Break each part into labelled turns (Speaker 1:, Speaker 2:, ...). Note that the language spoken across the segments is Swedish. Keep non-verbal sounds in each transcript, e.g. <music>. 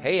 Speaker 1: Hey,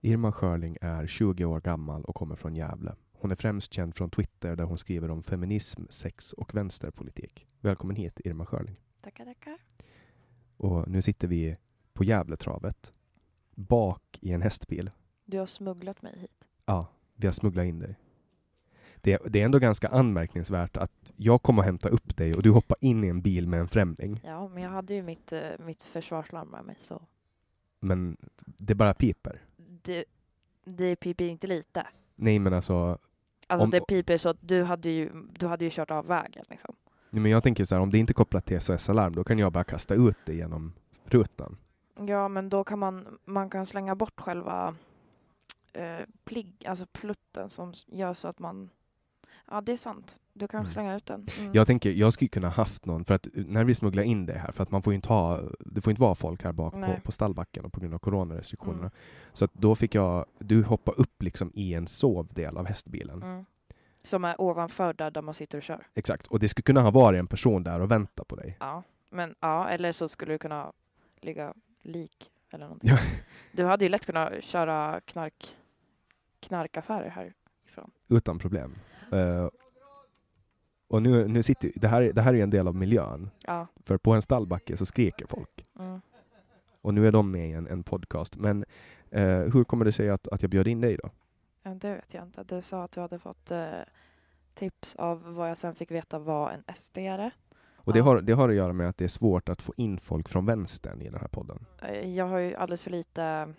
Speaker 2: Irma Schörling är 20 år gammal och kommer från Gävle. Hon är främst känd från Twitter där hon skriver om feminism, sex och vänsterpolitik. Välkommen hit Irma Schörling.
Speaker 3: Tackar, tackar.
Speaker 2: Och nu sitter vi på Gävletravet, bak i en hästbil.
Speaker 3: Du har smugglat mig hit.
Speaker 2: Ja, vi har smugglat in dig. Det, det är ändå ganska anmärkningsvärt att jag kommer och hämtar upp dig och du hoppar in i en bil med en främling.
Speaker 3: Ja, men jag hade ju mitt, eh, mitt försvarslarm med mig, så
Speaker 2: Men det bara piper.
Speaker 3: det, det piper inte lite.
Speaker 2: Nej men alltså,
Speaker 3: Alltså
Speaker 2: Om-
Speaker 3: det piper så att du hade ju, du hade ju kört av vägen liksom.
Speaker 2: nej, men jag tänker så här, om det inte är kopplat till SOS Alarm då kan jag bara kasta ut det genom rutan.
Speaker 3: Ja, men då kan man, man kan slänga bort själva eh, pligg, alltså plutten som s- gör så att man... Ja, det är sant. Du kan
Speaker 2: Mm.
Speaker 3: slänga ut den. Mm.
Speaker 2: Jag tänker, jag skulle kunna haft någon, för att när vi smugglar in det här, för att man får ju inte ha, det får inte vara folk här bak på,
Speaker 3: Nej.
Speaker 2: på stallbacken och på grund av coronarestriktionerna.
Speaker 3: Mm.
Speaker 2: Så att då fick jag, du hoppa upp liksom i en sovdel av hästbilen.
Speaker 3: Mm. Som är ovanför där, där man sitter och kör.
Speaker 2: Exakt, och det skulle kunna ha varit en person där och vänta på dig.
Speaker 3: Ja, men ja, eller så skulle du kunna ligga lik eller någonting.
Speaker 2: Ja.
Speaker 3: Du hade ju lätt kunnat köra knark, knarkaffärer härifrån.
Speaker 2: Utan problem. Eh, och nu, nu sitter, det här, är- det här är en del av miljön,
Speaker 3: Ja,
Speaker 2: för på en stallbacke så skriker folk.
Speaker 3: mm.
Speaker 2: Och nu är de med i en, en podcast. Men eh, hur kommer det sig att, att jag bjöd in dig då?
Speaker 3: Ja, det vet jag inte. Du sa att du hade fått eh, tips av vad jag sen fick veta var en SD-are.
Speaker 2: Och det
Speaker 3: Ja.
Speaker 2: har, det har att göra med att det är svårt att få in folk från vänstern i den här podden.
Speaker 3: Eh, Jag har ju alldeles för lite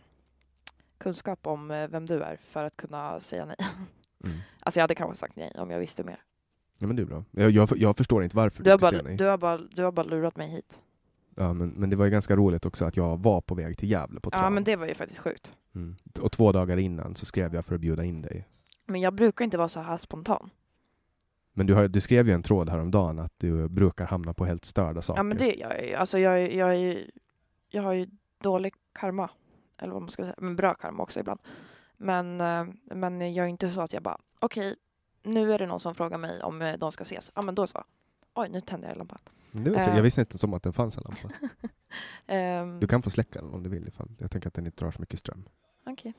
Speaker 3: kunskap om eh, vem du är för att kunna säga nej. <laughs> Alltså jag hade kanske sagt nej om jag visste mer.
Speaker 2: Mm. Ja, men det är bra. Jag, jag, för- jag förstår inte varför du,
Speaker 3: Du har,
Speaker 2: ska säga
Speaker 3: bara,
Speaker 2: nej.
Speaker 3: du, har bara, du har bara lurat mig hit.
Speaker 2: Ja, men, men det var ju ganska roligt också att jag var på väg till Gävle på
Speaker 3: Ja
Speaker 2: trav.
Speaker 3: men det var ju faktiskt sjukt.
Speaker 2: mm. Och två dagar innan så skrev jag för att bjuda in dig.
Speaker 3: Men jag brukar inte vara så här spontan.
Speaker 2: Men du, har, du skrev ju en tråd häromdagen att du brukar hamna på helt störda saker.
Speaker 3: Ja men det gör jag ju. Alltså jag, är- jag är ju jag har ju dålig karma, eller vad man ska säga, men bra karma också ibland. Men, eh, men jag är inte så att jag bara, okej, nu är det någon som frågar mig om eh, de ska ses. Ja, men då så. Oj, nu tände jag lampan.
Speaker 2: Det var
Speaker 3: Eh. Mm.
Speaker 2: Jag visste inte som att den fanns en lampa.
Speaker 3: <laughs> Ehm,
Speaker 2: Du kan få släcka den om du vill. Ifall. Jag tänker att den inte drar så mycket ström.
Speaker 3: Okej.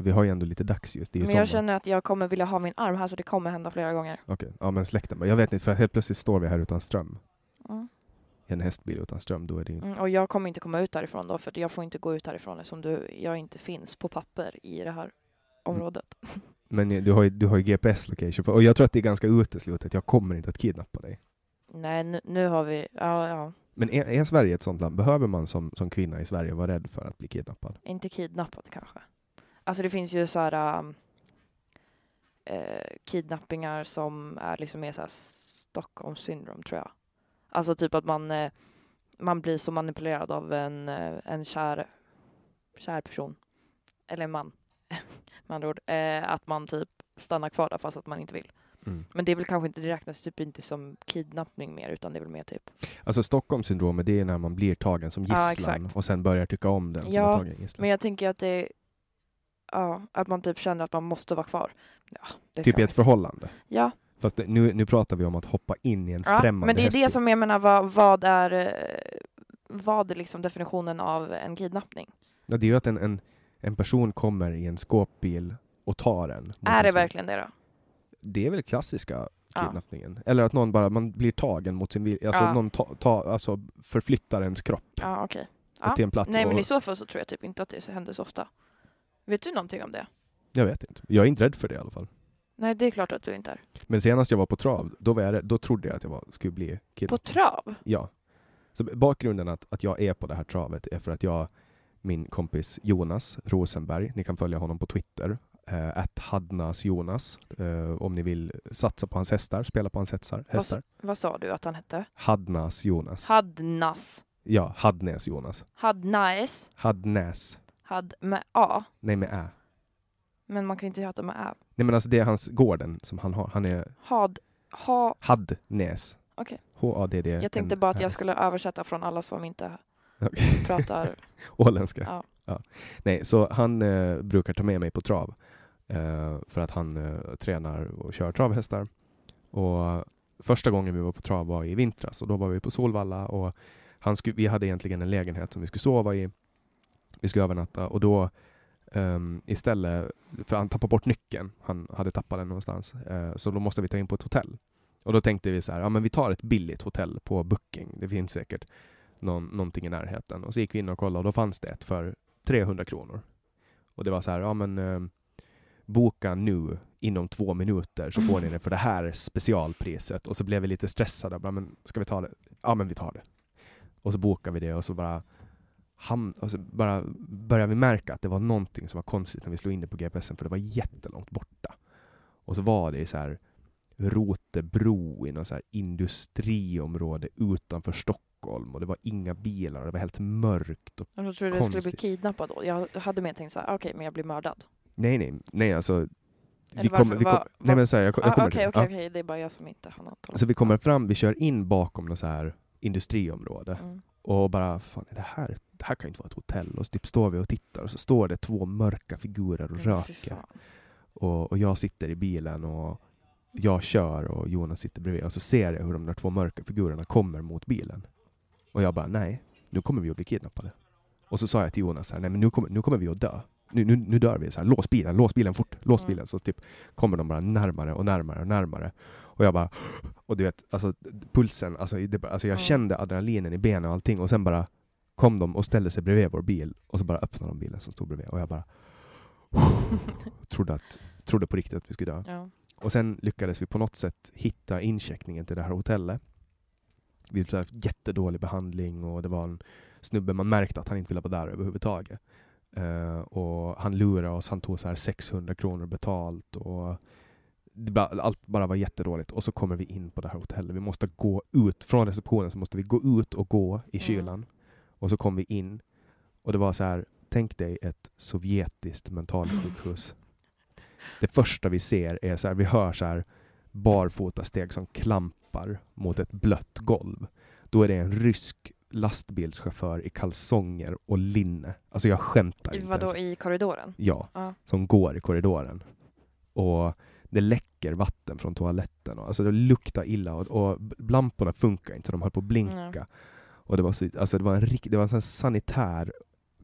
Speaker 2: Vi har ju ändå lite dagsljus. Det är ju
Speaker 3: Men
Speaker 2: sommar.
Speaker 3: jag känner att jag kommer vilja ha min arm här, så det kommer hända flera gånger.
Speaker 2: Okej, ja men släck den. bara. Jag vet inte, för helt plötsligt står vi här utan ström.
Speaker 3: Mm.
Speaker 2: I en hästbil utan ström, då är det ju...
Speaker 3: Mm, och jag kommer inte komma ut därifrån då, för jag får inte gå ut därifrån eftersom du, jag inte finns på papper i det här området.
Speaker 2: Men eh, du har ju, du har ju GPS location, på- och jag tror att det är ganska uteslutet. Jag kommer inte att kidnappa dig. Mm.
Speaker 3: Nej, nu, nu har vi... Ja, ja,
Speaker 2: Men är, är Sverige ett sånt land? Behöver man som, som kvinna i Sverige vara rädd för att bli kidnappad?
Speaker 3: inte kidnappat kanske. Alltså det finns ju så här... Um, eh, kidnappingar som är liksom mer så här Stockholm syndrom, tror jag. Alltså typ att man, eh, man blir så manipulerad av en, eh, en kär, kär person. Eller en man, <laughs> med andra ord. Eh, att man typ stannar kvar där fast att man inte vill. Men det är väl kanske inte, det räknas typ inte som kidnappning mer utan det är väl mer typ
Speaker 2: Alltså Stockholmssyndromet, det är när man blir tagen som
Speaker 3: Ja,
Speaker 2: gisslan
Speaker 3: exakt.
Speaker 2: och sen börjar tycka om den som
Speaker 3: Ja,
Speaker 2: har tagit gisslan.
Speaker 3: Men jag tänker att det ja, att man typ känner att man måste vara kvar. Ja, det
Speaker 2: Typ
Speaker 3: kan
Speaker 2: i
Speaker 3: man-
Speaker 2: ett förhållande.
Speaker 3: Ja,
Speaker 2: Fast det, nu, nu pratar vi om att hoppa in i en
Speaker 3: ja
Speaker 2: främmande
Speaker 3: men det är
Speaker 2: hästbil.
Speaker 3: det som jag menar, vad, vad är eh, vad är liksom definitionen av en kidnappning?
Speaker 2: Ja, det är ju att en, en, en person kommer i en skåpbil och tar en. mot
Speaker 3: är
Speaker 2: en
Speaker 3: det
Speaker 2: som-
Speaker 3: verkligen det då?
Speaker 2: Det är väl klassiska
Speaker 3: Ja.
Speaker 2: kidnappningen. Eller att någon bara, man blir tagen mot sin vilja, alltså
Speaker 3: Ja.
Speaker 2: någon ta, ta, alltså förflyttar ens kropp
Speaker 3: Ja, okej. Ja.
Speaker 2: till en plats.
Speaker 3: Nej,
Speaker 2: och,
Speaker 3: men i så fall så tror jag typ inte att det händer så ofta. Vet du någonting om det?
Speaker 2: Jag vet inte. Jag är inte rädd för det i alla fall.
Speaker 3: Nej, det är klart att du inte är.
Speaker 2: Men senast jag var på trav, då, var jag, rädd- då trodde jag att jag var, skulle bli kidnappad.
Speaker 3: På trav?
Speaker 2: Ja. Så bakgrunden att, att jag är på det här travet är för att jag, min kompis Jonas Rosenberg, ni kan följa honom på Twitter, eh, Hadnas Jonas, eh, om ni vill satsa på hans hästar, spela på hans hästar. hästar.
Speaker 3: Vad sa du att han hette?
Speaker 2: Hadnas Jonas.
Speaker 3: Hadnas.
Speaker 2: ja, Hadnäs Jonas.
Speaker 3: Hadnaes.
Speaker 2: Hadnäs.
Speaker 3: Had med A.
Speaker 2: Nej, med ä.
Speaker 3: Men man kan inte heta med Ä.
Speaker 2: Nej, men alltså det är hans gården som han har. Han är
Speaker 3: Had. Ha.
Speaker 2: Hadnäs.
Speaker 3: Okej.
Speaker 2: H-A-D-D.
Speaker 3: Jag tänkte bara
Speaker 2: <laughs>
Speaker 3: att jag skulle översätta från alla som inte pratar.
Speaker 2: <laughs> Åländska?
Speaker 3: Ja.
Speaker 2: Nej, så han eh, brukar ta med mig på trav eh, för att han eh, tränar och kör travhästar. Och första gången vi var på trav var i vintras och då var vi på Solvalla och han skulle, vi hade egentligen en lägenhet som vi skulle sova i. Vi skulle övernatta och då ehm, istället, för han tappade bort nyckeln, han hade tappat den någonstans, eh, så då måste vi ta in på ett hotell. Och då tänkte vi så här, ja men vi tar ett billigt hotell på Booking, det finns säkert någon, någonting i närheten. Och så gick vi in och kollade och då fanns det ett för 300 kronor. Och det var så här, ja men eh, boka nu inom två minuter så får ni det för det här specialpriset. Och så blev vi lite stressade, bara, men ska vi ta det? Ja men vi tar det. Och så bokade vi det och så bara ham- och så bara började vi märka att det var någonting som var konstigt när vi slog in det på GPSen för det var jättelångt borta. Och så var det i så här Rotebro i något så här industriområde utanför Stockholm och det var inga bilar och det var helt mörkt och
Speaker 3: Jag trodde jag skulle bli
Speaker 2: Konstigt.
Speaker 3: kidnappad då. Jag hade mer tänkt så här, okej, men jag blir mördad.
Speaker 2: Nej, nej, nej alltså. Vi
Speaker 3: varför-
Speaker 2: kommer, vi
Speaker 3: vad-
Speaker 2: kommer, nej
Speaker 3: vad-
Speaker 2: men så här, jag,
Speaker 3: Ah,
Speaker 2: jag
Speaker 3: Okej,
Speaker 2: kommer till
Speaker 3: okej,
Speaker 2: det.
Speaker 3: okej, det är bara jag som inte har något
Speaker 2: ja. Så vi kommer fram, vi kör in bakom något så här industriområde
Speaker 3: Mm.
Speaker 2: och bara, fan är det här, det här kan ju inte vara ett hotell. Och så typ står vi och tittar och så står det två mörka figurer och
Speaker 3: Men fy
Speaker 2: röker.
Speaker 3: fan.
Speaker 2: Och, och jag sitter i bilen och jag kör och Jonas sitter bredvid och så ser jag hur de där två mörka figurerna kommer mot bilen. Och jag bara, nej, nu kommer vi att bli kidnappade. Och så sa jag till Jonas, så här, nej men nu kommer, nu kommer vi att dö. Nu, nu, nu dör vi, så här, lås bilen, lås bilen fort, lås
Speaker 3: Mm.
Speaker 2: bilen. Så typ kommer de bara närmare och närmare och närmare. Och jag bara, och du vet, alltså pulsen, alltså, det, bara- alltså jag
Speaker 3: Mm.
Speaker 2: kände adrenalinen i benen och allting. Och sen bara kom de och ställde sig bredvid vår bil. Och så bara öppnade de bilen som stod bredvid. Och jag bara, trodde, att, trodde på riktigt att vi skulle dö.
Speaker 3: Ja.
Speaker 2: Och sen lyckades vi på något sätt hitta incheckningen till det här hotellet. Vi hade jättedålig behandling och det var en snubbe, man märkte att han inte ville vara där överhuvudtaget. Eh, och han lurade oss, han tog så här 600 kronor betalt och det bara, allt bara var jättedåligt. Och så kommer vi in på det här hotellet. Vi måste gå ut från receptionen, så måste vi gå ut och gå i
Speaker 3: Mm.
Speaker 2: kylan. Och så kom vi in och det var så här, tänk dig ett sovjetiskt mentalsjukhus. Det första vi ser är så här, vi hör så här barfota steg som klampar mot ett blött golv. Då är det en rysk lastbilschaufför i kalsonger och linne. Alltså jag skämtar inte ens.
Speaker 3: Vadå, i korridoren?
Speaker 2: Ja,
Speaker 3: Ja.
Speaker 2: som går i korridoren. Och det läcker vatten från toaletten. Och, alltså det luktar illa och, och lamporna funkar inte, de höll på att blinka.
Speaker 3: Ja.
Speaker 2: Och det var, så, alltså det var en, rikt, det var en sån här sanitär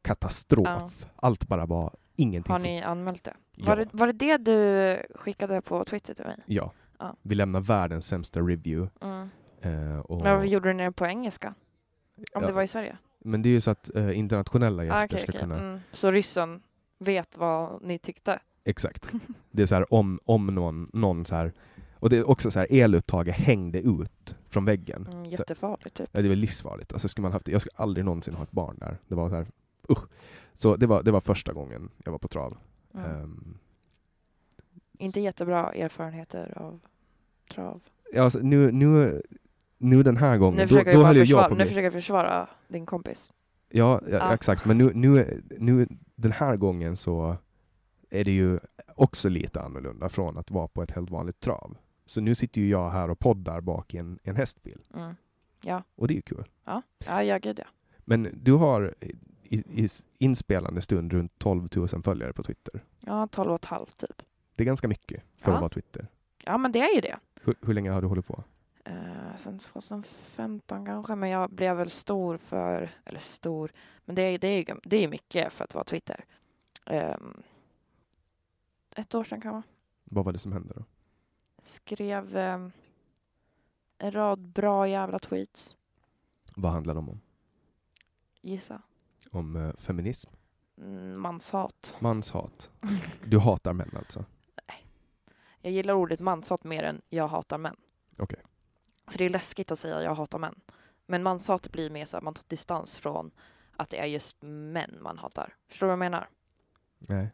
Speaker 2: katastrof. Allt bara var, ingenting
Speaker 3: Har
Speaker 2: funkar.
Speaker 3: ni anmält det?
Speaker 2: Ja.
Speaker 3: Var, det? var det det du skickade på Twitter till mig?
Speaker 2: Ja.
Speaker 3: Ja.
Speaker 2: Vi lämnar världens sämsta review.
Speaker 3: Mm.
Speaker 2: Eh, och,
Speaker 3: Men varför gjorde ni det på engelska? Om
Speaker 2: Ja.
Speaker 3: det var i Sverige?
Speaker 2: men det är ju så att eh, internationella gäster
Speaker 3: Ah, okej,
Speaker 2: ska
Speaker 3: okej.
Speaker 2: kunna... Mm.
Speaker 3: Mm. Så ryssen vet vad ni tyckte?
Speaker 2: Exakt. Det är så här om, om någon, någon så här... Och det är också så här, eluttaget hängde ut från väggen.
Speaker 3: Mm,
Speaker 2: Så-
Speaker 3: jättefarligt typ.
Speaker 2: Ja, det var livsfarligt. Alltså, skulle man haft, jag skulle aldrig någonsin ha ett barn där. Det var så här, usch. Så det var, det var första gången jag var på trav.
Speaker 3: Mm.
Speaker 2: Ehm,
Speaker 3: Inte jättebra erfarenheter av trav.
Speaker 2: ja, alltså, nu, nu, nu den här gången,
Speaker 3: Nu
Speaker 2: då,
Speaker 3: försöker, du
Speaker 2: då
Speaker 3: bara
Speaker 2: höll ju jag
Speaker 3: försvara,
Speaker 2: på
Speaker 3: nu
Speaker 2: mig.
Speaker 3: försöker jag försvara din kompis.
Speaker 2: Ja, ja,
Speaker 3: Ja.
Speaker 2: exakt. Men nu, nu, nu den här gången så är det ju också lite annorlunda från att vara på ett helt vanligt trav. Så nu sitter ju jag här och poddar bak i en, en hästbil.
Speaker 3: Mm.
Speaker 2: Och det är ju kul.
Speaker 3: Ja, ja, gud ja.
Speaker 2: Men du har i, i inspelande stund runt 12 000 följare på Twitter.
Speaker 3: Ja, 12 och ett halvt typ.
Speaker 2: Det är ganska mycket för
Speaker 3: Ja.
Speaker 2: att vara Twitter.
Speaker 3: Ja, men det är ju det.
Speaker 2: Hur, hur länge har du hållit på?
Speaker 3: Eh, sen 2015 kanske, men jag blev väl stor för, eller stor, men det är, det är, ju gam- det är mycket för att vara Twitter. Ehm, ett år sedan kan man.
Speaker 2: Vad var det som hände då?
Speaker 3: Skrev ehm, en rad bra jävla tweets.
Speaker 2: Vad handlade de om?
Speaker 3: Gissa.
Speaker 2: Om eh, feminism,
Speaker 3: Mm, manshat. <laughs>
Speaker 2: manshat. Du hatar män alltså?
Speaker 3: Jag gillar ordet manshat mer än jag hatar män.
Speaker 2: Okej.
Speaker 3: För det är läskigt att säga jag hatar män. Men manshat blir mer så att man tar distans från att det är just män man hatar. Förstår du vad jag menar?
Speaker 2: Nej.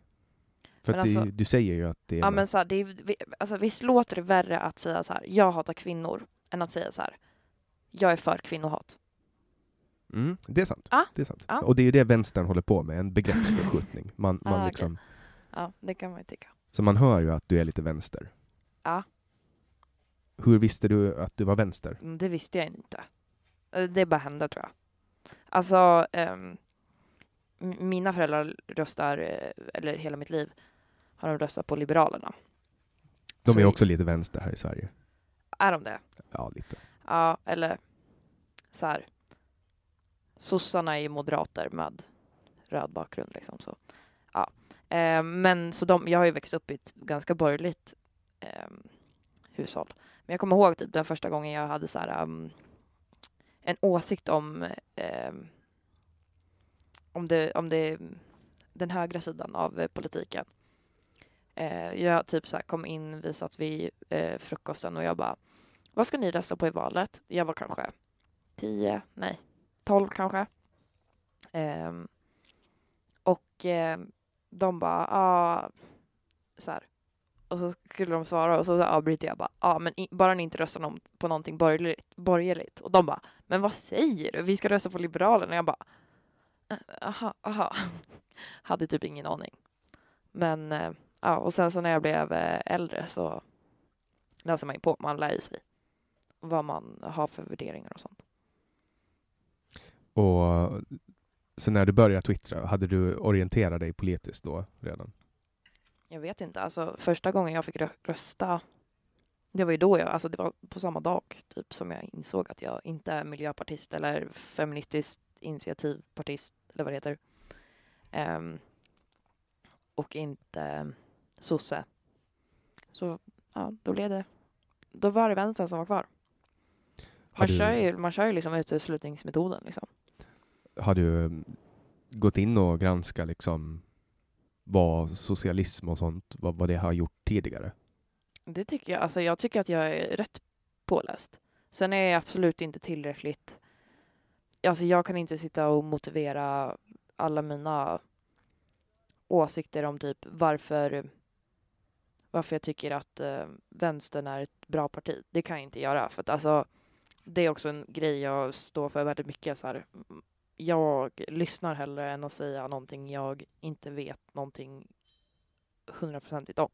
Speaker 2: För
Speaker 3: Men
Speaker 2: att det,
Speaker 3: alltså-
Speaker 2: du säger ju att det är
Speaker 3: Ja,
Speaker 2: män.
Speaker 3: men så här, det är, vi, alltså, visst låter det värre att säga så här, jag hatar kvinnor, än att säga så här, jag är för kvinnohat.
Speaker 2: Mm, det är sant.
Speaker 3: Ja.
Speaker 2: Det är sant.
Speaker 3: Ja.
Speaker 2: Och det är ju det vänstern håller på med, en begreppsförskjutning. Man, man
Speaker 3: Ah, okej.
Speaker 2: liksom,
Speaker 3: Ja, det kan man ju tycka.
Speaker 2: Så man hör ju att du är lite vänster.
Speaker 3: Ja.
Speaker 2: Hur visste du att du var vänster?
Speaker 3: Men Mm, det visste jag inte. Eh, Det bara hände, tror jag. Alltså, ehm, m- mina föräldrar röstar, eh, eller hela mitt liv har de röstat på Liberalerna.
Speaker 2: De
Speaker 3: Så
Speaker 2: är ju
Speaker 3: i-
Speaker 2: också lite vänster här i Sverige.
Speaker 3: Är de det?
Speaker 2: Ja, lite.
Speaker 3: Ja, eller så här. Sossarna är ju moderater med röd bakgrund liksom så. Ja. Eh, men så de, jag har ju växt upp i ett ganska borgerligt eh, hushåll. Men jag kommer ihåg typ den första gången jag hade så här um, en åsikt om ehm, om det, om det den högra sidan av eh, politiken. Eh, jag typ så här kom in, visat vid eh, frukosten och jag bara vad ska ni rösta på i valet? Jag var kanske 10, nej, 12 kanske. Ehm, och ehm, de bara, ah, så här. Och så skulle de svara och så så avbryter jag bara, ja ah, men i, bara ni inte röstar någon, på någonting borgerligt, borgerligt. Och de bara, men vad säger du? Vi ska rösta på Liberalerna. Jag bara, "Eh, aha, aha. <laughs> Hade typ ingen aning. Men eh, ja, och sen så när jag blev eh, äldre så läser man ju på. Man lär ju sig vad man har för värderingar och sånt.
Speaker 2: Och så när du började twittra, hade du orienterat dig politiskt då redan?
Speaker 3: Jag vet inte, alltså första gången jag fick rö- rösta, det var ju då jag, alltså det var på samma dag typ som jag insåg att jag inte är miljöpartist eller feministiskt initiativpartist eller vad det heter. Ehm, och inte sosse. Så ja, då blev det, då var det vänstern som var kvar. Man
Speaker 2: Har du-
Speaker 3: kör ju, man kör ju liksom uteslutningsmetoden liksom.
Speaker 2: har du mm, gått in och granskat liksom vad socialism och sånt, vad, vad det har gjort tidigare?
Speaker 3: Det tycker jag. Alltså jag tycker att jag är rätt påläst. Sen är jag absolut inte tillräckligt... Alltså jag kan inte sitta och motivera alla mina åsikter om typ varför varför jag tycker att eh, vänstern är ett bra parti. Det kan jag inte göra. För att alltså, det är också en grej jag står för väldigt mycket. Så här, mm, jag lyssnar hellre än att säga någonting jag inte vet någonting hundraprocentigt om.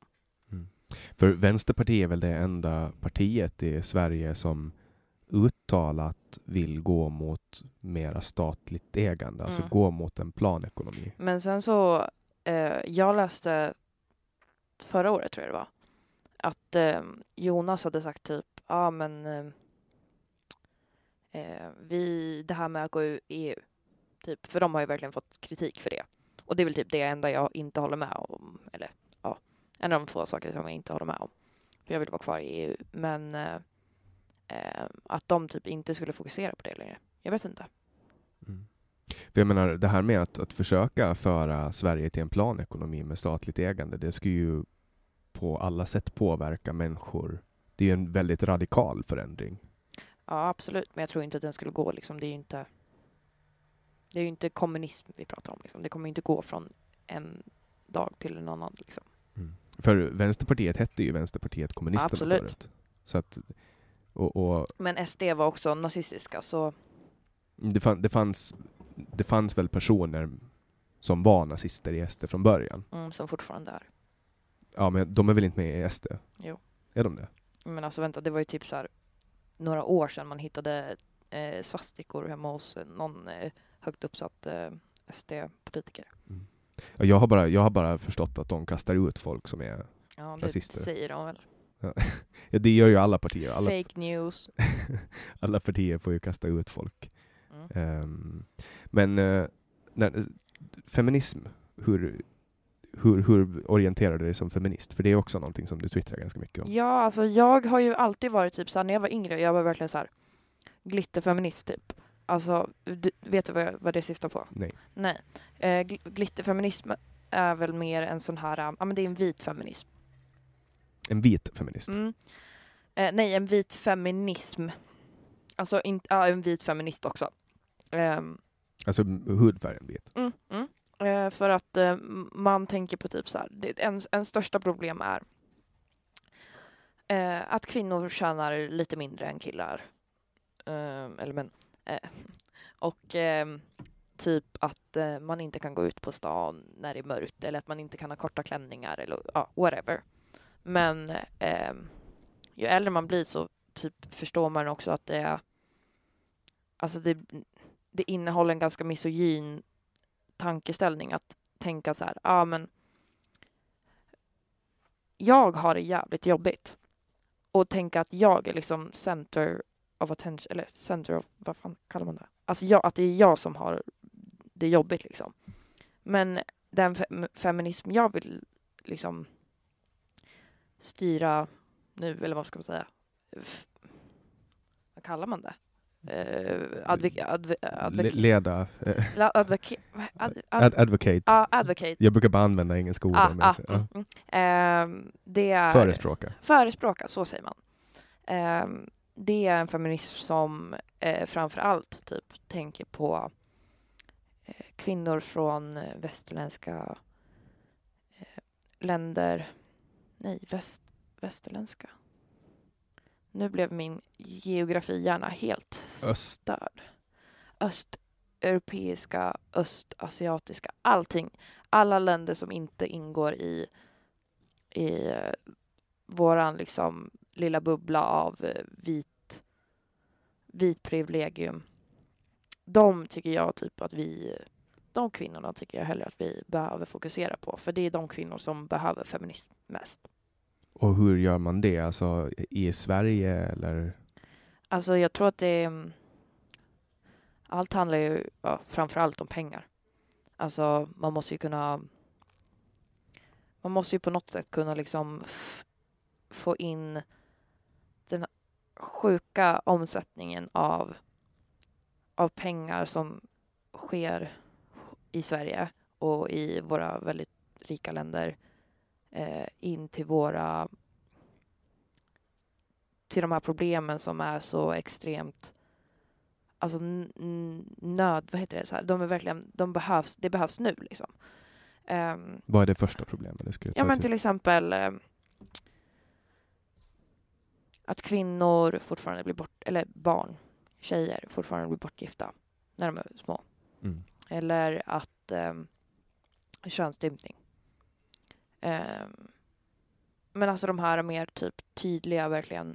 Speaker 2: För Vänsterpartiet är väl det enda partiet i Sverige som uttalat vill gå mot mera statligt ägande, alltså
Speaker 3: Mm.
Speaker 2: gå mot en planekonomi.
Speaker 3: Men sen så, eh, jag läste förra året tror jag det var, att eh, Jonas hade sagt typ, ja ah, men eh, eh, vi, det här med att gå ur EU, typ, för de har ju verkligen fått kritik för det. Och det är väl typ det enda jag inte håller med om, eller ja, en av de få saker som jag inte håller med om. För jag vill vara kvar i EU, men eh, eh, att de typ inte skulle fokusera på det längre. Jag vet inte.
Speaker 2: Mm. För jag menar, det här med att, att försöka föra Sverige till en plan ekonomi med statligt ägande, det skulle ju på alla sätt påverka människor. Det är ju en väldigt radikal förändring.
Speaker 3: Ja, absolut. Men jag tror inte att den skulle gå liksom. Det är ju inte. Det är ju inte kommunism vi pratar om liksom. Det kommer ju inte gå från en dag till en annan liksom.
Speaker 2: För Vänsterpartiet hette ju Vänsterpartiet kommunisterna
Speaker 3: Absolut.
Speaker 2: förut. Så att, och, och
Speaker 3: Men SD var också nazistiska så
Speaker 2: Mm, det, fann, det, fanns, det fanns väl personer som var nazister i SD från början?
Speaker 3: mm, som fortfarande är.
Speaker 2: Ja, men de är väl inte med i SD?
Speaker 3: Jo.
Speaker 2: Är de det?
Speaker 3: Men alltså vänta, det var ju typ så här några år sedan man hittade eh, svastikor hemma hos eh, någon eh, högt uppsatt eh, SD-politiker.
Speaker 2: Ja, Jag har, bara, jag har bara förstått att de kastar ut folk som är...
Speaker 3: Ja, det
Speaker 2: Rasister.
Speaker 3: säger de väl.
Speaker 2: Ja, det gör ju alla partier. Alla,
Speaker 3: Fake news.
Speaker 2: alla partier får ju kasta ut folk.
Speaker 3: Mm.
Speaker 2: Ehm, men eh, när, feminism, hur, hur, hur orienterar du dig som feminist? För det är också någonting som du twittrar ganska mycket om.
Speaker 3: Ja, alltså jag har ju alltid varit typ såhär, när jag var yngre, jag var verkligen såhär glitterfeminist typ. Alltså, du, vet du vad, jag, vad det syftar på?
Speaker 2: Nej.
Speaker 3: Nej. Eh, gl- glitterfeminism är väl mer en sån här, eh, ja men det är en vit feminism.
Speaker 2: En vit feminist.
Speaker 3: Mm. Eh, nej, en vit feminism. Alltså, in, ja, en vit feminist också. Ehm,
Speaker 2: Alltså m- hudfärgen vit.
Speaker 3: Mm, mm. Eh, för att eh, m- man tänker på typ så här, det, en, en största problem är eh, att kvinnor tjänar lite mindre än killar. Eh, eller men, eh, och ehm, typ att eh, man inte kan gå ut på stan när det är mörkt eller att man inte kan ha korta klänningar eller ja, whatever. Men ehm, ju äldre man blir så typ förstår man också att det är alltså det, det innehåller en ganska misogyn tankeställning att tänka så här, ja ah, men jag har det jävligt jobbigt och tänka att jag är liksom center of attention, eller center of, vad fan kallar man det? Alltså jag, att det är jag som har det jobbigt liksom. Men den fe- feminism jag vill liksom styra nu, eller vad ska man säga? F- vad kallar man det? Uh, advik- advi-
Speaker 2: Le-
Speaker 3: advik-
Speaker 2: leda, eh,
Speaker 3: La- advoca- ad- ad-
Speaker 2: ad- advocate.
Speaker 3: ja, advocate.
Speaker 2: Jag brukar bara använda engelska ord.
Speaker 3: Ah,
Speaker 2: men-
Speaker 3: ah,
Speaker 2: ja.
Speaker 3: mm, mm. Ehm, det är
Speaker 2: Förespråka.
Speaker 3: förespråka, så säger man. Ehm, det är en feminism som eh, framför allt typ tänker på eh, kvinnor från eh, västerländska eh, länder. Nej, väst, västerländska. Nu blev min geografihjärna helt
Speaker 2: Öst.
Speaker 3: störd. Östeuropeiska, östasiatiska, allting. Alla länder som inte ingår i, i eh, våran liksom lilla bubbla av eh, vit, vit privilegium. De tycker jag typ att vi, de kvinnorna tycker jag hellre att vi behöver fokusera på, för det är de kvinnor som behöver feminism mest.
Speaker 2: Och hur gör man det? Alltså i Sverige eller?
Speaker 3: Alltså jag tror att det är, mm, allt handlar ju ja, framför allt om pengar. Alltså man måste ju kunna man måste ju på något sätt kunna liksom f- få in den sjuka omsättningen av av pengar som sker i Sverige och i våra väldigt rika länder eh, in till våra till de här problemen som är så extremt alltså n- n- nöd, vad heter det, så här, de är verkligen, de behövs, det behövs nu liksom. Ehm,
Speaker 2: Vad är det första problemet? Det ska jag ta
Speaker 3: ja men
Speaker 2: till-
Speaker 3: till exempel ehm, att kvinnor fortfarande blir bort, eller barn, tjejer fortfarande blir bortgifta när de är små.
Speaker 2: Mm.
Speaker 3: Eller att ehm, könsstympning. Ehm, men alltså de här mer typ tydliga verkligen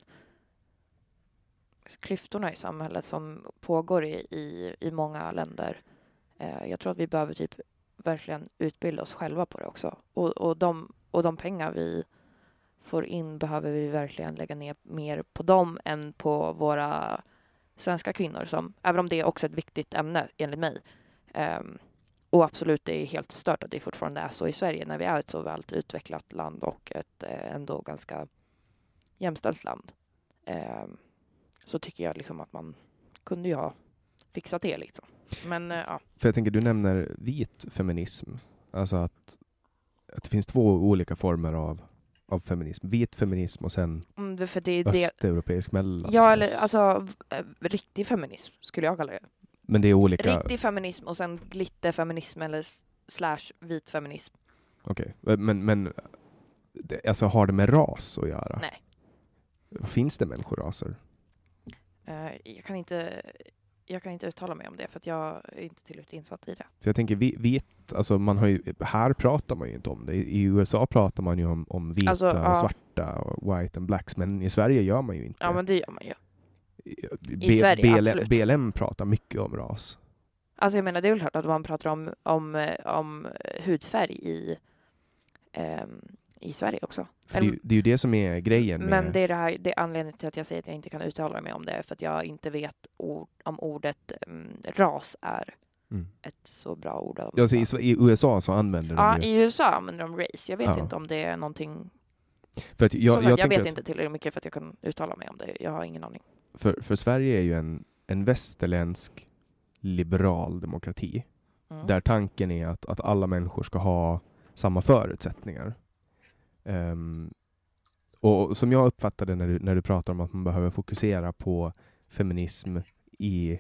Speaker 3: klyftorna i samhället som pågår i, i, i många länder. Eh, jag tror att vi behöver typ verkligen utbilda oss själva på det också. Och, och, de, och de pengar vi får in behöver vi verkligen lägga ner mer på dem än på våra svenska kvinnor som, även om det är också ett viktigt ämne enligt mig. Ehm, och absolut, det är helt stört att det fortfarande är så i Sverige när vi är ett så väl utvecklat land och ett eh, ändå ganska jämställt land. Ehm, så tycker jag liksom att man kunde ju ha fixat det liksom. Men eh, ja,
Speaker 2: För jag tänker, du nämner vit feminism. Alltså att, att det finns två olika former av, av feminism. Vit feminism och sen
Speaker 3: Mm, det- för det är det.
Speaker 2: östeuropeisk mellan.
Speaker 3: Ja, eller alltså v- eh, riktig feminism skulle jag kalla det.
Speaker 2: Men det är olika.
Speaker 3: Riktig feminism och sen glitterfeminism eller s- slash vit feminism.
Speaker 2: Okej, men, men det, alltså har det med ras att göra?
Speaker 3: Nej.
Speaker 2: Finns det människoraser?
Speaker 3: Eh, jag, kan inte, jag kan inte uttala mig om det för att jag är inte tillräckligt insatt i det.
Speaker 2: För jag tänker vi- vit, alltså man har ju, här pratar man ju inte om det. I i USA pratar man ju om, om vita
Speaker 3: Alltså,
Speaker 2: och
Speaker 3: ja.
Speaker 2: svarta och white and blacks, men i Sverige gör man ju inte.
Speaker 3: Ja, men det gör man ju.
Speaker 2: B-
Speaker 3: i Sverige,
Speaker 2: BLM,
Speaker 3: absolut.
Speaker 2: BLM pratar mycket om ras.
Speaker 3: Alltså jag menar, det är väl klart att man pratar om, om, eh, om hudfärg i, ehm, i Sverige också.
Speaker 2: För det, är ju, det är ju det som är grejen
Speaker 3: Men
Speaker 2: med...
Speaker 3: det är, det, här, det är anledningen till att jag säger att jag inte kan uttala mig om det, för att jag inte vet ord, om ordet mm, ras är
Speaker 2: Mm.
Speaker 3: ett så bra ord. att
Speaker 2: Ja, så i,
Speaker 3: använda.
Speaker 2: Sve- I USA så använder
Speaker 3: ja,
Speaker 2: de ju...
Speaker 3: i USA använder de race. Jag vet
Speaker 2: Ja.
Speaker 3: inte om det är någonting.
Speaker 2: För att
Speaker 3: Jag,
Speaker 2: jag,
Speaker 3: som
Speaker 2: jag,
Speaker 3: sagt, jag
Speaker 2: tänker
Speaker 3: vet
Speaker 2: att
Speaker 3: inte tillräckligt mycket för att jag kan uttala mig om det. Jag har ingen aning.
Speaker 2: För, för Sverige är ju en, en västerländsk liberal demokrati.
Speaker 3: Mm.
Speaker 2: Där tanken är att, att alla människor ska ha samma förutsättningar. Ehm, och som jag uppfattade när du, när du pratar om att man behöver fokusera på feminism i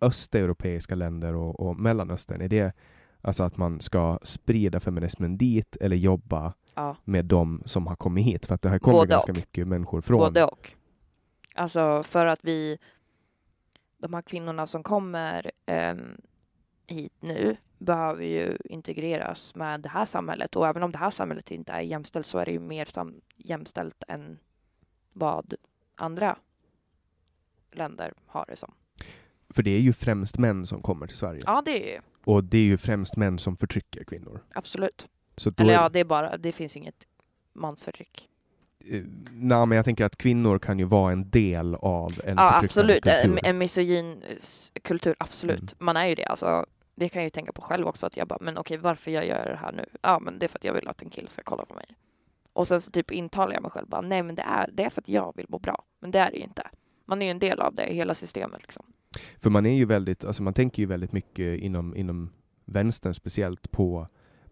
Speaker 2: östeuropeiska länder och, och Mellanöstern, är det alltså att man ska sprida feminismen dit eller jobba
Speaker 3: Ja,
Speaker 2: med de som har kommit hit? För att det här kommer
Speaker 3: Både
Speaker 2: ganska
Speaker 3: och.
Speaker 2: mycket människor från...
Speaker 3: både och. Alltså för att vi, de här kvinnorna som kommer ehm, hit nu behöver ju integreras med det här samhället och även om det här samhället inte är jämställt så är det ju mer sam- jämställt än vad andra länder har det som.
Speaker 2: För det är ju främst män som kommer till Sverige.
Speaker 3: Ja, det är ju
Speaker 2: Och det är ju främst män som förtrycker kvinnor.
Speaker 3: absolut.
Speaker 2: Så då
Speaker 3: Eller
Speaker 2: är-
Speaker 3: ja, det är bara, det finns inget mansförtryck.
Speaker 2: Eh, Nej, men jag tänker att kvinnor kan ju vara en del av en
Speaker 3: Ja,
Speaker 2: förtryckande
Speaker 3: absolut. Eh, En,
Speaker 2: kultur.
Speaker 3: en misogyn eh, s- kultur, absolut.
Speaker 2: Mm.
Speaker 3: Man är ju det. Alltså, det kan jag ju tänka på själv också. Att jag bara, men okej, varför jag gör det här nu? Ja, men det är för att jag vill att en kille ska kolla på mig. Och sen så typ intalar jag mig själv bara, nej men det är, det är för att jag vill må bra. Men det är det ju inte. Man är ju en del av det, hela systemet liksom.
Speaker 2: För man är ju väldigt, alltså man tänker ju väldigt mycket inom, inom vänstern speciellt på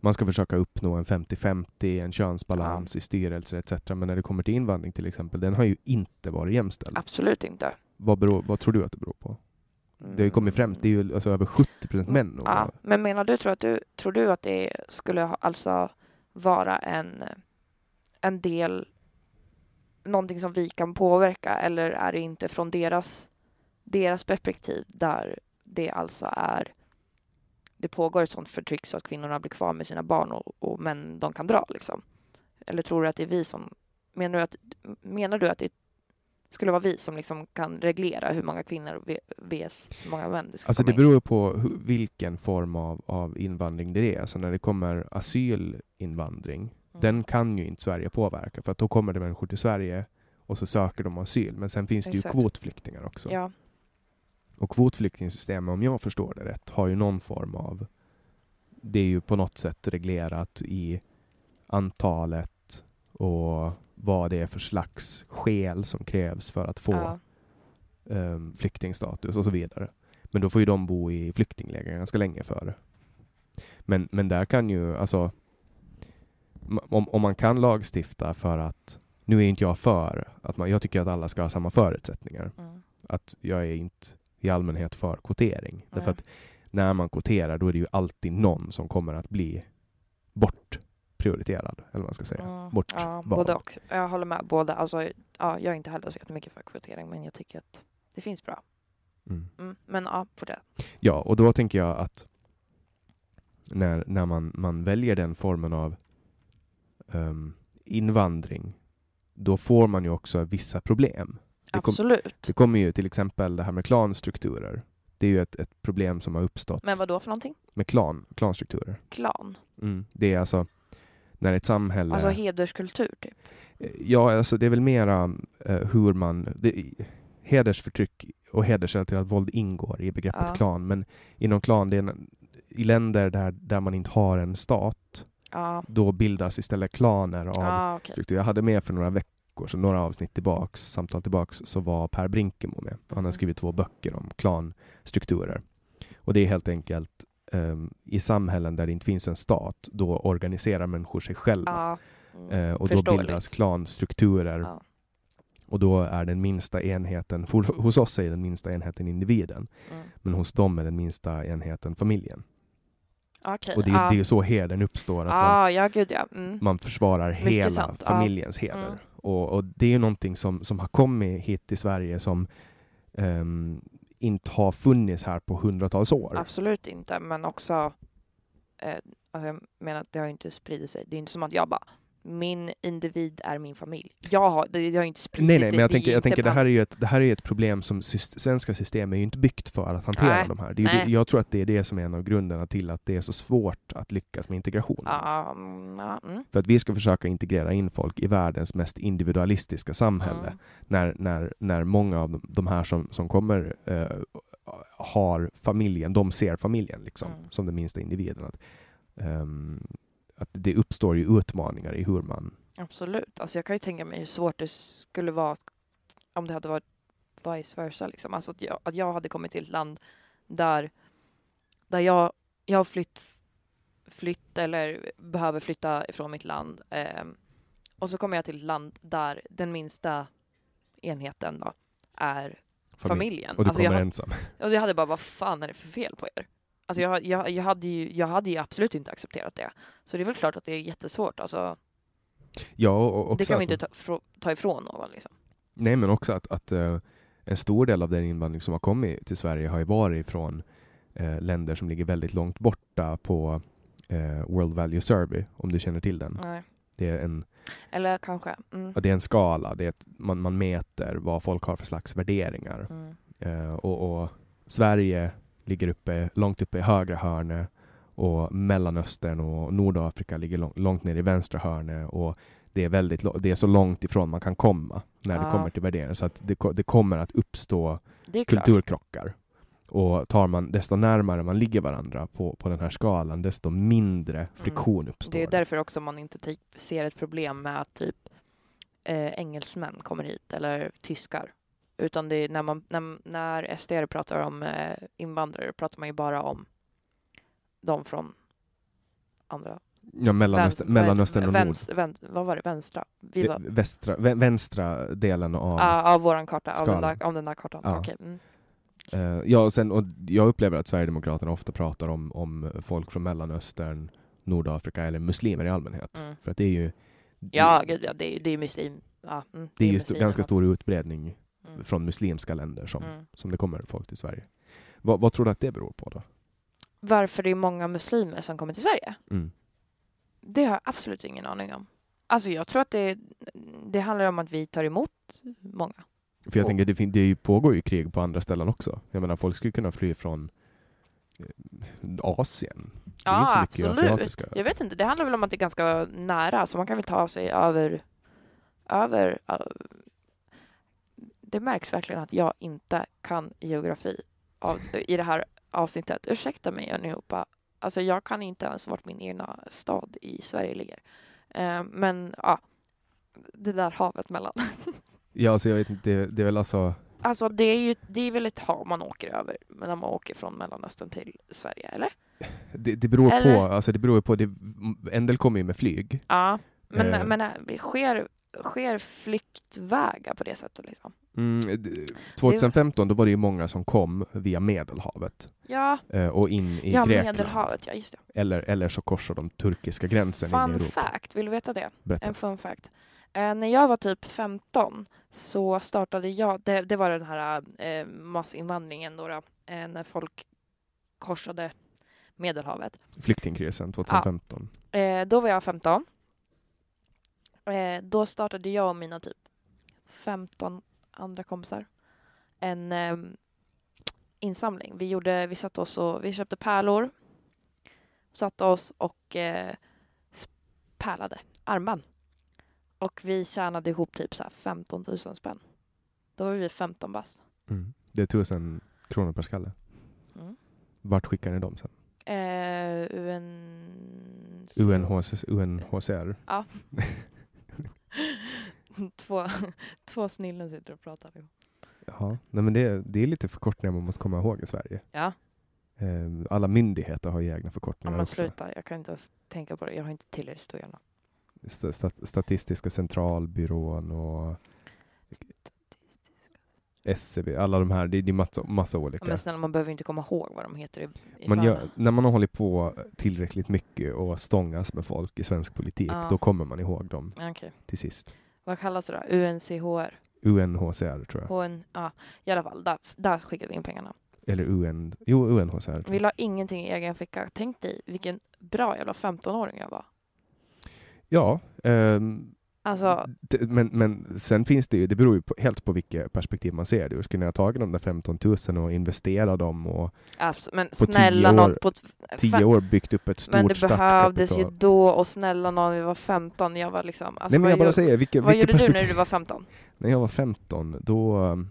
Speaker 2: man ska försöka uppnå en 50-50, en könsbalans i styrelser etc. Men när det kommer till invandring till exempel, den har ju inte varit jämställd.
Speaker 3: Absolut inte.
Speaker 2: Vad, beror, vad tror du att det beror på?
Speaker 3: Mm.
Speaker 2: Det har ju kommit främst, det är ju alltså över 70 procent män. och-
Speaker 3: Ja, men menar du, tror, att du, tror du att det skulle ha, alltså vara en, en del, någonting som vi kan påverka eller är det inte från deras, deras perspektiv där det alltså är, det pågår ett sånt förtryck så att kvinnorna blir kvar med sina barn och, och män de kan dra liksom? Eller tror du att det är vi som, menar du att, menar du att det skulle vara vi som liksom kan reglera hur många kvinnor v- vs hur många män det ska
Speaker 2: Alltså
Speaker 3: komma
Speaker 2: det
Speaker 3: in?
Speaker 2: beror ju på hu- vilken form av, av invandring det är. Alltså när det kommer asylinvandring, den kan ju inte Sverige påverka för att då kommer det människor till Sverige och så söker de asyl. Men sen finns det
Speaker 3: Exakt.
Speaker 2: ju kvotflyktingar också.
Speaker 3: Ja.
Speaker 2: Och kvotflyktingsystemet, om jag förstår det rätt, har ju någon form av... Det är ju på något sätt reglerat i antalet och vad det är för slags skäl som krävs för att få
Speaker 3: Ja.
Speaker 2: ehm, flyktingstatus och så vidare. Men då får ju de bo i flyktingläger ganska länge före. Men, men där kan ju, alltså, ma- om, om man kan lagstifta för att, nu är inte jag för, att man, jag tycker att alla ska ha samma förutsättningar.
Speaker 3: Mm.
Speaker 2: Att jag är inte i allmänhet för kvotering. Därför
Speaker 3: Nej.
Speaker 2: att när man kvoterar då är det ju alltid någon som kommer att bli bortprioriterad, eller vad man ska säga.
Speaker 3: Mm.
Speaker 2: Bort
Speaker 3: ja,
Speaker 2: val.
Speaker 3: både och. Jag håller med. Båda. Alltså, ja, jag är inte heller så jättemycket för kvotering, men jag tycker att det finns bra.
Speaker 2: Mm.
Speaker 3: Mm. Men ja, fortsätt.
Speaker 2: Ja, och då tänker jag att när, när man, man väljer den formen av ehm, invandring, då får man ju också vissa problem. Det, kom,
Speaker 3: Absolut.
Speaker 2: det kommer ju till exempel det här med klanstrukturer. Det är ju ett, ett problem som har uppstått
Speaker 3: Men vad då för någonting?
Speaker 2: med klan, klanstrukturer.
Speaker 3: Klan?
Speaker 2: Mm. Det är alltså när ett samhälle...
Speaker 3: Alltså hederskultur typ?
Speaker 2: Ja, alltså det är väl mera eh, hur man... Det, hedersförtryck och hedersrelaterat våld ingår i begreppet
Speaker 3: Ja.
Speaker 2: klan, men inom klan, det är en, i länder där, där man inte har en stat,
Speaker 3: Ja.
Speaker 2: då bildas istället klaner av
Speaker 3: Ja, okej.
Speaker 2: struktur. Jag hade med för några veckor, så några avsnitt tillbaks, samtal tillbaks, så var Per Brinkemo med. Han har
Speaker 3: Mhm.
Speaker 2: skrivit två böcker om klanstrukturer. Och det är helt enkelt ehm, i samhällen där det inte finns en stat, då organiserar människor sig själva.
Speaker 3: Ja. Mm.
Speaker 2: Eh, och då
Speaker 3: Förståeligt.
Speaker 2: bildas klanstrukturer.
Speaker 3: Ja.
Speaker 2: Och då är den minsta enheten, <laughs> for, hos oss är den minsta enheten individen,
Speaker 3: Mm.
Speaker 2: men hos dem är den minsta enheten familjen.
Speaker 3: Okej.
Speaker 2: Och det,
Speaker 3: ja.
Speaker 2: det är ju så hedern uppstår, att man,
Speaker 3: Ja, ja gud ja. Mm.
Speaker 2: man försvarar
Speaker 3: Mycket
Speaker 2: hela
Speaker 3: sant, ja.
Speaker 2: familjens heder.
Speaker 3: Mm.
Speaker 2: Och, och det är ju någonting som, som har kommit hit till Sverige som ehm, inte har funnits här på hundratals år.
Speaker 3: Absolut inte, men också... Eh, alltså jag menar att det har ju inte spridit sig. Det är inte som att jag bara, min individ är min familj. Jag har, det, det har ju inte spridit
Speaker 2: Nej, nej,
Speaker 3: det.
Speaker 2: men jag
Speaker 3: Det är
Speaker 2: tänker, jag
Speaker 3: inte
Speaker 2: tänker det
Speaker 3: bland-
Speaker 2: här är ju ett, det här är ju ett problem som syst, svenska system är ju inte byggt för att hantera
Speaker 3: Nej,
Speaker 2: de här. Det är, ju det-
Speaker 3: nej.
Speaker 2: jag tror att det är det som är en av grunderna till att det är så svårt att lyckas med integration.
Speaker 3: Ja, mm, ja, mm.
Speaker 2: För att vi ska försöka integrera in folk i världens mest individualistiska samhälle
Speaker 3: Mm.
Speaker 2: när, när, när många av de- de här som, som kommer eh, har familjen, de ser familjen liksom,
Speaker 3: Mm.
Speaker 2: som den minsta individen. Att, ehm, att det uppstår ju utmaningar i hur man...
Speaker 3: Absolut. Alltså jag kan ju tänka mig hur svårt det skulle vara om det hade varit vice versa. Liksom. Alltså att jag, att jag hade kommit till ett land där, där jag, jag har flytt, flytt eller behöver flytta ifrån mitt land. ehm, och så kommer jag till ett land där den minsta enheten då är
Speaker 2: familj-
Speaker 3: familjen.
Speaker 2: Och du
Speaker 3: Alltså jag
Speaker 2: kommer
Speaker 3: har-
Speaker 2: ensam.
Speaker 3: och jag hade bara, vad fan är det för fel på er? Alltså jag, jag, jag, hade ju, jag hade ju absolut inte accepterat det. Så det är väl klart att det är jättesvårt. Alltså,
Speaker 2: Ja, och, och
Speaker 3: det
Speaker 2: också
Speaker 3: kan vi
Speaker 2: att-
Speaker 3: inte ta, frå- ta ifrån någon. Liksom.
Speaker 2: Nej, men också att, att eh, en stor del av den invandring som har kommit till Sverige har ju varit från eh, länder som ligger väldigt långt borta på eh, World Value Survey, om du känner till den.
Speaker 3: Nej.
Speaker 2: Det är en,
Speaker 3: Eller kanske. Mm.
Speaker 2: ja, det är en skala, det är ett, man, man mäter vad folk har för slags värderingar.
Speaker 3: Mm.
Speaker 2: Eh, och, och Sverige ligger uppe, långt uppe i högra hörnet och Mellanöstern och Nordafrika ligger lång, långt ner i vänstra hörnet och det är, väldigt, lå- det är så långt ifrån man kan komma när det
Speaker 3: Ja.
Speaker 2: kommer till värderingar så att det, ko- det kommer att uppstå
Speaker 3: Det är klart.
Speaker 2: kulturkrockar. Och tar man, desto närmare man ligger varandra på, på den här skalan, desto mindre friktion uppstår.
Speaker 3: Mm. Det är därför också man inte ty- ser ett problem med att typ eh, engelsmän kommer hit eller tyskar. Utan det är när, man, när, när SDR pratar om eh, invandrare pratar man ju bara om de från andra.
Speaker 2: ja, Mellanöstern,
Speaker 3: vän-
Speaker 2: Mellanöstern och
Speaker 3: vän-
Speaker 2: Nord.
Speaker 3: vänst- vän- vad var det? Vänstra? Vi var,
Speaker 2: Vä- Västra, vä- vänstra delen av...
Speaker 3: ah, av våran karta, av den,
Speaker 2: Skalan.
Speaker 3: där, av den där kartan.
Speaker 2: Ja.
Speaker 3: Okej, mm.
Speaker 2: Eh, ja, och sen, och jag upplever att Sverigedemokraterna ofta pratar om, om folk från Mellanöstern, Nordafrika eller muslimer i allmänhet.
Speaker 3: Mm.
Speaker 2: För att det är ju
Speaker 3: Ja,
Speaker 2: det,
Speaker 3: gud ja, det är ju det är muslim. Ja, mm,
Speaker 2: det är ju sto-
Speaker 3: muslimerna.
Speaker 2: ganska stor utbredning
Speaker 3: Mm.
Speaker 2: från muslimska länder som,
Speaker 3: Mm.
Speaker 2: som det kommer folk till Sverige. Vad- vad tror du att det beror på då?
Speaker 3: Varför det är många muslimer som kommer till Sverige?
Speaker 2: Mm.
Speaker 3: Det har jag absolut ingen aning om. Alltså jag tror att det, det handlar om att vi tar emot många.
Speaker 2: För jag
Speaker 3: Och-
Speaker 2: tänker, det, fin- det är ju- pågår ju krig på andra ställen också. Jag menar, folk skulle kunna fly från eh, Asien. Det är
Speaker 3: Ja,
Speaker 2: inte så mycket
Speaker 3: absolut.
Speaker 2: asiatiska.
Speaker 3: Jag vet inte, det handlar väl om att det är ganska nära så man kan väl ta sig över, över ö- det märks verkligen att jag inte kan geografi av, i det här avsnittet. Ursäkta mig allihopa. Alltså jag kan inte ens vart min egna stad i Sverige ligger. Eh, men ja, det där havet mellan. <laughs>
Speaker 2: Ja, alltså, jag vet inte, det, det är väl alltså...
Speaker 3: Alltså det är ju det är väl ett hav man åker över men när man åker från Mellanöstern till Sverige, eller?
Speaker 2: Det, det beror
Speaker 3: Eller-
Speaker 2: på, alltså det beror ju på, det, en del kommer ju med flyg.
Speaker 3: Ja, men,
Speaker 2: Eh.
Speaker 3: men äh, sker, sker flyktvägar på det sättet liksom?
Speaker 2: Mm, d- 2015 då var det ju många som kom via Medelhavet
Speaker 3: Ja,
Speaker 2: eh, och in i
Speaker 3: ja
Speaker 2: Grekland.
Speaker 3: Medelhavet, ja just det.
Speaker 2: Eller, eller så korsar de turkiska gränsen in i
Speaker 3: Fun
Speaker 2: Europa.
Speaker 3: fact, vill du veta det?
Speaker 2: Berätta.
Speaker 3: En fun fact. Eh, när jag var typ 15 så startade jag, det, det var den här eh, massinvandringen då, då eh, när folk korsade Medelhavet.
Speaker 2: Flyktingkrisen 2015.
Speaker 3: Eh, då var jag 15. Eh, då startade jag och mina typ 15 andra kompisar en ehm, insamling. Vi, gjorde, vi satte oss och vi köpte pärlor, satte oss och eh, s- pärlade armband. Och vi tjänade ihop typ så här 15 000 spänn. Då var vi 15 bast.
Speaker 2: Mm. Det är tusen kronor per skalle.
Speaker 3: Mm.
Speaker 2: Vart skickar ni dem sen?
Speaker 3: Eh, UN...
Speaker 2: UNHC, UNHCR?
Speaker 3: Ja. <laughs> två, <laughs> två snillen sitter och pratar. nu.
Speaker 2: <laughs> Ja. Nej, men det, det är lite förkortningar man måste komma ihåg i Sverige.
Speaker 3: Ja,
Speaker 2: Eh, alla myndigheter har ju egna
Speaker 3: ja
Speaker 2: förkortningar
Speaker 3: men
Speaker 2: också.
Speaker 3: sluta. Jag kan inte ens tänka på det. Jag har inte tillräckligt stor hjärna.
Speaker 2: Sta- stat- Statistiska centralbyrån och SCB, alla de här, det det är massa, massa
Speaker 3: Ja,
Speaker 2: olika.
Speaker 3: men snälla, man behöver ju inte komma ihåg vad de heter i, i
Speaker 2: man
Speaker 3: förnamn.
Speaker 2: gör, när man har hållit på tillräckligt mycket och stångas med folk i svensk politik,
Speaker 3: Ja.
Speaker 2: då kommer man ihåg dem
Speaker 3: Ja, Okej.
Speaker 2: till sist.
Speaker 3: Vad kallas det då? UNCHR?
Speaker 2: UNHCR tror jag.
Speaker 3: HN, ja, I alla fall, där, där skickade vi in pengarna.
Speaker 2: Eller UN, jo, UNHCR. Tror
Speaker 3: Vi
Speaker 2: jag.
Speaker 3: la ingenting i egen ficka. Tänk dig vilken bra jävla 15-åring jag var.
Speaker 2: Ja, ehm,
Speaker 3: Alltså,
Speaker 2: D- Men, men sen finns det ju, det beror ju på, helt på vilket perspektiv man ser det ur. Skulle ni ha tagit de där 15 000 och investerat dem och
Speaker 3: abs- men
Speaker 2: tio
Speaker 3: snälla
Speaker 2: år-
Speaker 3: någon på... t-
Speaker 2: tio
Speaker 3: fem-
Speaker 2: år byggt upp ett stort
Speaker 3: Men det behövdes ju
Speaker 2: startkapital?
Speaker 3: då och snälla någon, vi var 15, jag var liksom... Alltså,
Speaker 2: Nej men
Speaker 3: vad
Speaker 2: jag bara
Speaker 3: gjo-
Speaker 2: säger, vilket,
Speaker 3: Vad
Speaker 2: vilket
Speaker 3: gjorde du
Speaker 2: perspektiv?
Speaker 3: när du var 15?
Speaker 2: När jag var 15, då, um,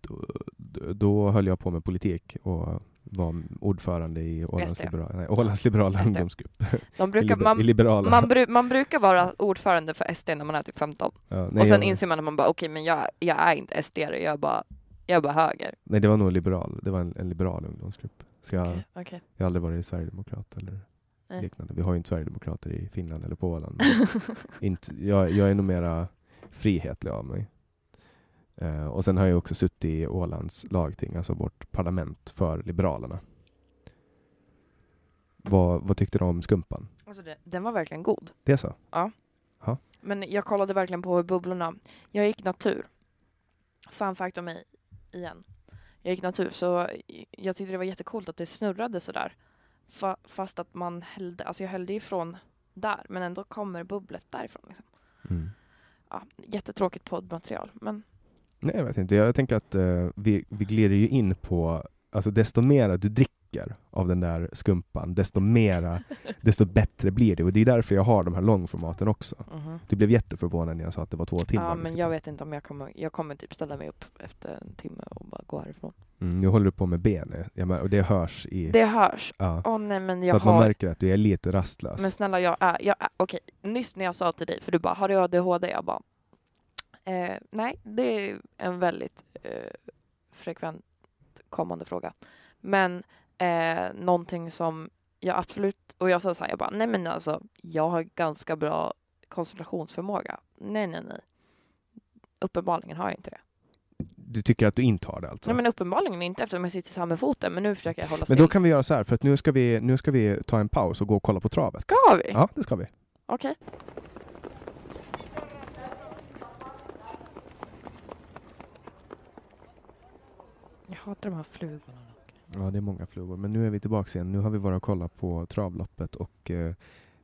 Speaker 2: då, då, då höll jag på med politik och var ordförande i Ålands,
Speaker 3: SD.
Speaker 2: liberala, nej, Ålands liberala
Speaker 3: SD.
Speaker 2: ungdomsgrupp.
Speaker 3: De
Speaker 2: I
Speaker 3: brukar,
Speaker 2: liber- I
Speaker 3: man,
Speaker 2: liberala.
Speaker 3: man, bru, man brukar vara ordförande för SD när man är typ 15.
Speaker 2: ja, nej,
Speaker 3: och sen
Speaker 2: jag,
Speaker 3: inser man att man bara, okej men jag, jag är inte SD, jag är bara, jag är bara höger.
Speaker 2: nej, det var nog liberal. Det var en, en liberal ungdomsgrupp. Så jag,
Speaker 3: Okej, okej.
Speaker 2: Jag har aldrig varit sverigedemokrat eller
Speaker 3: Nej.
Speaker 2: liknande. Vi har ju inte sverigedemokrater i Finland eller på Åland. men inte, jag, jag är nog mera frihetlig av mig. Eh, och sen har jag också suttit i Ålands lagting, alltså vårt parlament för Liberalerna. Vad, vad tyckte du om skumpan?
Speaker 3: Alltså det, den var verkligen god.
Speaker 2: Det så?
Speaker 3: Men jag kollade verkligen på bubblorna. Jag gick natur. Fun fact om mig igen. Jag gick natur så jag tyckte det var jättecoolt att det snurrade sådär. Fa- fast att man hällde, alltså jag hällde ifrån där men ändå kommer bubblet därifrån. Liksom.
Speaker 2: Mm.
Speaker 3: Ja, jättetråkigt poddmaterial men
Speaker 2: Nej, jag vet inte. Jag tänker att eh, vi, vi glider ju in på, alltså desto mer att du dricker av den där skumpan, desto
Speaker 3: <laughs>
Speaker 2: mera, desto bättre blir det. Och det är därför jag har de här långformaten också. Du blev jätteförvånad när jag sa att det var två timmar.
Speaker 3: Mhm.
Speaker 2: liksom.
Speaker 3: ja,
Speaker 2: vi
Speaker 3: men
Speaker 2: skulle-
Speaker 3: jag vet inte om jag kommer, jag kommer typ ställa mig upp efter en timme och bara gå härifrån.
Speaker 2: mm, nu håller du på med benet ja, men, och det hörs i...
Speaker 3: Det hörs.
Speaker 2: ja.
Speaker 3: Åh nej men
Speaker 2: Så
Speaker 3: jag
Speaker 2: att man
Speaker 3: har
Speaker 2: märker att du är lite rastlös.
Speaker 3: Men snälla, jag är, jag är okej, nyss när jag sa till dig, för du bara, har du ADHD? Jag bara, eh, nej, det är en väldigt eh, frekvent kommande fråga. Men eh, någonting som jag absolut, och jag sa så här, jag bara, nej men alltså, jag har ganska bra koncentrationsförmåga. Nej, nej, nej. Uppenbarligen har jag inte det.
Speaker 2: Du tycker att du inte har det alltså?
Speaker 3: Nej, men uppenbarligen inte eftersom jag sitter så här med foten, men nu försöker jag hålla
Speaker 2: Men
Speaker 3: still.
Speaker 2: då kan vi göra så här, för att nu ska vi, nu ska vi ta en paus och gå och kolla på travet.
Speaker 3: Ska vi?
Speaker 2: Ja, det ska vi.
Speaker 3: Okej. Jag hatar de här flugorna.
Speaker 2: Ja, det är många flugor. Men nu är vi tillbaka igen. Nu har vi varit och kollat på travloppet och eh,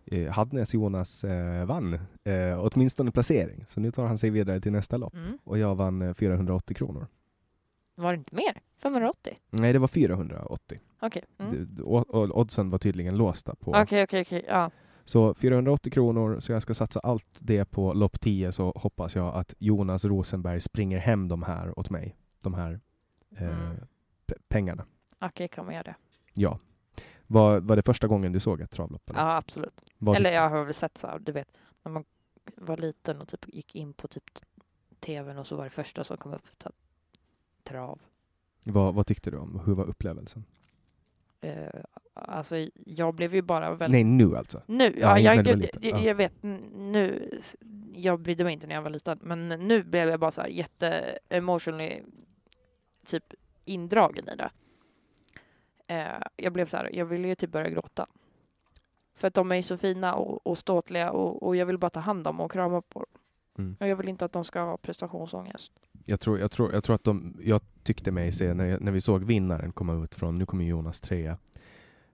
Speaker 2: eh, Hadnes Jonas eh, vann eh, åtminstone placering. Så nu tar han sig vidare till nästa lopp.
Speaker 3: Mm.
Speaker 2: Och jag vann eh, 480 kronor.
Speaker 3: Var det inte mer? 580?
Speaker 2: Nej, det var 480.
Speaker 3: Okej. Mm.
Speaker 2: D- d- o- o- Oddsen var tydligen låsta på.
Speaker 3: Okej, okej, okej. Ja.
Speaker 2: Så 480 kronor, så jag ska satsa allt det på lopp 10 så hoppas jag att Jonas Rosenberg springer hem de här åt mig. De här eh,
Speaker 3: Mm.
Speaker 2: pe- pengarna.
Speaker 3: Okej, kan man göra det?
Speaker 2: Ja. Var, var det första gången du såg ett travlopp? eller?
Speaker 3: Ja, absolut.
Speaker 2: Vad
Speaker 3: Eller
Speaker 2: tyckte-
Speaker 3: jag har väl sett så här, du vet, när man var liten och typ gick in på typ tvn och så var det första som kom upp så här, trav.
Speaker 2: Vad, vad tyckte du om? Hur var upplevelsen?
Speaker 3: Eh, alltså, jag blev ju bara väldigt
Speaker 2: Nej, nu alltså.
Speaker 3: Nu?
Speaker 2: Ja,
Speaker 3: Ja,
Speaker 2: när
Speaker 3: jag,
Speaker 2: du var
Speaker 3: gud,
Speaker 2: liten.
Speaker 3: jag,
Speaker 2: Ja.
Speaker 3: jag vet, n- nu, s- jag brydde mig inte när jag var liten, men nu blev jag bara så här jätte-emotionally typ indragen i det. Eh, jag blev så här, jag ville ju typ börja gråta. För att de är ju så fina och, och ståtliga och, och jag vill bara ta hand om och krama på dem.
Speaker 2: Mm.
Speaker 3: Och jag vill inte att de ska ha prestationsångest.
Speaker 2: Jag tror, jag tror, jag tror att de, jag tyckte mig se när, jag, när vi såg vinnaren komma ut från, nu kommer ju Jonas trea.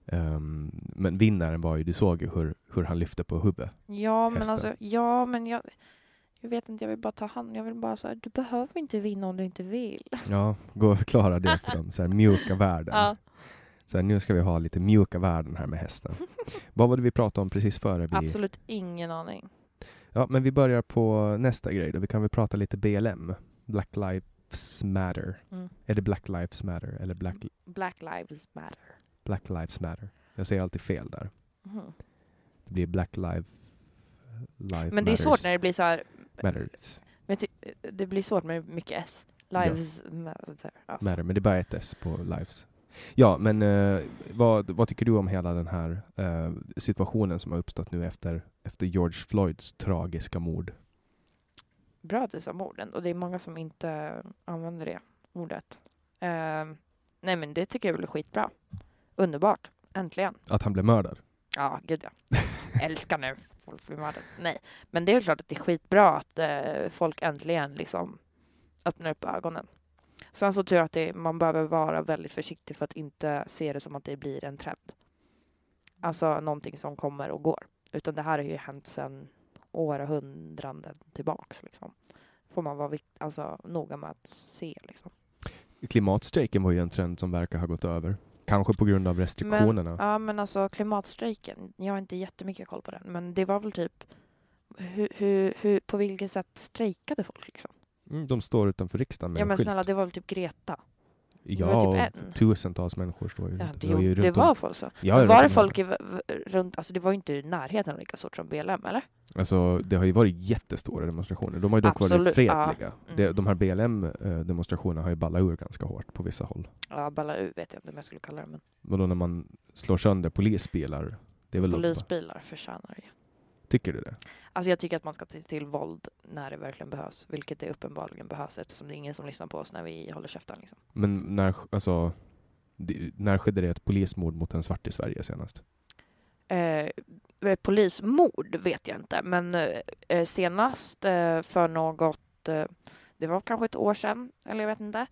Speaker 2: Ehm, men vinnaren var ju, du såg ju hur, hur han lyfte på huvudet.
Speaker 3: Ja, men
Speaker 2: Hästen.
Speaker 3: alltså, ja, men jag, Jag vet inte, jag vill bara ta hand Jag vill bara så här, du behöver inte vinna om du inte vill.
Speaker 2: Ja, gå och förklara det för dem. Så här, mjuka värden.
Speaker 3: <laughs> Ja,
Speaker 2: Så här, nu ska vi ha lite mjuka värden här med
Speaker 3: <laughs>
Speaker 2: hästen. Vad var det vi pratade om precis före? Vi...
Speaker 3: absolut ingen aning.
Speaker 2: Ja, men vi börjar på nästa grej då. Vi kan väl prata lite BLM. Black Lives Matter.
Speaker 3: Mm.
Speaker 2: Är det Black Lives Matter eller Black,
Speaker 3: Black lives matter.
Speaker 2: Black Lives Matter? Jag säger alltid fel där.
Speaker 3: Mhm.
Speaker 2: Det blir Black Live... Live
Speaker 3: Men det är svårt när det blir så här,
Speaker 2: Matters.
Speaker 3: men jag ty- det blir svårt med mycket S. Lives matter. Alltså.
Speaker 2: Matter, men det är bara ett S på lives. Ja, men eh, vad, vad tycker du om hela den här eh, situationen som har uppstått nu efter, efter George Floyds tragiska mord?
Speaker 3: Bra att du sa morden och det är många som inte använder det ordet. Ehm, nej men det tycker jag väl är skitbra. Underbart. Äntligen.
Speaker 2: Att han blev mördad?
Speaker 3: Ja, gud ja. Älskar när folk blir mördade. Nej, men det är väl klart att det är skitbra att eh, folk äntligen liksom öppnar upp ögonen. Sen så tror jag att det, man behöver vara väldigt försiktig för att inte se det som att det blir en trend. Alltså någonting som kommer och går. Utan det här har ju hänt sedan århundraden tillbaks. Liksom. Får man vara vikt, alltså, noga med att se. Liksom.
Speaker 2: Klimatstrejken var ju en trend som verkar ha gått över. Kanske på grund av restriktionerna.
Speaker 3: Men, ja, men alltså klimatstrejken, jag har inte jättemycket koll på den, men det var väl typ hur, hur, hur, på vilket sätt strejkade folk liksom?
Speaker 2: Mm, de står utanför riksdagen med
Speaker 3: Ja
Speaker 2: en
Speaker 3: men
Speaker 2: skylt.
Speaker 3: snälla, det var väl typ Greta?
Speaker 2: ja,
Speaker 3: var typ
Speaker 2: och
Speaker 3: en.
Speaker 2: tusentals människor står ju
Speaker 3: Ja,
Speaker 2: runt-
Speaker 3: det,
Speaker 2: Mm, var ju
Speaker 3: gjorde- det
Speaker 2: runt
Speaker 3: var
Speaker 2: om-
Speaker 3: folk så.
Speaker 2: Ja, runt
Speaker 3: var det
Speaker 2: om-
Speaker 3: folk i, v- v- runt, alltså det var ju inte i närheten lika stort som BLM eller?
Speaker 2: Alltså, det har ju varit jättestora demonstrationer. De har ju dock varit
Speaker 3: Absolut, ja. Mm.
Speaker 2: fredliga. Det- De här BLM-demonstrationerna eh, har ju ballat ur ganska hårt på vissa håll.
Speaker 3: Ja, Balla U vet jag inte om jag skulle kalla det, men
Speaker 2: Vadå när man slår sönder polisbilar? Det är väl
Speaker 3: polisbilar förtjänar ju.
Speaker 2: Tycker du det?
Speaker 3: Alltså jag tycker att man ska ta till våld när det verkligen behövs, vilket det uppenbarligen behövs eftersom det är ingen som lyssnar på oss när vi håller käften liksom.
Speaker 2: Men när, alltså, det, när skedde det ett polismord mot en svart i Sverige senast?
Speaker 3: eh, polismord vet jag inte, men eh, eh, senast eh, för något, eh, det var kanske ett år sedan, eller jag vet inte,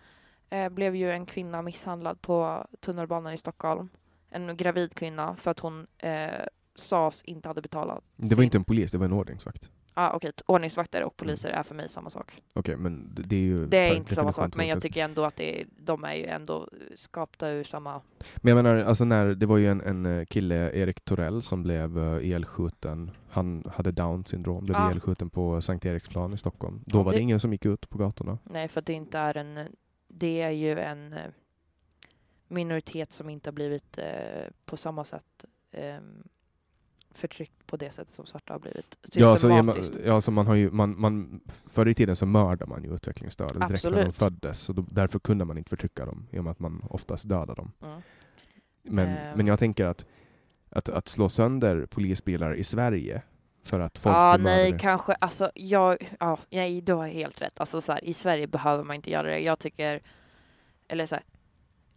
Speaker 3: eh, blev ju en kvinna misshandlad på tunnelbanan i Stockholm. En gravid kvinna för att hon eh, sades inte hade betalat.
Speaker 2: Det var inte en polis, det var en ordningsvakt.
Speaker 3: Ah, okej, ordningsvakter och poliser är för mig samma sak.
Speaker 2: Okej, men det, Mm. det är ju...
Speaker 3: Det är
Speaker 2: per
Speaker 3: inte samma
Speaker 2: definition
Speaker 3: sak, men jag
Speaker 2: tolkas-
Speaker 3: tycker ändå att det är, de är ju ändå skapta ur samma...
Speaker 2: Men jag menar, alltså när, det var ju en, en eh, kille, Erik Torell, som blev eh, ihjälskjuten. Han hade down syndrom, blev
Speaker 3: Ja.
Speaker 2: ihjälskjuten på Sankt Eriksplan i Stockholm. Då
Speaker 3: Ja,
Speaker 2: var det...
Speaker 3: det-
Speaker 2: ingen som gick ut på gatorna.
Speaker 3: Nej, för att det inte är en... Det är ju en eh, minoritet som inte har blivit eh, på samma sätt eh, förtryckt på det sättet som svarta har blivit.
Speaker 2: Ja, alltså, ja, man,
Speaker 3: Systematiskt.
Speaker 2: ja, alltså man har ju, man, man, förr i tiden så mördade man ju utvecklingsstörda direkt när de
Speaker 3: Absolut.
Speaker 2: föddes. Och då, därför kunde man inte förtrycka dem, i och med att man oftast dödade dem.
Speaker 3: Mm.
Speaker 2: Men,
Speaker 3: Ehm.
Speaker 2: men jag tänker att, att, att slå sönder polisbilar i Sverige för att folk
Speaker 3: Ja,
Speaker 2: blir
Speaker 3: nej,
Speaker 2: mördade-
Speaker 3: kanske. Alltså, jag, ja, nej, du har helt rätt. Alltså, så här, I Sverige behöver man inte göra det. Jag tycker, eller så här,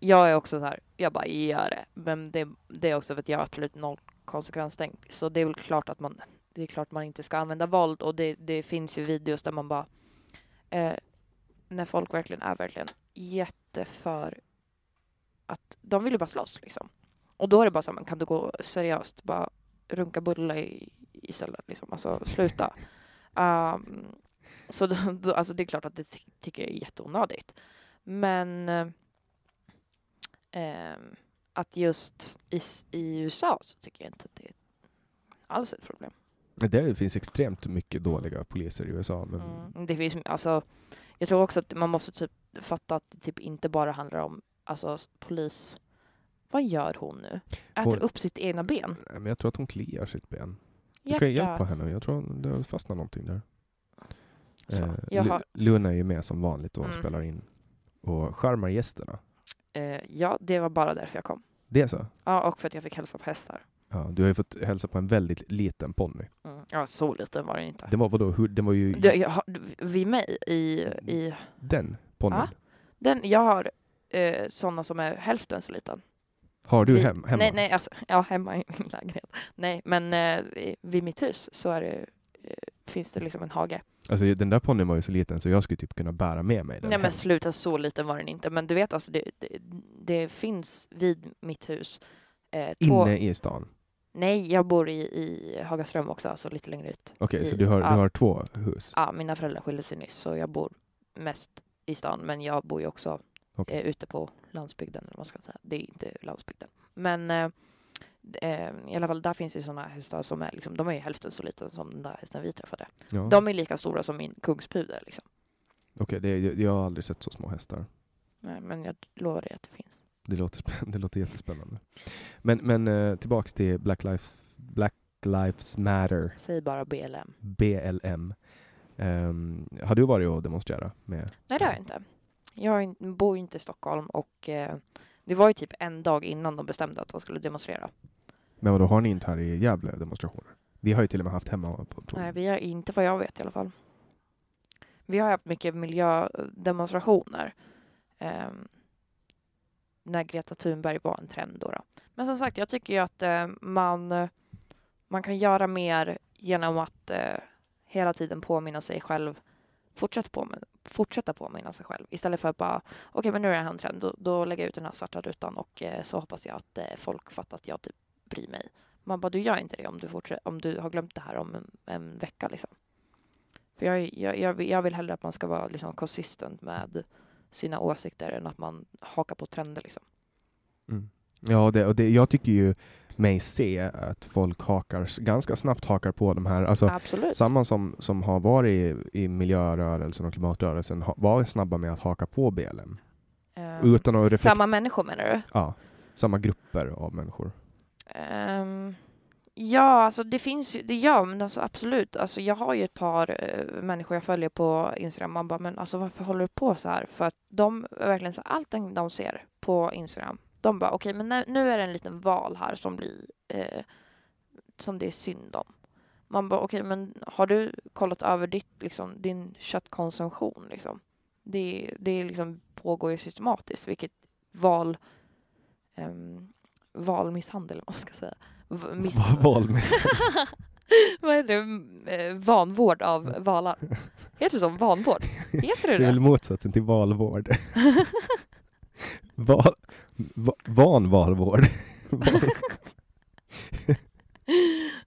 Speaker 3: jag är också så här, jag bara gör det. Men det, det är också för att jag har absolut noll konsekvenstänk. Så det är väl klart att man, det är klart man inte ska använda våld. Och det, det finns ju videos där man bara, eh, när folk verkligen är verkligen jätteför att de vill ju bara slåss liksom. Och då är det bara så här, men kan du gå seriöst, bara runka bulle i, istället liksom, alltså sluta. Ehm, så då, då, alltså det är klart att det ty- tycker jag är jätteonödigt. Men eh, ehm, att just i, s- i USA så tycker jag inte att det är alls ett problem.
Speaker 2: Det finns extremt mycket dåliga poliser i USA. Men
Speaker 3: Mm. Det finns, alltså, jag tror också att man måste typ fatta att det typ inte bara handlar om alltså, s- polis. Vad gör hon nu? Äter
Speaker 2: Hon-
Speaker 3: upp sitt egna ben?
Speaker 2: Nej, men jag tror att hon kliar sitt ben. Du kan ju hjälpa
Speaker 3: Hjärtat.
Speaker 2: henne. Jag tror hon- det har fastnat någonting där.
Speaker 3: Så,
Speaker 2: Eh,
Speaker 3: jag
Speaker 2: Lu-
Speaker 3: har-
Speaker 2: Luna är ju med som vanligt och
Speaker 3: Mm.
Speaker 2: spelar in. Och charmar gästerna.
Speaker 3: Eh, ja, det var bara därför jag kom.
Speaker 2: Det är så?
Speaker 3: Ja, och för att jag fick hälsa på hästar.
Speaker 2: Ja, du har ju fått hälsa på en väldigt liten ponny.
Speaker 3: Mm. Ja, så liten var den inte.
Speaker 2: Den var, vadå, hur, den var ju... Mm.
Speaker 3: Du, jag har, du- vid mig i, i
Speaker 2: Den ponnyn.
Speaker 3: Ja. den, jag har eh, sådana som är hälften så liten.
Speaker 2: Har du
Speaker 3: Vi-
Speaker 2: hem, hemma?
Speaker 3: Nej, nej, alltså, ja, hemma i min lägenhet. Nej, men eh, i- vid mitt hus så är det, eh, finns det liksom en hage.
Speaker 2: Alltså den där ponnyn var ju så liten så jag skulle typ kunna bära med mig den
Speaker 3: Nej men
Speaker 2: hem.
Speaker 3: sluta, så liten var den inte. Men du vet alltså, det, det, det finns vid mitt hus eh, två,
Speaker 2: Inne i stan.
Speaker 3: Nej, jag bor i, i Hagaström också, alltså lite längre ut.
Speaker 2: Okej, så
Speaker 3: I-
Speaker 2: du har,
Speaker 3: ja.
Speaker 2: du har två hus?
Speaker 3: Ja, mina föräldrar skilde sig nyss, så jag bor mest i stan, men jag bor ju också
Speaker 2: Okej.
Speaker 3: eh, ute på landsbygden, eller vad man ska säga. Det är inte landsbygden. Men eh, d- eh, i alla fall, där finns ju sådana hästar som är liksom, de är ju hälften så liten som den där hästen vi träffade.
Speaker 2: Ja.
Speaker 3: De är lika stora som min kungspudel liksom.
Speaker 2: Okej, det, jag, jag har aldrig sett så små hästar.
Speaker 3: Nej, men jag lovar dig att det finns.
Speaker 2: Det låter, spä- <laughs> det låter jättespännande. Men, men eh, tillbaks till Black Lives, Black Lives Matter,
Speaker 3: Säg bara BLM.
Speaker 2: BLM. Ehm, har du varit och demonstrerat med?
Speaker 3: Nej, det har jag inte. Jag har in- bor ju inte i Stockholm och eh, det var ju typ en dag innan de bestämde att de skulle demonstrera.
Speaker 2: Men vadå, har ni inte här i Gävle demonstrationer? Vi har ju till och med haft hemma på, på
Speaker 3: Nej, vi har inte vad jag vet i alla fall. Vi har haft mycket miljödemonstrationer. ehm, när Greta Thunberg var en trend då. då. Men som sagt, jag tycker ju att eh, man, man kan göra mer genom att eh, hela tiden påminna sig själv. Fortsätt påminna, fortsätta påminna sig själv istället för att bara okej, men nu är det här en trend. Då, då lägger jag ut den här svarta rutan och eh, så hoppas jag att eh, folk fattar att jag typ bryr mig. Man bara, du gör inte det om du, fortsätter, om du har glömt det här om en, en vecka. Liksom. För jag, jag, jag, vill- jag vill hellre att man ska vara liksom, consistent med sina åsikter än att man hakar på trender. Liksom.
Speaker 2: Ja, det, och det, jag tycker ju mig se att folk hakar, ganska snabbt hakar på de här. Alltså,
Speaker 3: Absolut.
Speaker 2: Samma som, som har varit i, i miljörörelsen och klimatrörelsen ha, var snabba med att haka på BLM.
Speaker 3: Ehm,
Speaker 2: Utan att reflektera.
Speaker 3: samma människor menar du?
Speaker 2: Ja, samma grupper av människor.
Speaker 3: Ehm, ja, alltså det finns ju, det ja, men alltså absolut. Alltså jag har ju ett par eh, människor jag följer på Instagram. Man bara, men alltså varför håller du på så här? För att de är verkligen så allt den de ser på Instagram, de bara okej, men nu, nu är det en liten val här som blir eh, som det är synd om. Man bara okej, men har du kollat över ditt, liksom, din köttkonsumtion? Liksom? Det, det liksom pågår ju systematiskt, vilket val ehm, valmisshandel, <laughs> vad ska jag säga? V-
Speaker 2: <laughs>
Speaker 3: miss- vad heter det? Eh,
Speaker 2: <laughs>
Speaker 3: Vanvård av valar. Heter det så? Vanvård? Heter det
Speaker 2: Det är väl
Speaker 3: det?
Speaker 2: motsatsen till valvård.
Speaker 3: <laughs>
Speaker 2: <laughs> Val, va, van valvård.
Speaker 3: <laughs>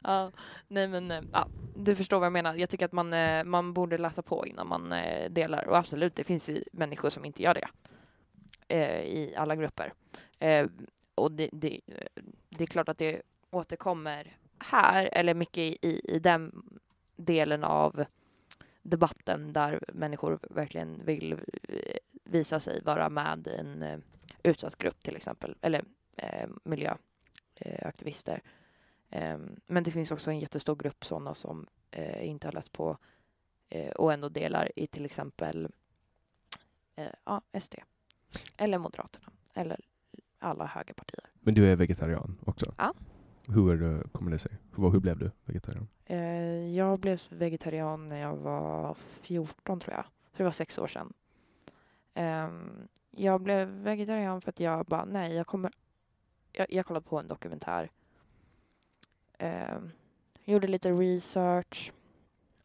Speaker 3: ja, nej men eh, ja, du förstår vad jag menar. Jag tycker att man, eh, man borde läsa på innan man eh, delar och absolut, det finns ju människor som inte gör det eh, i alla grupper. Eh, och det, det, det är klart att det återkommer här eller mycket i, i den delen av debatten där människor verkligen vill eh, visa sig vara med i en eh, utsatt grupp till exempel eller eh, miljöaktivister. Ehm, men det finns också en jättestor grupp sådana som eh, inte har läst på eh, och ändå delar i till exempel eh, ja, SD eller Moderaterna eller alla högerpartier.
Speaker 2: Men du är vegetarian också?
Speaker 3: Ja.
Speaker 2: Hur är det, kommer det sig? Hur, hur blev du vegetarian?
Speaker 3: Eh, jag blev vegetarian när jag var 14 tror jag, så det var sex år sedan. Ehm, jag blev vegetarian för att jag bara, nej, jag kommer... Jag, jag kollade på en dokumentär. Ehm, gjorde lite research.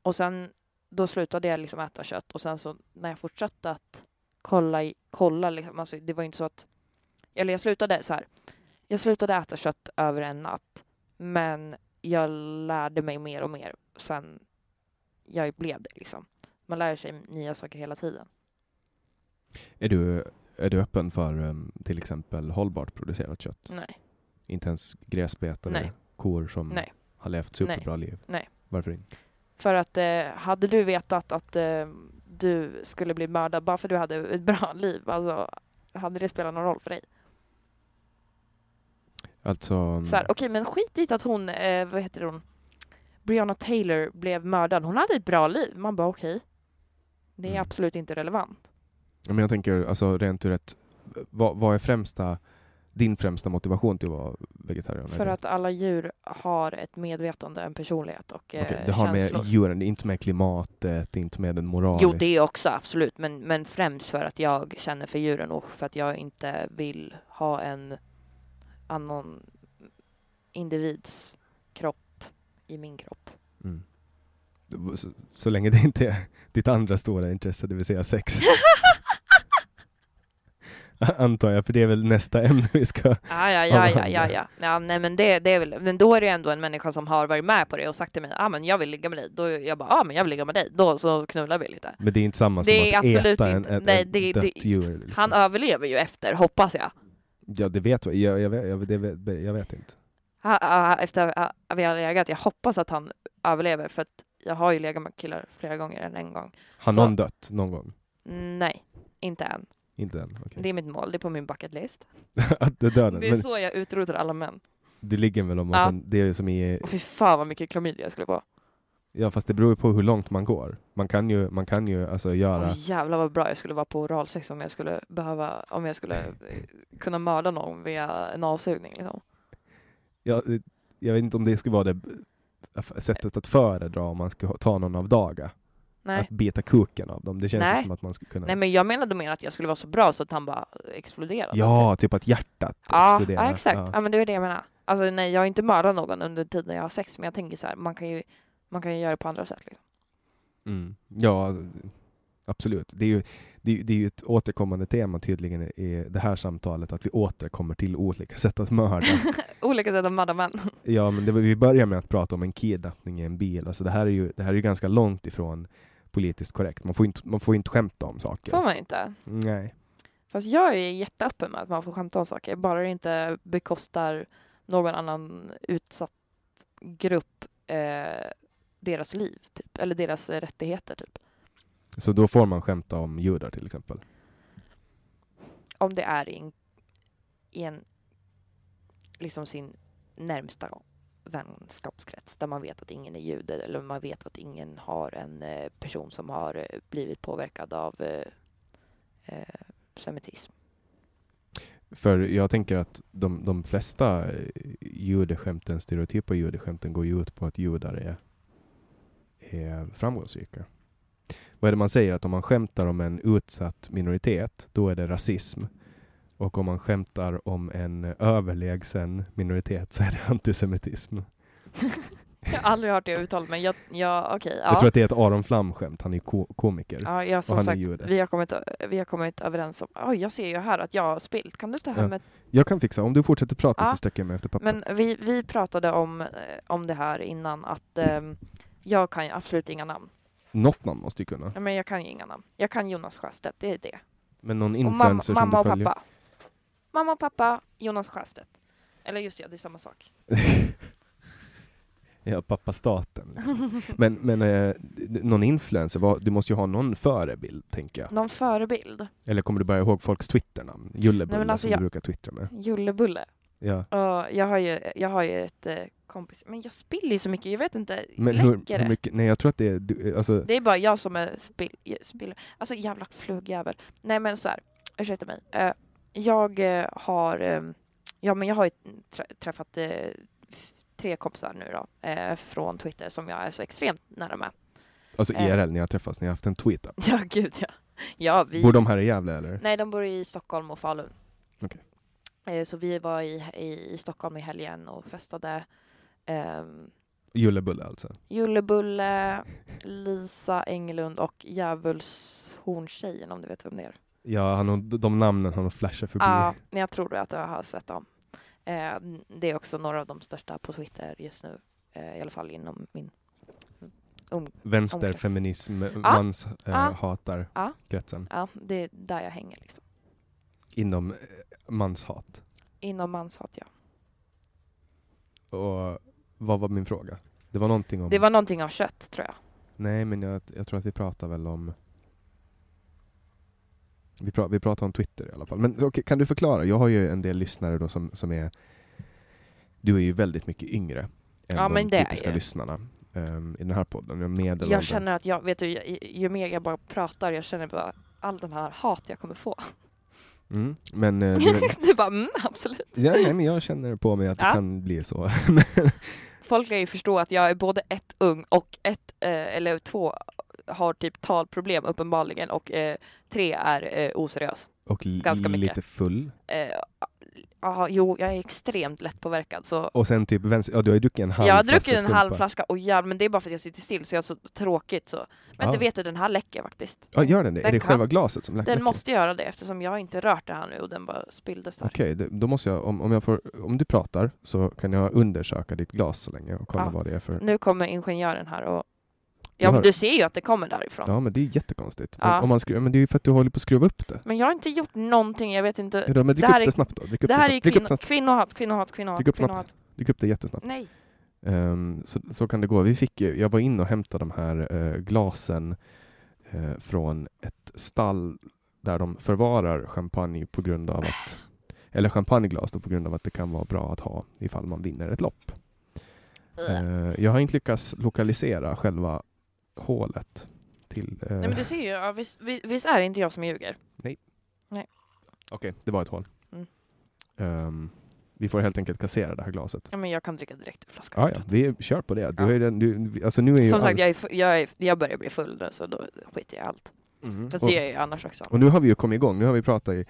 Speaker 3: Och sen, då slutade jag liksom äta kött. Och sen så när jag fortsatte att kolla, i- kolla liksom, alltså det var inte så att... Eller jag slutade så här. Jag slutade äta kött över en natt. Men jag lärde mig mer och mer sen jag blev det liksom. Man lär sig nya saker hela tiden.
Speaker 2: Är du, är du öppen för em, till exempel hållbart producerat kött?
Speaker 3: Nej.
Speaker 2: Inte ens gräsbetare,
Speaker 3: Mm. Nej.
Speaker 2: kor som
Speaker 3: Nej.
Speaker 2: har levt superbra liv?
Speaker 3: Nej.
Speaker 2: Varför inte?
Speaker 3: För att eh, hade du vetat att eh, du skulle bli mördad bara för du hade ett bra <laughs> liv, alltså hade det spelat någon roll för dig?
Speaker 2: Alltså, mm,
Speaker 3: Så här, okej men skit i att hon, eh, vad heter hon, Breonna Taylor blev mördad. Hon hade ett bra liv. Man bara okej. Det är
Speaker 2: Mm.
Speaker 3: absolut inte relevant.
Speaker 2: men jag tänker alltså rent ur ett, vad, vad är främsta, din främsta motivation till att vara vegetarian? Är
Speaker 3: För
Speaker 2: det-
Speaker 3: att alla djur har ett medvetande, en personlighet och eh,
Speaker 2: Okej, det har
Speaker 3: känslor.
Speaker 2: med djuren, det är inte med klimatet, det är inte med den moraliska...
Speaker 3: Jo, det också absolut, men, men främst för att jag känner för djuren och för att jag inte vill ha en annan individs kropp i min kropp.
Speaker 2: Mm. Det- Så, så länge
Speaker 3: <laughs>
Speaker 2: det inte är ditt andra stora intresse, det vill säga sex. antar jag, för det är väl nästa ämne vi ska...
Speaker 3: Ja, Ah, ja,
Speaker 2: Ja,
Speaker 3: ja,
Speaker 2: vad
Speaker 3: ja, ja, ja. <laughs> ja nej, men, det, det är väl, men då är det ju ändå en människa som har varit med på det och sagt till mig, ah, men jag vill ligga med dig. Då är jag bara, ja, ah, men jag vill ligga med dig. Då så knullar vi lite.
Speaker 2: Men det är inte samma
Speaker 3: Det är
Speaker 2: som att
Speaker 3: absolut
Speaker 2: äta en,
Speaker 3: inte-
Speaker 2: ett,
Speaker 3: nej,
Speaker 2: ett
Speaker 3: det-
Speaker 2: dött
Speaker 3: det-
Speaker 2: djur. liksom.
Speaker 3: Han överlever ju efter, hoppas jag.
Speaker 2: Ja, det vet jag. Jag, jag, vet, jag, det vet, jag vet inte.
Speaker 3: Ha- ha- Efter att vi har legat, jag hoppas att han överlever för att jag har ju legat med killar flera gånger än en gång.
Speaker 2: Har
Speaker 3: Så-
Speaker 2: någon dött någon gång?
Speaker 3: Nej, inte än.
Speaker 2: Inte än? Okej.
Speaker 3: Det är mitt mål, det är på min bucket list.
Speaker 2: <laughs> Att det dör den.
Speaker 3: Det är
Speaker 2: Men
Speaker 3: så jag utrotar alla män.
Speaker 2: du ligger med dem och
Speaker 3: Ja.
Speaker 2: sen, det är som i...
Speaker 3: Och fy fan vad mycket klamydia jag skulle få.
Speaker 2: Ja, fast det beror ju på hur långt man går. Man kan ju, man kan ju alltså göra...
Speaker 3: Åh jävlar vad bra jag skulle vara på oralsex om jag skulle behöva, om jag skulle eh, kunna mörda någon via en avsugning liksom.
Speaker 2: Jag, jag vet inte om det skulle vara det sättet att föredra om man ska ha- ta någon av daga.
Speaker 3: Nej.
Speaker 2: Att beta kuken av dem. Det känns ju
Speaker 3: Nej.
Speaker 2: som att man skulle kunna...
Speaker 3: Nej men jag menade mer att jag skulle vara så bra så att han bara exploderade.
Speaker 2: ja, typ att hjärtat
Speaker 3: Ja,
Speaker 2: exploderar.
Speaker 3: ja exakt.
Speaker 2: Ja.
Speaker 3: Ja. men det är det jag menar. Alltså nej, jag har inte mördat någon under tiden jag har sex, men jag tänker så här, man kan ju, man kan ju göra det på andra sätt. Liksom.
Speaker 2: Mm. Ja, absolut. Det är, ju, det, är, ju- det är ju ett återkommande tema tydligen i det här samtalet, att vi återkommer till olika sätt att
Speaker 3: <laughs>
Speaker 2: mörda.
Speaker 3: Olika sätt att mörda män.
Speaker 2: ja, men det, var- vi börjar med att prata om en kidnappning i en bil. Alltså, det, här är ju, det här är ju ganska långt ifrån politiskt korrekt. Man får ju inte, man får ju inte skämta om saker.
Speaker 3: Får man ju inte.
Speaker 2: Nej.
Speaker 3: Fast jag är jätteöppen med att man får skämta om saker, bara det inte bekostar någon annan utsatt grupp eh, deras liv, typ. eller deras eh, rättigheter. Typ.
Speaker 2: Så då får man skämta om judar till exempel.
Speaker 3: Om det är i en, i en liksom sin närmsta vänskapskrets där man vet att ingen är jude eller man vet att ingen har en eh, person som har eh, blivit påverkad av eh, eh, semitism.
Speaker 2: För jag tänker att de, de flesta eh, judeskämten, stereotypa judeskämten, går ju ut på att judar är, är framgångsrika. Vad är det man säger? Att om man skämtar om en utsatt minoritet, då är det rasism. Och om man skämtar om en överlägsen minoritet så är det <laughs> antisemitism.
Speaker 3: Jag har aldrig hört det uttalet men jag, jag okej. ja.
Speaker 2: Jag tror att det är ett Aron Flam-skämt, han är ju ko- komiker.
Speaker 3: Ja, jag,
Speaker 2: han är
Speaker 3: som sagt,
Speaker 2: jude.
Speaker 3: vi har, kommit, vi har kommit överens om, oj jag ser ju här att jag har spilt, kan du ta
Speaker 2: Ja.
Speaker 3: hem ett?
Speaker 2: Jag kan fixa, om du fortsätter prata
Speaker 3: Ja.
Speaker 2: så sträcker jag mig efter papper.
Speaker 3: Men vi, vi pratade om, eh, om det här innan att ehm, jag kan ju absolut inga namn.
Speaker 2: Något namn måste du kunna.
Speaker 3: Nej, Men jag kan ju inga namn. Jag kan Jonas Sjöstedt, det är det.
Speaker 2: Men någon
Speaker 3: Och mamma,
Speaker 2: influencer
Speaker 3: mamma och
Speaker 2: som du
Speaker 3: pappa. Mamma och pappa, Jonas Sjöstedt. Eller just ja, det är samma sak.
Speaker 2: följer. <laughs> ja, pappa staten. Liksom. Men, men eh, d- någon influencer, vad, du måste ju ha någon förebild, tänker jag.
Speaker 3: Någon förebild?
Speaker 2: Eller kommer du bara ihåg folks twitternamn? Jullebulle
Speaker 3: Nej, men alltså
Speaker 2: som du
Speaker 3: jag-
Speaker 2: brukar twittra med.
Speaker 3: Jullebulle.
Speaker 2: Ja.
Speaker 3: Och jag, har ju, jag har ju ett eh, kompis, men jag spiller ju så mycket, jag vet inte,
Speaker 2: Men
Speaker 3: läcker
Speaker 2: hur, hur
Speaker 3: det?
Speaker 2: mycket, nej jag tror att det är, du, alltså,
Speaker 3: Det är bara jag som är spill, spiller. Alltså jävla flugjävel. Nej men så här, ursäkta mig. Eh, jag eh, har, eh, ja men jag har ju trä- träffat eh, f- tre kompisar nu då eh, från Twitter som jag är så extremt nära med. <laughs>
Speaker 2: alltså
Speaker 3: eh.
Speaker 2: IRL, ni har träffats, ni har haft en tweet up.
Speaker 3: Ja gud ja. Ja vi.
Speaker 2: Bor de här i Gävle eller?
Speaker 3: Nej de bor i Stockholm och Falun.
Speaker 2: Okej.
Speaker 3: Eh, så vi var i, i, i Stockholm i helgen och festade. Ehm,
Speaker 2: Jullebulle alltså.
Speaker 3: Jullebulle, Lisa Englund och Djävulshorntjejen om du vet vem det är.
Speaker 2: Ja, han, har- de namnen har nog flashat förbi.
Speaker 3: Ja, men jag tror att jag har sett dem. Eh, det är också några av de största på Twitter just nu, eh, i alla fall inom min...
Speaker 2: Vänsterfeminism,
Speaker 3: Ja,
Speaker 2: manshatar
Speaker 3: ja,
Speaker 2: hatar
Speaker 3: ja.
Speaker 2: kretsen.
Speaker 3: Ja, det är där jag hänger liksom.
Speaker 2: Inom eh, manshat.
Speaker 3: Inom manshat, ja.
Speaker 2: Och vad var min fråga? Det var någonting om...
Speaker 3: Det var någonting av kött, tror jag.
Speaker 2: Nej, men jag, jag tror att vi pratar väl om... Vi, pra, vi pratar om Twitter i alla fall. Men okej, kan du förklara? Jag har ju en del lyssnare då som, som är... Du är ju väldigt mycket yngre än
Speaker 3: Ja,
Speaker 2: de
Speaker 3: men det är
Speaker 2: typiska
Speaker 3: jag.
Speaker 2: lyssnarna ehm, i den här podden. Jag, medelåldern.
Speaker 3: Jag känner att jag, vet du, ju, ju mer jag bara pratar, jag känner bara all den här hat jag kommer få.
Speaker 2: Mm, men, eh,
Speaker 3: <laughs>
Speaker 2: du,
Speaker 3: du bara, mm, absolut.
Speaker 2: ja, nej, men jag känner på mig att det
Speaker 3: Ja.
Speaker 2: kan bli så. <laughs>
Speaker 3: Folk lär ju förstå att jag är både ett ung och ett, eh, eller två, har typ talproblem uppenbarligen och eh, tre är eh, oseriös.
Speaker 2: Och l-
Speaker 3: Ganska mycket.
Speaker 2: lite full.
Speaker 3: Eh, Ja, jo, jag är extremt lättpåverkad så
Speaker 2: Och sen typ vänster, ja du har ju druckit en halv
Speaker 3: jag har druckit
Speaker 2: flaska
Speaker 3: en
Speaker 2: skumpa.
Speaker 3: halv flaska och jävlar, men det är bara för att jag sitter still så jag har så tråkigt så. Men
Speaker 2: Ja.
Speaker 3: det vet du, den här läcker faktiskt.
Speaker 2: Ja, gör den det? är
Speaker 3: Den
Speaker 2: det
Speaker 3: kan-
Speaker 2: själva glaset som läcker?
Speaker 3: Den måste göra det eftersom jag har inte rört det här nu och den bara spilldes där.
Speaker 2: Okej, det- då måste jag, om, om, jag får, om du pratar så kan jag undersöka ditt glas så länge och kolla
Speaker 3: Ja.
Speaker 2: vad det är för...
Speaker 3: Nu kommer ingenjören här och
Speaker 2: Jag
Speaker 3: Ja, men
Speaker 2: hör-
Speaker 3: du ser ju att det kommer därifrån.
Speaker 2: Ja men det är jättekonstigt.
Speaker 3: Ja.
Speaker 2: Men, om man skru... men det är ju för att du håller på att skruva upp det.
Speaker 3: Men jag har inte gjort någonting, jag vet inte.
Speaker 2: Ja, men
Speaker 3: Det
Speaker 2: drick
Speaker 3: här
Speaker 2: upp
Speaker 3: är-
Speaker 2: det snabbt då. Drick upp
Speaker 3: Det
Speaker 2: det,
Speaker 3: här är ju
Speaker 2: snabbt. Drick, upp
Speaker 3: kvinno...
Speaker 2: det,
Speaker 3: kvinnohat, kvinnohat, kvinnohat,
Speaker 2: Drick upp något.
Speaker 3: kvinnohat.
Speaker 2: drick upp det jättesnabbt.
Speaker 3: Nej.
Speaker 2: Ehm, så, så kan det gå. Vi fick, ju- jag var inne och hämtade de här eh, glasen eh, från ett stall där de förvarar champagne på grund av att
Speaker 3: Äh.
Speaker 2: eller champagneglas då på grund av att det kan vara bra att ha ifall man vinner ett lopp. Eh, jag har inte lyckats lokalisera själva hålet till... eh,
Speaker 3: Nej men du ser ju, ja, visst, vi- visst är det inte jag som ljuger?
Speaker 2: Okej, det var ett hål.
Speaker 3: Mm.
Speaker 2: Ehm, vi får helt enkelt kassera det här glaset.
Speaker 3: Ja men jag kan dricka direkt ur flaskan.
Speaker 2: Ja, ja, vi kör på det. Du
Speaker 3: Ja.
Speaker 2: är den, du, alltså nu är ju
Speaker 3: Som
Speaker 2: all-
Speaker 3: sagt, jag, är, fu- jag, är, jag börjar bli full nu så då skiter jag i allt.
Speaker 2: Mm.
Speaker 3: Fast
Speaker 2: Och-
Speaker 3: det gör jag ju annars också.
Speaker 2: Och nu har vi ju kommit igång, nu har vi pratat i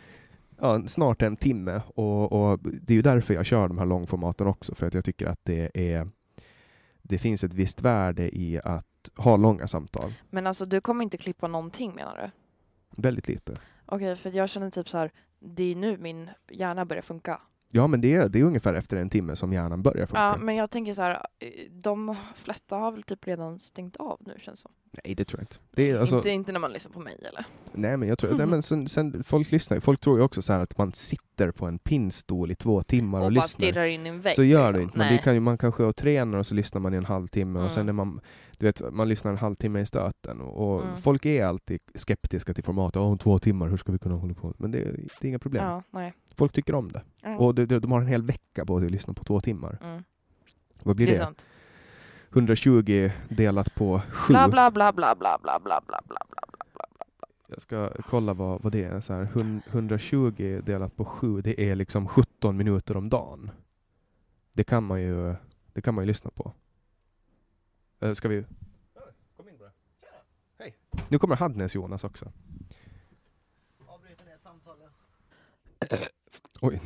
Speaker 2: ja, snart en timme och, och det är ju därför jag kör de här långformaten också, för att jag tycker att det är det finns ett visst värde i att ha långa samtal.
Speaker 3: Men alltså du kommer inte klippa någonting menar du?
Speaker 2: Väldigt lite.
Speaker 3: Okej, för jag känner typ så här, det är nu min hjärna börjar funka.
Speaker 2: Ja, men det är, det är ungefär efter en timme som hjärnan börjar funka.
Speaker 3: Ja, men jag tänker så här, eh, de flesta har väl typ redan stängt av nu känns det som.
Speaker 2: Nej, det tror jag inte. Det är alltså,
Speaker 3: Inte, inte när man lyssnar på mig eller?
Speaker 2: Nej, men jag tror, nej,
Speaker 3: Mhm.
Speaker 2: men sen, sen, folk lyssnar ju. Folk tror ju också så här att man sitter på en pinnstol i två timmar och,
Speaker 3: och bara
Speaker 2: lyssnar.
Speaker 3: stirrar in i en vägg.
Speaker 2: så gör
Speaker 3: liksom.
Speaker 2: det inte. Man,
Speaker 3: Nej.
Speaker 2: det kan ju, man kanske och tränar och så lyssnar man i en halvtimme och
Speaker 3: Mm.
Speaker 2: sen är man, du vet, man lyssnar en halvtimme i stöten. Och, och
Speaker 3: Mm.
Speaker 2: folk är alltid skeptiska till formatet. Åh, om två timmar, hur ska vi kunna hålla på? Men det, det är inga problem.
Speaker 3: Ja, nej.
Speaker 2: Folk tycker om det.
Speaker 3: Mm.
Speaker 2: Och de, de har en hel vecka på sig att lyssna på två timmar.
Speaker 3: Mm.
Speaker 2: Vad
Speaker 3: Det
Speaker 2: blir
Speaker 3: är
Speaker 2: det?
Speaker 3: sant.
Speaker 2: 120 delat på 7.
Speaker 3: Bla bla bla bla bla bla bla bla bla bla.
Speaker 2: Jag ska kolla vad, vad det är. Så här, hun- 120 delat på 7, det är liksom 17 minuter om dagen. Det kan man ju, det kan man ju lyssna på. Eh, Ska vi... Kom in bara. Hej. Nu kommer Hadnes Jonas också. Oj,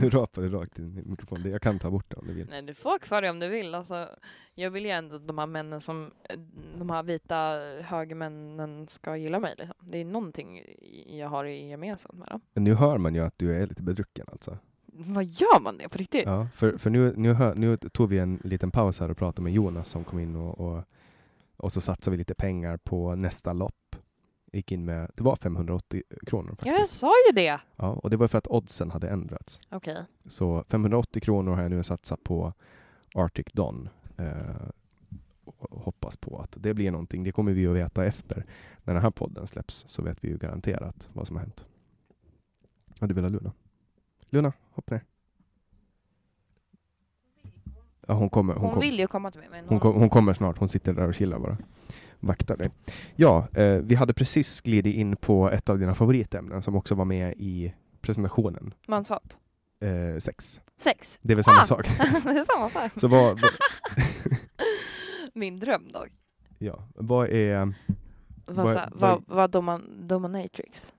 Speaker 2: nu <laughs> rapade det rakt in i mikrofonen. Det- Jag kan ta bort det om du vill.
Speaker 3: Nej, du får ha kvar det om du vill. Alltså, jag vill ju ändå att de här männen som, eh, de här vita högermännen ska gilla mig. Liksom. Det är någonting i- jag har i- gemensamt med dem.
Speaker 2: Men nu hör man ju att du är lite bedrucken alltså.
Speaker 3: Vad gör man det på riktigt? <laughs>
Speaker 2: Ja, för, för nu, nu, hör, nu tog vi en liten paus här och pratade med Jonas som kom in och, och, och så satsade vi lite pengar på nästa lopp. Gick in med, det var 580 kronor
Speaker 3: Ja, jag
Speaker 2: faktiskt.
Speaker 3: sa ju det!
Speaker 2: Ja, och det var för att oddsen hade ändrats.
Speaker 3: Okej.
Speaker 2: Så 580 kronor har jag nu satsat på Arctic Dawn. Eh, och hoppas på att det blir någonting. Det kommer vi att veta efter. När den här podden släpps så vet vi ju garanterat vad som har hänt. Ja, du vill ha Luna? Luna, hoppa ner. Ja, hon kommer. Hon,
Speaker 3: Hon,
Speaker 2: kom,
Speaker 3: vill ju komma till mig, men
Speaker 2: hon,
Speaker 3: hon,
Speaker 2: kom, hon kommer snart. Hon sitter där och chillar bara. Vaktar dig. Ja, eh, vi hade precis glidit in på ett av dina favoritämnen som också var med i presentationen.
Speaker 3: manshat.
Speaker 2: Eh, sex.
Speaker 3: Sex. <laughs>
Speaker 2: Det är väl samma
Speaker 3: Ah!
Speaker 2: sak. <laughs>
Speaker 3: det är samma sak.
Speaker 2: Så vad, <laughs> vad,
Speaker 3: Min drömdag.
Speaker 2: ja, vad, är,
Speaker 3: Vad,
Speaker 2: Vad-
Speaker 3: vad,
Speaker 2: vad-
Speaker 3: vad, vad doman, dominatrix?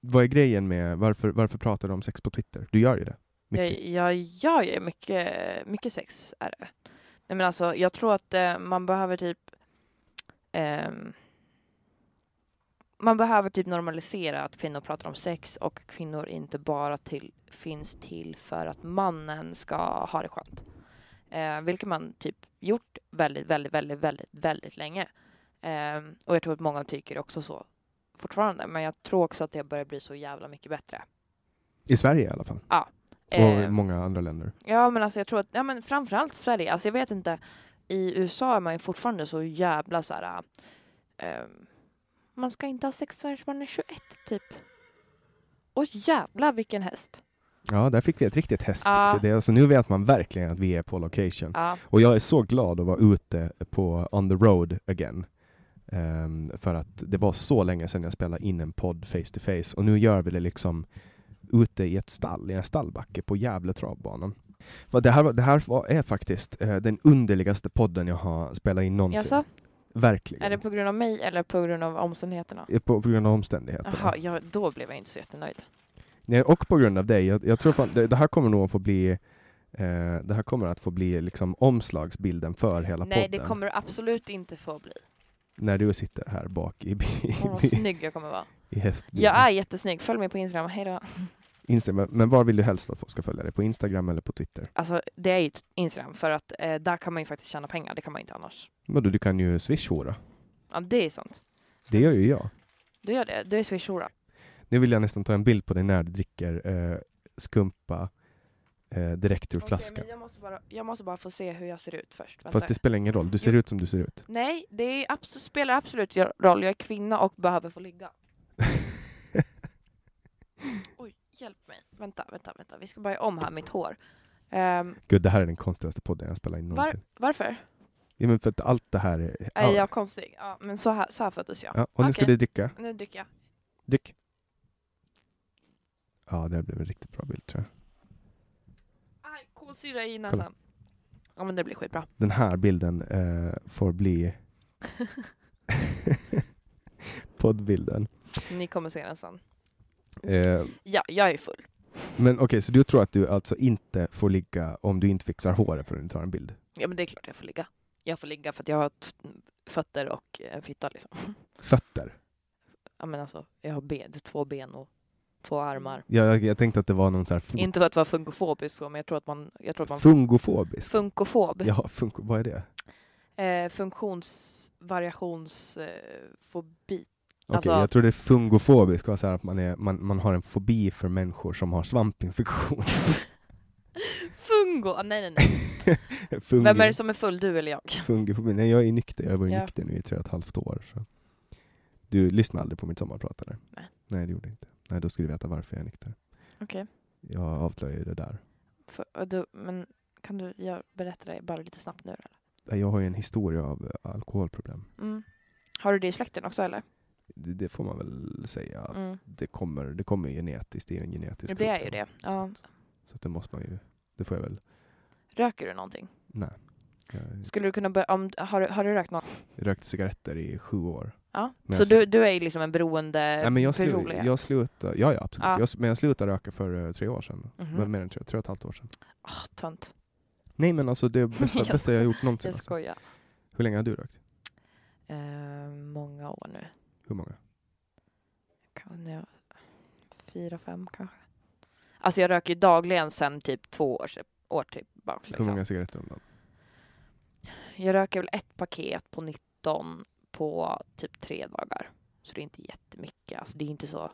Speaker 2: vad är grejen med varför, varför pratar du om sex på Twitter? Du gör ju det.
Speaker 3: Jag,
Speaker 2: Mycket.
Speaker 3: jag gör ju mycket, mycket sex är det. Nej men alltså jag tror att eh, man behöver typ ehm, man behöver typ normalisera att kvinnor pratar om sex och att kvinnor inte bara till, finns till för att mannen ska ha det skönt. Eh, vilket man typ gjort väldigt, väldigt, väldigt, väldigt, väldigt länge. Ehm, och jag tror att många tycker också så fortfarande. Men jag tror också att det börjar bli så jävla mycket bättre.
Speaker 2: I Sverige i alla fall. Och i
Speaker 3: Ehm,
Speaker 2: många andra länder.
Speaker 3: Ja men alltså jag tror att, ja men framförallt Sverige, alltså jag vet inte, i USA är man ju fortfarande så jävla så här. ehm, man ska inte ha sex förrän man är 21 typ. Och jävla vilken häst!
Speaker 2: Ja, där fick vi ett riktigt häst.
Speaker 3: Ja.
Speaker 2: Det är, alltså, nu vet man verkligen att vi är på location.
Speaker 3: Ja,
Speaker 2: Och jag är så glad att vara ute på on the road again. Ehm, för att det var så länge sedan jag spelade in en podd face to face och nu gör vi det liksom ute i ett stall, i en stallbacke på Gävle travbanan. Vad Det här, var- det här var, är faktiskt eh, den underligaste podden jag har spelat in någonsin.
Speaker 3: jaså?
Speaker 2: Verkligen.
Speaker 3: Är det på grund av mig eller på grund av omständigheterna?
Speaker 2: Eh, på, på grund av omständigheterna.
Speaker 3: Jaha, ja, då blev jag inte så jättenöjd.
Speaker 2: Nej, och på grund av dig. Jag, jag tror fan, det, det här kommer nog att få bli eh, det här kommer att få bli liksom omslagsbilden för hela
Speaker 3: Nej,
Speaker 2: podden.
Speaker 3: det kommer du absolut inte
Speaker 2: <laughs>
Speaker 3: få bli.
Speaker 2: När du sitter här bak i, bi-
Speaker 3: Åh, vad
Speaker 2: i, bi-
Speaker 3: snygg jag kommer vara.
Speaker 2: i hästbilen.
Speaker 3: Jag är jättesnygg, följ mig på Instagram, hejdå.
Speaker 2: Instagram. Men var vill du helst att folk ska följa dig? På Instagram eller på Twitter?
Speaker 3: Alltså det är ju t- Instagram för att eh, där kan man ju faktiskt tjäna pengar, det kan man ju inte annars.
Speaker 2: Vadå, du kan ju swishhora.
Speaker 3: Ja, det är sant.
Speaker 2: Det gör ju jag.
Speaker 3: Du gör det, du är swishhora.
Speaker 2: Nu vill jag nästan ta en bild på dig när du dricker eh, skumpa eh, direkt ur flaskan.
Speaker 3: jag, måste bara, jag måste bara få se hur jag ser ut först. Vänta.
Speaker 2: Fast det spelar ingen roll, du ser
Speaker 3: Jo.
Speaker 2: ut som du ser ut. <laughs>
Speaker 3: Nej, det är abs- spelar absolut gör- roll. Jag är kvinna och behöver få ligga. Oj, hjälp mig. Vänta, vänta, vänta. Vi ska börja om här, mitt hår. Ehm,
Speaker 2: Gud, det här är den konstigaste podden jag spelat in
Speaker 3: var,
Speaker 2: någonsin.
Speaker 3: varför?
Speaker 2: Ja, men för att allt det här är...
Speaker 3: Är jag konstig? Ja, men så här, så här föddes jag.
Speaker 2: ja, och nu ska
Speaker 3: Okej.
Speaker 2: du dricka.
Speaker 3: Nu dricker jag.
Speaker 2: Drick. Ja, det här blev en riktigt bra bild tror jag.
Speaker 3: Aj, kolsyra i näsan.
Speaker 2: Kolla.
Speaker 3: Ja, men det blir skitbra. <laughs>
Speaker 2: Den här bilden eh, får bli <laughs> poddbilden.
Speaker 3: Ni kommer se den sen.
Speaker 2: Eh,
Speaker 3: Ja, jag är full.
Speaker 2: men okej, så du tror att du alltså inte får ligga om du inte fixar håret förrän du tar en bild?
Speaker 3: Ja, men det är klart jag får ligga. Jag får ligga för att jag har t- fötter och en fitta liksom.
Speaker 2: Fötter?
Speaker 3: Ja, men alltså, jag har ben, två ben och två armar.
Speaker 2: Ja, Jag, jag tänkte att det var någon sån här fot...
Speaker 3: Inte för att vara funkofobisk så, men jag tror att man... Jag tror att man
Speaker 2: fungofobisk.
Speaker 3: funkofob.
Speaker 2: ja, funko, vad är det?
Speaker 3: Eh, funktionsvariationsfobi. Eh, fobi.
Speaker 2: <laughs> Okej,
Speaker 3: Alltså-
Speaker 2: jag trodde fungofobisk var så här att man, är, man, man har en fobi för människor som har svampinfektion. <laughs>
Speaker 3: Fungo! Ah, nej, nej, nej.
Speaker 2: Fungi,
Speaker 3: Vem är det som är full? Du eller
Speaker 2: <laughs>
Speaker 3: jag?
Speaker 2: fungifobi. Nej, jag är nykter. Jag har varit
Speaker 3: Ja.
Speaker 2: nykter nu i tre och ett halvt år. Så. Du lyssnade aldrig på mitt sommarprat eller?
Speaker 3: Nej.
Speaker 2: Nej, det gjorde jag inte. Nej, då skulle du veta varför jag är nykter.
Speaker 3: Okej.
Speaker 2: Jag avslöjar ju det där.
Speaker 3: För, och du, men kan du jag berätta det bara lite snabbt nu? Eller?
Speaker 2: Nej, Jag har ju en historia av eh, alkoholproblem.
Speaker 3: Mm. Har du det i släkten också eller?
Speaker 2: Det, det får man väl säga. att
Speaker 3: Mm.
Speaker 2: Det kommer, det kommer ju genetiskt. Det är ju en genetisk
Speaker 3: Det är ju
Speaker 2: sjukdom.
Speaker 3: det.
Speaker 2: Så,
Speaker 3: Ja.
Speaker 2: att- så att det måste man ju. Det får jag väl.
Speaker 3: Röker du någonting?
Speaker 2: Nej. Jag
Speaker 3: Skulle du kunna börja, om, har, du- har du rökt något?
Speaker 2: rökte cigaretter i sju år.
Speaker 3: Ja.
Speaker 2: Men
Speaker 3: Så
Speaker 2: jag sl-
Speaker 3: du, du är ju liksom en beroende
Speaker 2: Nej, men jag, slu,
Speaker 3: personlighet?
Speaker 2: jag slutade, ja, ja absolut.
Speaker 3: Ja.
Speaker 2: Jag, s- men jag slutade röka för eh, tre år sedan.
Speaker 3: Mhm.
Speaker 2: Men mer än tre, tre och ett halvt år sedan.
Speaker 3: Ah, tönt.
Speaker 2: Nej men alltså
Speaker 3: <laughs>
Speaker 2: det är bästa,
Speaker 3: Jag
Speaker 2: bästa jag har gjort någonsin.
Speaker 3: Jag
Speaker 2: Alltså.
Speaker 3: skojar.
Speaker 2: Hur länge har du rökt?
Speaker 3: Eh, många år nu.
Speaker 2: Hur många?
Speaker 3: Kan jag, fyra, fem kanske. Alltså jag röker ju dagligen sen typ två år, se- år tillbaks.
Speaker 2: Hur
Speaker 3: Liksom.
Speaker 2: många cigaretter om dagen?
Speaker 3: Jag röker väl ett paket på 19 på typ tre dagar. Så det är inte jättemycket. Alltså det är inte så.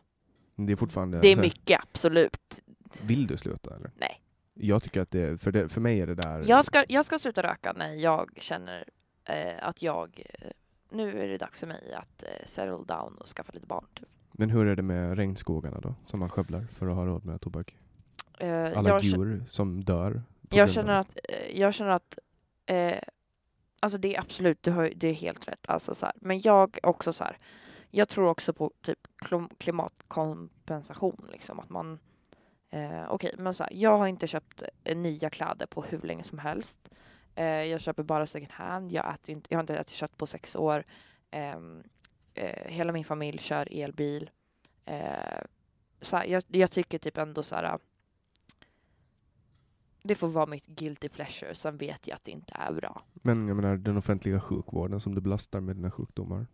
Speaker 2: Det är fortfarande...
Speaker 3: Det är
Speaker 2: så här,
Speaker 3: mycket, absolut.
Speaker 2: Vill du sluta eller?
Speaker 3: Nej.
Speaker 2: Jag tycker att det, för, det, för mig är det där...
Speaker 3: Jag ska, jag ska sluta röka när jag känner eh, att jag... Eh, nu är det dags för mig att eh, settle down och skaffa lite barn. Typ.
Speaker 2: Men hur är det med regnskogarna då? Som man skövlar för att ha råd med tobak?
Speaker 3: Eh,
Speaker 2: Alla
Speaker 3: jag, kä-
Speaker 2: djur som dör? på grund
Speaker 3: jag
Speaker 2: av
Speaker 3: känner
Speaker 2: det.
Speaker 3: att... Eh, jag känner att eh, alltså det är absolut, du har, ju- det är helt rätt. Alltså så här. Men jag också så här. Jag tror också på typ klom- klimatkompensation. Liksom, att man... Eh, Okej, men så här, jag har inte köpt eh, nya kläder på hur länge som helst. Eh, jag köper bara second hand. Jag, äter inte, jag har inte ätit kött på sex år. Ehm, eh, hela min familj kör elbil. Eh, så här, jag, jag tycker typ ändå så här. Det får vara mitt guilty pleasure. Sen vet jag att det inte är bra.
Speaker 2: Men jag menar den offentliga sjukvården som du belastar med dina sjukdomar.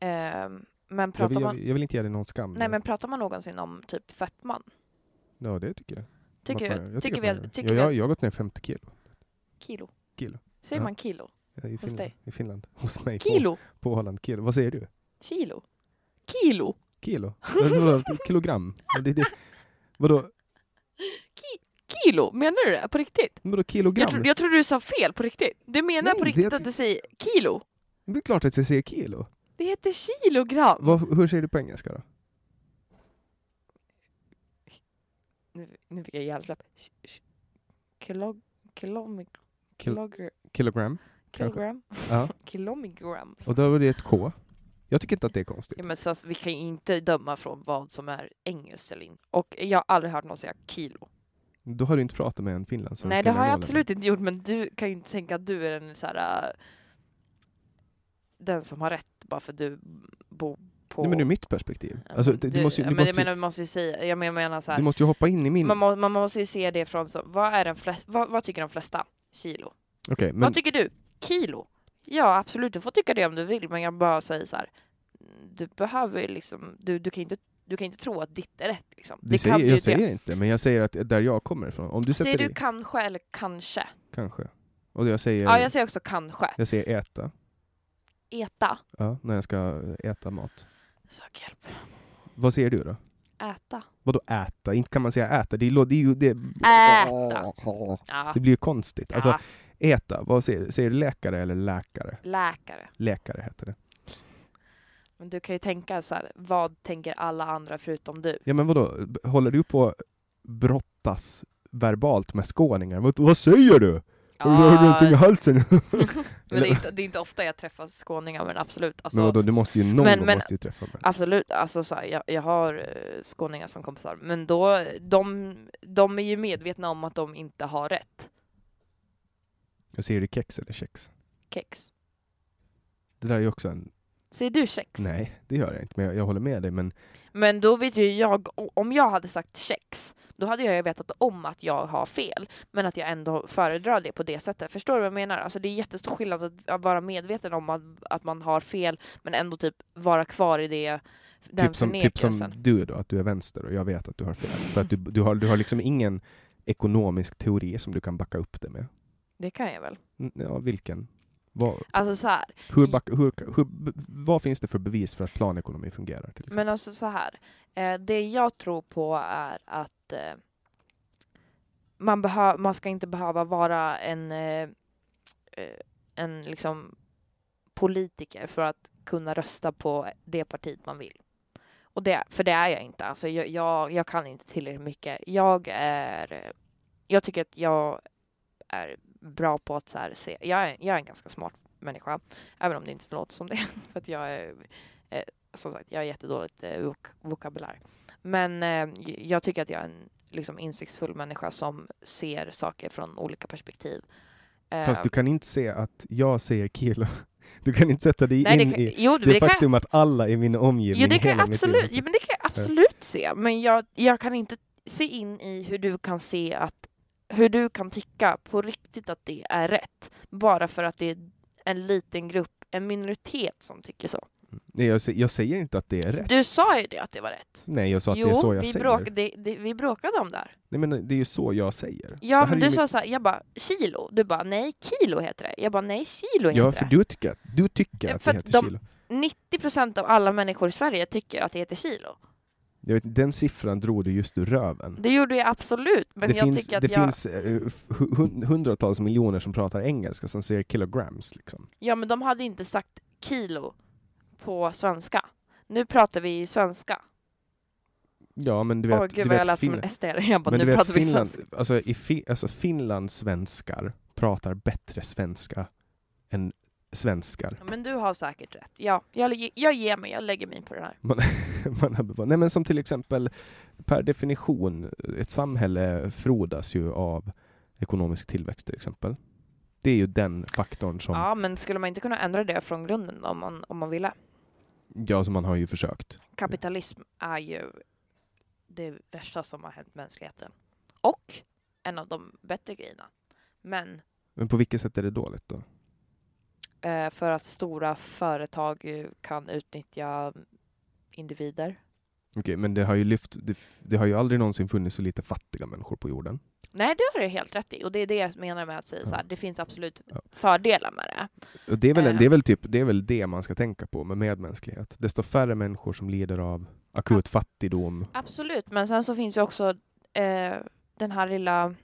Speaker 3: Ehm, men
Speaker 2: Jag
Speaker 3: pratar
Speaker 2: vill, jag,
Speaker 3: man...
Speaker 2: vill, jag vill inte ge dig någon skam.
Speaker 3: Nej, men pratar man någonsin om typ fetman?
Speaker 2: Ja det tycker jag.
Speaker 3: Tycker,
Speaker 2: Att man-
Speaker 3: du,
Speaker 2: jag
Speaker 3: tycker,
Speaker 2: att man
Speaker 3: vi,
Speaker 2: gör.
Speaker 3: tycker
Speaker 2: ja,
Speaker 3: vi
Speaker 2: jag, jag har gått ner 50 kilo.
Speaker 3: kilo?
Speaker 2: Kilo.
Speaker 3: Säger
Speaker 2: Ja.
Speaker 3: man kilo?
Speaker 2: Ja, I Finland.
Speaker 3: dig.
Speaker 2: I Finland. <laughs> Hos mig.
Speaker 3: Kilo?
Speaker 2: På, på Holland. Kilo. Vad säger du?
Speaker 3: Kilo? Kilo?
Speaker 2: Kilo? Jag tror att det är Kilogram? Men Det, det, vadå,
Speaker 3: Ki- kilo? Menar du det? På riktigt?
Speaker 2: vadå kilogram?
Speaker 3: Jag, tro, jag tror du sa fel på riktigt. Du menar
Speaker 2: Nej,
Speaker 3: på
Speaker 2: det
Speaker 3: riktigt
Speaker 2: heter-
Speaker 3: att du säger kilo?
Speaker 2: Det är klart att jag säger kilo.
Speaker 3: Det heter kilogram.
Speaker 2: Vad, hur säger du på engelska då?
Speaker 3: Nu, nu fick jag hjärnsläpp. Sh- sh- Kilo, kilom,
Speaker 2: Kil-
Speaker 3: kilogram,
Speaker 2: Kilogram? kanske.
Speaker 3: kilogram,
Speaker 2: Ja.
Speaker 3: kilogram.
Speaker 2: Och då var det ett K. Jag tycker inte att det är konstigt.
Speaker 3: Ja, men så, alltså, vi kan ju inte döma från vad som är engelskt eller inte. Och jag har aldrig hört någon säga kilo.
Speaker 2: Då har du inte pratat med en finlandssvensk.
Speaker 3: Nej, det
Speaker 2: eller
Speaker 3: har jag
Speaker 2: någon.
Speaker 3: absolut inte gjort, men du kan ju inte tänka att du är den så här, äh, den som har rätt bara för att du bor på...
Speaker 2: Nej, men ur mitt perspektiv. Alltså, det, du, måste, ju-
Speaker 3: ja,
Speaker 2: du,
Speaker 3: men
Speaker 2: måste,
Speaker 3: jag
Speaker 2: ju-
Speaker 3: menar, du måste ju säga, jag menar, jag menar så här,
Speaker 2: du måste ju hoppa in i min...
Speaker 3: man, må, man måste ju se det från så, vad är den flest, vad, vad tycker de flesta? Kilo.
Speaker 2: Okej, men
Speaker 3: Vad tycker du? Kilo? Ja, absolut, du får tycka det om du vill, men jag bara säger så här, du behöver ju liksom, du, du kan ju inte du kan inte tro att ditt är rätt liksom.
Speaker 2: vi
Speaker 3: Det
Speaker 2: säger,
Speaker 3: kan
Speaker 2: jag
Speaker 3: ju inte-
Speaker 2: säger inte, men jag säger att där jag kommer ifrån. Om du sätter
Speaker 3: Säger
Speaker 2: i,
Speaker 3: du kanske eller kanske?
Speaker 2: kanske. Och jag säger,
Speaker 3: Ja, jag säger också kanske.
Speaker 2: jag säger äta.
Speaker 3: Eta.
Speaker 2: Ja, när jag ska äta mat.
Speaker 3: Sök hjälp.
Speaker 2: Vad säger du då?
Speaker 3: Äta.
Speaker 2: Vadå äta? Inte kan man säga äta. Det, lå- det, är ju- det,
Speaker 3: Äta. Ja.
Speaker 2: det blir ju konstigt. Alltså,
Speaker 3: ja.
Speaker 2: äta. Vad säger, säger du läkare eller läkare?
Speaker 3: Läkare.
Speaker 2: Läkare heter det.
Speaker 3: Men du kan ju tänka så här, vad tänker alla andra förutom du?
Speaker 2: Ja, men vadå? Håller du på att brottas verbalt med skåningar? Vad, vad säger du? Har du någonting i halsen?
Speaker 3: <laughs> men det, är inte, det är inte ofta jag träffar skåningar, men absolut. Alltså,
Speaker 2: men vadå, du måste ju, någon
Speaker 3: Men- men-
Speaker 2: måste ju träffa mig.
Speaker 3: Absolut, alltså så här, jag, jag har eh, skåningar som kompisar, men då, de, de är ju medvetna om att de inte har rätt
Speaker 2: Jag säger du kex eller kex?
Speaker 3: kex.
Speaker 2: Det där är ju också en...
Speaker 3: Säger du kex?
Speaker 2: Nej, det gör jag inte. Men jag, jag håller med dig. Men
Speaker 3: Men då vet ju jag, o- om jag hade sagt kex, då hade jag ju vetat om att jag har fel, men att jag ändå föredrar det på det sättet. Förstår du vad jag menar? Alltså det är jättestor skillnad att, att vara medveten om att, att man har fel, men ändå typ vara kvar i det, den
Speaker 2: typ som, typ
Speaker 3: förnekelsen.
Speaker 2: som du då, att du är vänster och jag vet att du har fel. För att du, du, har, du har liksom ingen ekonomisk teori som du kan backa upp det med.
Speaker 3: Det kan jag väl.
Speaker 2: Mm, Ja, vilken? Vad,
Speaker 3: Alltså så här,
Speaker 2: hur back, hur, hur, b- vad finns det för bevis för att planekonomi fungerar? Till exempel?
Speaker 3: Men alltså så här. Eh, det jag tror på är att eh, man, behö- man ska inte behöva vara en, eh, eh, en liksom politiker för att kunna rösta på det partiet man vill. Och det, för det är jag inte. Alltså jag, jag, jag kan inte tillräckligt mycket. Jag är... eh, Jag tycker att jag är bra på att så här se. Jag är, jag är en ganska smart människa. Även om det inte låter som det. <laughs> För att jag är eh, som sagt, jag har jättedåligt eh, vok- vokabulär. Men eh, j- jag tycker att jag är en liksom, insiktsfull människa som ser saker från olika perspektiv. Eh,
Speaker 2: Fast du kan inte se att jag säger kilo. <laughs> Du kan inte sätta dig
Speaker 3: nej,
Speaker 2: in
Speaker 3: det kan,
Speaker 2: i
Speaker 3: jo,
Speaker 2: det
Speaker 3: det kan,
Speaker 2: faktum att alla i min omgivning
Speaker 3: jo, det kan
Speaker 2: hela
Speaker 3: jag
Speaker 2: mitt
Speaker 3: absolut,
Speaker 2: liv-
Speaker 3: jo, men det kan jag absolut se. Men jag, jag kan inte se in i hur du kan se att hur du kan tycka på riktigt att det är rätt bara för att det är en liten grupp, en minoritet som tycker så.
Speaker 2: Mm. Nej, jag, sä- jag säger inte att det är rätt.
Speaker 3: Du sa ju det att det var rätt.
Speaker 2: Nej, jag sa att
Speaker 3: jo,
Speaker 2: det är så jag
Speaker 3: vi,
Speaker 2: säger.
Speaker 3: bråk, det, det, vi bråkade om det här.
Speaker 2: Nej, men det är ju så jag säger. Det
Speaker 3: Ja,
Speaker 2: här
Speaker 3: men
Speaker 2: är
Speaker 3: du
Speaker 2: ju
Speaker 3: sa så här, jag bara kilo. Du bara nej, kilo heter det. Jag bara nej, kilo
Speaker 2: mitt... Ja,
Speaker 3: heter
Speaker 2: för du tycker, att- du tycker
Speaker 3: Ja,
Speaker 2: att
Speaker 3: för
Speaker 2: det
Speaker 3: att
Speaker 2: heter
Speaker 3: de-
Speaker 2: kilo.
Speaker 3: det. 90 procent av alla människor i Sverige tycker att det heter kilo.
Speaker 2: Jag vet, den siffran drog du just ur röven.
Speaker 3: Det gjorde jag absolut, men
Speaker 2: det
Speaker 3: jag
Speaker 2: finns,
Speaker 3: tycker att
Speaker 2: det
Speaker 3: jag...
Speaker 2: finns eh, hu- hun- hundratals miljoner som pratar engelska som säger kilograms. Liksom.
Speaker 3: Ja, men de hade inte sagt kilo på svenska. Nu pratar vi ju svenska.
Speaker 2: Ja, men du vet...
Speaker 3: Åh gud
Speaker 2: du
Speaker 3: vad
Speaker 2: vet,
Speaker 3: jag lät som
Speaker 2: Finland-
Speaker 3: en SD. Jag bara,
Speaker 2: Men
Speaker 3: nu
Speaker 2: du vet,
Speaker 3: pratar vi
Speaker 2: Finland,
Speaker 3: svenska.
Speaker 2: alltså, i fi, alltså finlandssvenskar pratar bättre svenska än svenskar.
Speaker 3: Men du har säkert rätt. Ja, jag, jag ger mig. Jag lägger mig på den här.
Speaker 2: Man, <laughs> man har, bevar- nej men som till exempel, per definition, ett samhälle frodas ju av ekonomisk tillväxt till exempel. Det är ju den faktorn som, ja,
Speaker 3: Ja, men skulle man inte kunna ändra det från grunden om man, om man ville?
Speaker 2: som man har ju försökt.
Speaker 3: kapitalism är ju det värsta som har hänt mänskligheten. Och en av de bättre grejerna. Men
Speaker 2: Men på vilket sätt är det dåligt då?
Speaker 3: eh, för att stora företag eh, kan utnyttja individer.
Speaker 2: Okej, men det har ju lyft, det, f- det har ju aldrig någonsin funnits så lite fattiga människor på jorden.
Speaker 3: Nej, det har du helt rätt i. Och det är det jag menar med att säga så här. Det finns absolut
Speaker 2: Ja.
Speaker 3: fördelar med det.
Speaker 2: Och det, är väl,
Speaker 3: Eh.
Speaker 2: det, är väl typ, det är väl det man ska tänka på med medmänsklighet. Desto färre människor som lider av akut fattigdom.
Speaker 3: Absolut, men sen så finns ju också eh, den här lilla...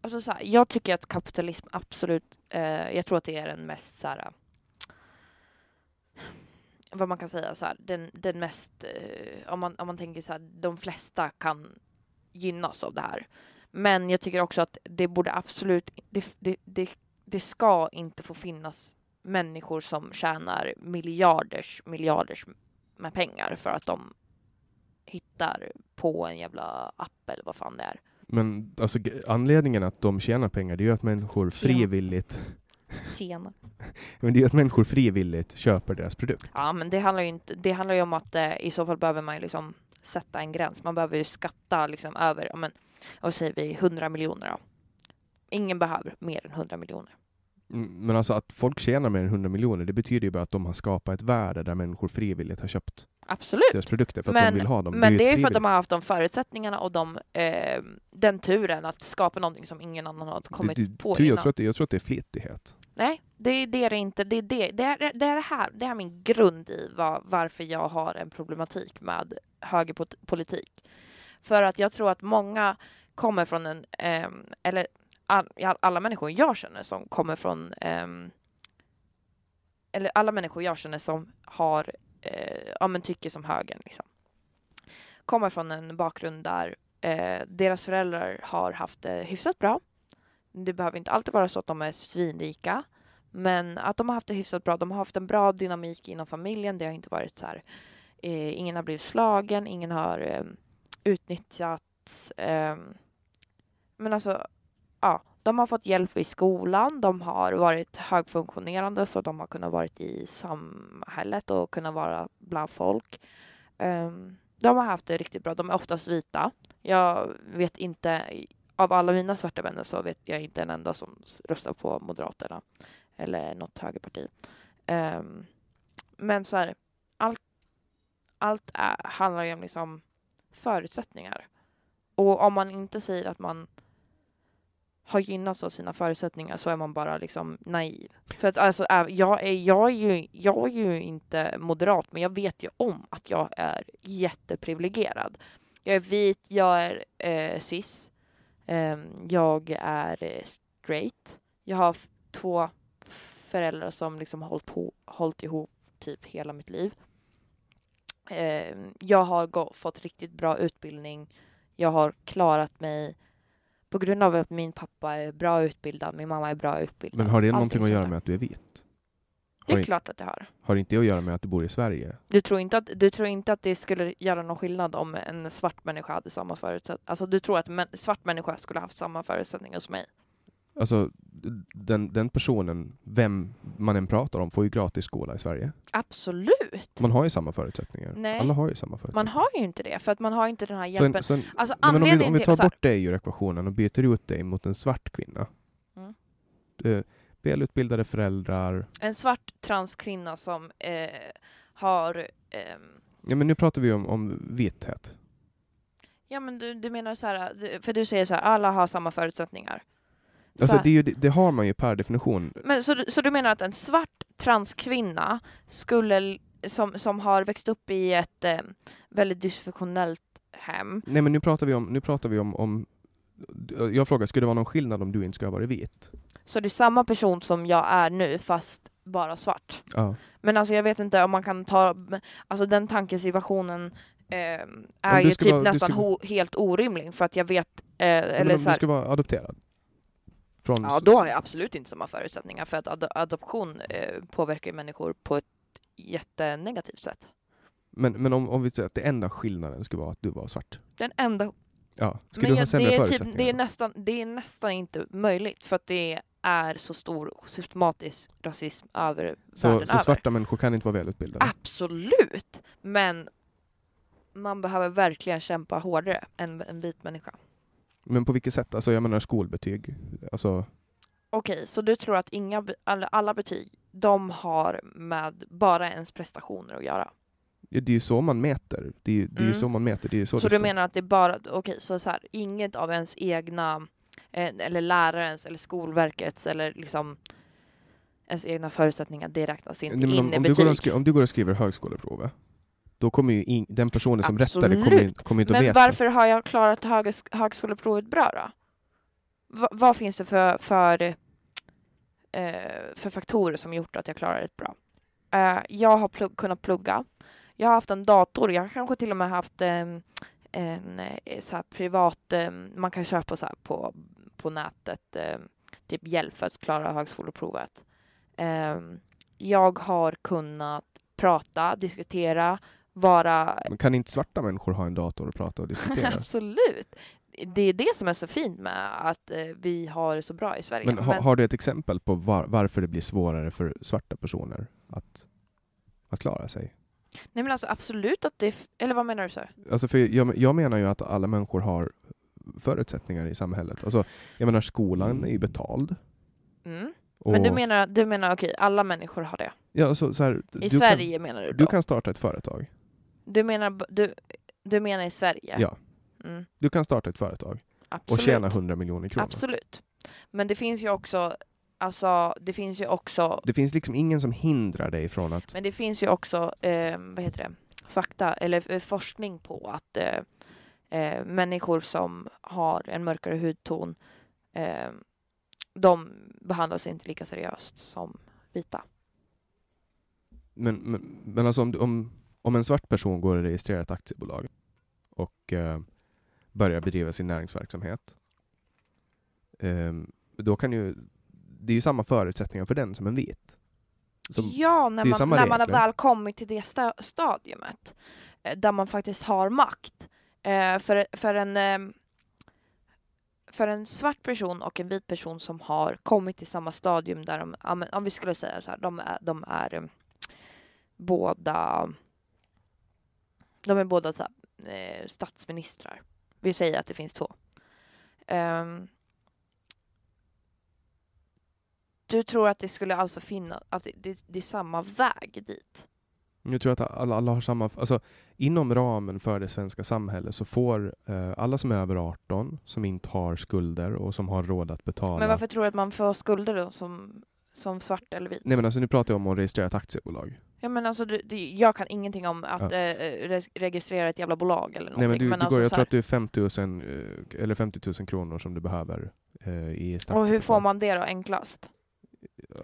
Speaker 3: Alltså så här, jag tycker att kapitalism absolut... Eh, jag tror att det är den mest så här, Vad man kan säga så här, den, den mest... Eh, om, man, om man tänker så här, de flesta kan gynnas av det här. Men jag tycker också att det borde absolut... Det, det, det, det ska inte få finnas människor som tjänar miljarders miljarders med pengar för att de hittar på en jävla app eller vad fan det är.
Speaker 2: Men alltså, g- anledningen att de tjänar pengar det är ju att människor frivilligt
Speaker 3: Tjena.
Speaker 2: Men det är ju att människor frivilligt köper deras produkt.
Speaker 3: Ja, men det handlar ju, inte, det handlar ju om att eh, i så fall behöver man ju liksom sätta en gräns. Man behöver ju skatta liksom över, ja, men, och säger vi 100 miljoner då. Ingen behöver mer än 100 miljoner.
Speaker 2: Mm, Men alltså att folk tjänar mer än 100 miljoner, det betyder ju bara att de har skapat ett värde där människor frivilligt har köpt
Speaker 3: Absolut.
Speaker 2: deras produkter för att
Speaker 3: Men-
Speaker 2: de vill ha dem.
Speaker 3: Men
Speaker 2: ju
Speaker 3: det är
Speaker 2: ett
Speaker 3: ju för att de
Speaker 2: frivilligt-
Speaker 3: har haft de förutsättningarna och de, eh, den turen att skapa någonting som ingen annan har kommit
Speaker 2: det, det,
Speaker 3: på
Speaker 2: ty,
Speaker 3: innan.
Speaker 2: jag, tror att, det- jag tror att det är flitighet.
Speaker 3: Nej, det är det det inte. Det är det, det, är, det, är det här. Det är min grund i var, varför jag har en problematik med högerpolitik. För att jag tror att många kommer från en, ehm, eller all, ja, alla människor jag känner som kommer från, ehm, eller alla människor jag känner som har, eh, ja men tycker som högern liksom, kommer från en bakgrund där eh, deras föräldrar har haft det hyfsat bra. Det behöver inte alltid vara så att de är svinrika. Men att de har haft det hyfsat bra. De har haft en bra dynamik inom familjen. Det har inte varit så här. Eh, ingen har blivit slagen. Ingen har eh, utnyttjats. Eh, men alltså, ja. De har fått hjälp i skolan. De har varit högfunktionerande så de har kunnat vara i samhället och kunnat vara bland folk. Eh, de har haft det riktigt bra. De är oftast vita. Jag vet inte av alla mina svarta vänner så vet jag inte en enda som s- röstar på Moderaterna eller något högerparti. Ehm, men så här, allt, allt är, handlar ju om liksom förutsättningar. Och om man inte säger att man har gynnats av sina förutsättningar så är man bara liksom naiv. För att alltså, ä- jag är, jag är, ju, jag är ju inte moderat, men jag vet ju om att jag är jätteprivilegierad. Jag är vit, jag är eh, cis, Ehm, jag är eh, straight. Jag har f- två föräldrar som liksom hållit, på, hållit ihop typ hela mitt liv. Ehm, jag har gå, fått riktigt bra utbildning. Jag har klarat mig på grund av att min pappa är bra utbildad, min mamma är bra utbildad.
Speaker 2: Men har det
Speaker 3: Allting
Speaker 2: någonting att
Speaker 3: sånt
Speaker 2: göra
Speaker 3: där.
Speaker 2: med att du är vit?
Speaker 3: Det
Speaker 2: Har
Speaker 3: är
Speaker 2: i-
Speaker 3: klart att det har.
Speaker 2: Har det inte att göra med att du bor i Sverige?
Speaker 3: Du tror, inte att, du tror inte att det skulle göra någon skillnad om en svart människa hade samma förutsättningar? Alltså du tror att en mä- svart människa skulle haft samma förutsättningar som mig?
Speaker 2: Alltså, den, den personen, vem man än pratar om, får ju gratis skola i Sverige.
Speaker 3: Absolut!
Speaker 2: Man har ju samma förutsättningar.
Speaker 3: Nej.
Speaker 2: Alla har ju samma förutsättningar.
Speaker 3: Man har ju inte det, för att man har inte den här
Speaker 2: Så en-
Speaker 3: hjälpen.
Speaker 2: så en-
Speaker 3: alltså
Speaker 2: Nej, men om, vi,
Speaker 3: anledningen
Speaker 2: om vi
Speaker 3: till...
Speaker 2: tar
Speaker 3: så här,
Speaker 2: bort dig ur ekvationen och byter ut dig mot en svart kvinna.
Speaker 3: Mm.
Speaker 2: Eh, välutbildade föräldrar.
Speaker 3: En svart transkvinna som eh, har... ehm,
Speaker 2: Ja, men nu pratar vi om, om vithet.
Speaker 3: ja men du, du menar så här, du- för du säger så här, alla har samma förutsättningar. Så
Speaker 2: Alltså,
Speaker 3: här-
Speaker 2: det, är ju, det, det har man ju per definition.
Speaker 3: Men så, du- så du menar att en svart transkvinna skulle, l- som, som har växt upp i ett eh, väldigt dysfunktionellt hem,
Speaker 2: Nej, men nu pratar vi om... Nu pratar vi om, om jag frågar, skulle det vara någon skillnad om du inte skulle ha varit vit?
Speaker 3: så det är samma person som jag är nu fast bara svart?
Speaker 2: Ja.
Speaker 3: Men alltså jag vet inte om man kan ta, alltså den tankesituationen eh, är
Speaker 2: du
Speaker 3: ju
Speaker 2: ska
Speaker 3: typ
Speaker 2: vara- du
Speaker 3: nästan
Speaker 2: ska-
Speaker 3: ho- helt orimlig för att jag vet, eh,
Speaker 2: Men
Speaker 3: eller
Speaker 2: om
Speaker 3: så
Speaker 2: du
Speaker 3: här,
Speaker 2: skulle vara adopterad? Från
Speaker 3: ja då har jag absolut inte samma förutsättningar för att ad- adoption eh, påverkar ju människor på ett jättenegativt sätt.
Speaker 2: Men, men om, om vi säger att det enda skillnaden skulle vara att du var svart.
Speaker 3: Den enda,
Speaker 2: Ja. Skulle du ha
Speaker 3: jag,
Speaker 2: sämre
Speaker 3: det, är
Speaker 2: förutsättningar?
Speaker 3: typ, det, är nästan, det är nästan inte möjligt för att det är så stor systematisk rasism över
Speaker 2: så,
Speaker 3: världen
Speaker 2: så
Speaker 3: över. Ah.
Speaker 2: svarta människor kan inte vara välutbildade?
Speaker 3: Absolut! Men man behöver verkligen kämpa hårdare än en vit människa.
Speaker 2: Men på vilket sätt? Alltså jag menar skolbetyg. Alltså,
Speaker 3: Okej, så du tror att inga, be- alla, alla betyg, de har med bara ens prestationer att göra?
Speaker 2: ja, det är ju så man mäter. Det är ju det är ju
Speaker 3: Mm.
Speaker 2: så man mäter. Det är ju så,
Speaker 3: Så
Speaker 2: det
Speaker 3: du
Speaker 2: står.
Speaker 3: menar att det är bara, okej, så, så här, inget av ens egna, eh, eller lärarens, eller Skolverkets, eller liksom ens egna förutsättningar, det räknas inte
Speaker 2: Nej, men
Speaker 3: in
Speaker 2: om,
Speaker 3: i
Speaker 2: om, du
Speaker 3: betyg?
Speaker 2: går och skri- om du går och skriver högskoleprovet, då kommer ju in, den personen som rättar det kommer, ju-
Speaker 3: Absolut.
Speaker 2: kommer inte att
Speaker 3: Men
Speaker 2: veta.
Speaker 3: varför har jag klarat höges, högskoleprovet bra då? Va, vad finns det för, för, eh, för faktorer som gjort att jag klarar det bra? Eh, jag har plugg, kunnat plugga. Jag har haft en dator. Jag har kanske till och med haft en, en eh, så här privat... Eh, man kan köpa så här på, på nätet eh, typ hjälp för att klara högskoleprovet. Eh, jag har kunnat prata, diskutera, vara <laughs>
Speaker 2: Men kan inte svarta människor ha en dator och prata och diskutera?
Speaker 3: Absolut. det är det som är så fint med att eh, vi har det så bra i Sverige.
Speaker 2: Men ha, har du ett exempel på var, varför det blir svårare för svarta personer att, att klara sig?
Speaker 3: Nej men alltså absolut att det, är f- eller vad menar du så?
Speaker 2: Alltså för jag, jag menar ju att alla människor har förutsättningar i samhället. Alltså, jag menar skolan är ju betald.
Speaker 3: Mm.
Speaker 2: Och,
Speaker 3: Men du menar, du menar okej, alla människor har det.
Speaker 2: ja, alltså, så, så här,
Speaker 3: I
Speaker 2: du
Speaker 3: Sverige menar du
Speaker 2: Kan,
Speaker 3: då?
Speaker 2: du kan starta ett företag.
Speaker 3: Du menar, b- du, du menar i Sverige?
Speaker 2: Ja.
Speaker 3: Mm,
Speaker 2: Du kan starta ett företag och
Speaker 3: absolut.
Speaker 2: tjäna 100 miljoner kronor.
Speaker 3: Absolut. Men det finns ju också, alltså det finns ju också,
Speaker 2: Det finns liksom ingen som hindrar dig från att...
Speaker 3: men det finns ju också, eh, vad heter det, fakta eller eh, forskning på att eh, eh, människor som har en mörkare hudton, eh, de behandlas inte lika seriöst som vita.
Speaker 2: Men, men, men alltså om, du- om, om en svart person går och registrerar ett aktiebolag och eh, börjar bedriva sin näringsverksamhet, ehm, då kan ju... Det är ju samma förutsättningar för den som en vit. Som,
Speaker 3: ja, när
Speaker 2: det är
Speaker 3: man,
Speaker 2: samma
Speaker 3: när man har
Speaker 2: regler.
Speaker 3: väl kommit till det sta stadiumet eh, där man faktiskt har makt. Eh, för, för, en, eh, för en svart person och en vit person som har kommit till samma stadium där de, ja, men om vi skulle säga så här, de är, de är eh, båda de är båda så här, eh, statsministrar. Vi säger att det finns två. Ehm, du tror att det skulle alltså finnas, att det, det, det är samma väg dit?
Speaker 2: Jag tror att alla, alla har samma... Alltså, inom ramen för det svenska samhället så får eh, alla som är över 18, som inte har skulder och som har råd att betala...
Speaker 3: Men varför tror du att man får skulder då som, som svart eller vit?
Speaker 2: Nej men alltså nu pratar jag om att registrera ett aktiebolag.
Speaker 3: Ja, men alltså, du, det, jag kan ingenting om att
Speaker 2: Ja.
Speaker 3: eh, res- registrera ett jävla bolag eller någonting.
Speaker 2: Nej, men du, du
Speaker 3: alltså,
Speaker 2: går, jag
Speaker 3: så
Speaker 2: tror
Speaker 3: här,
Speaker 2: att du är 50 000, eh, eller 50 000 kronor som du behöver eh, i startkapital.
Speaker 3: och hur får man det då enklast?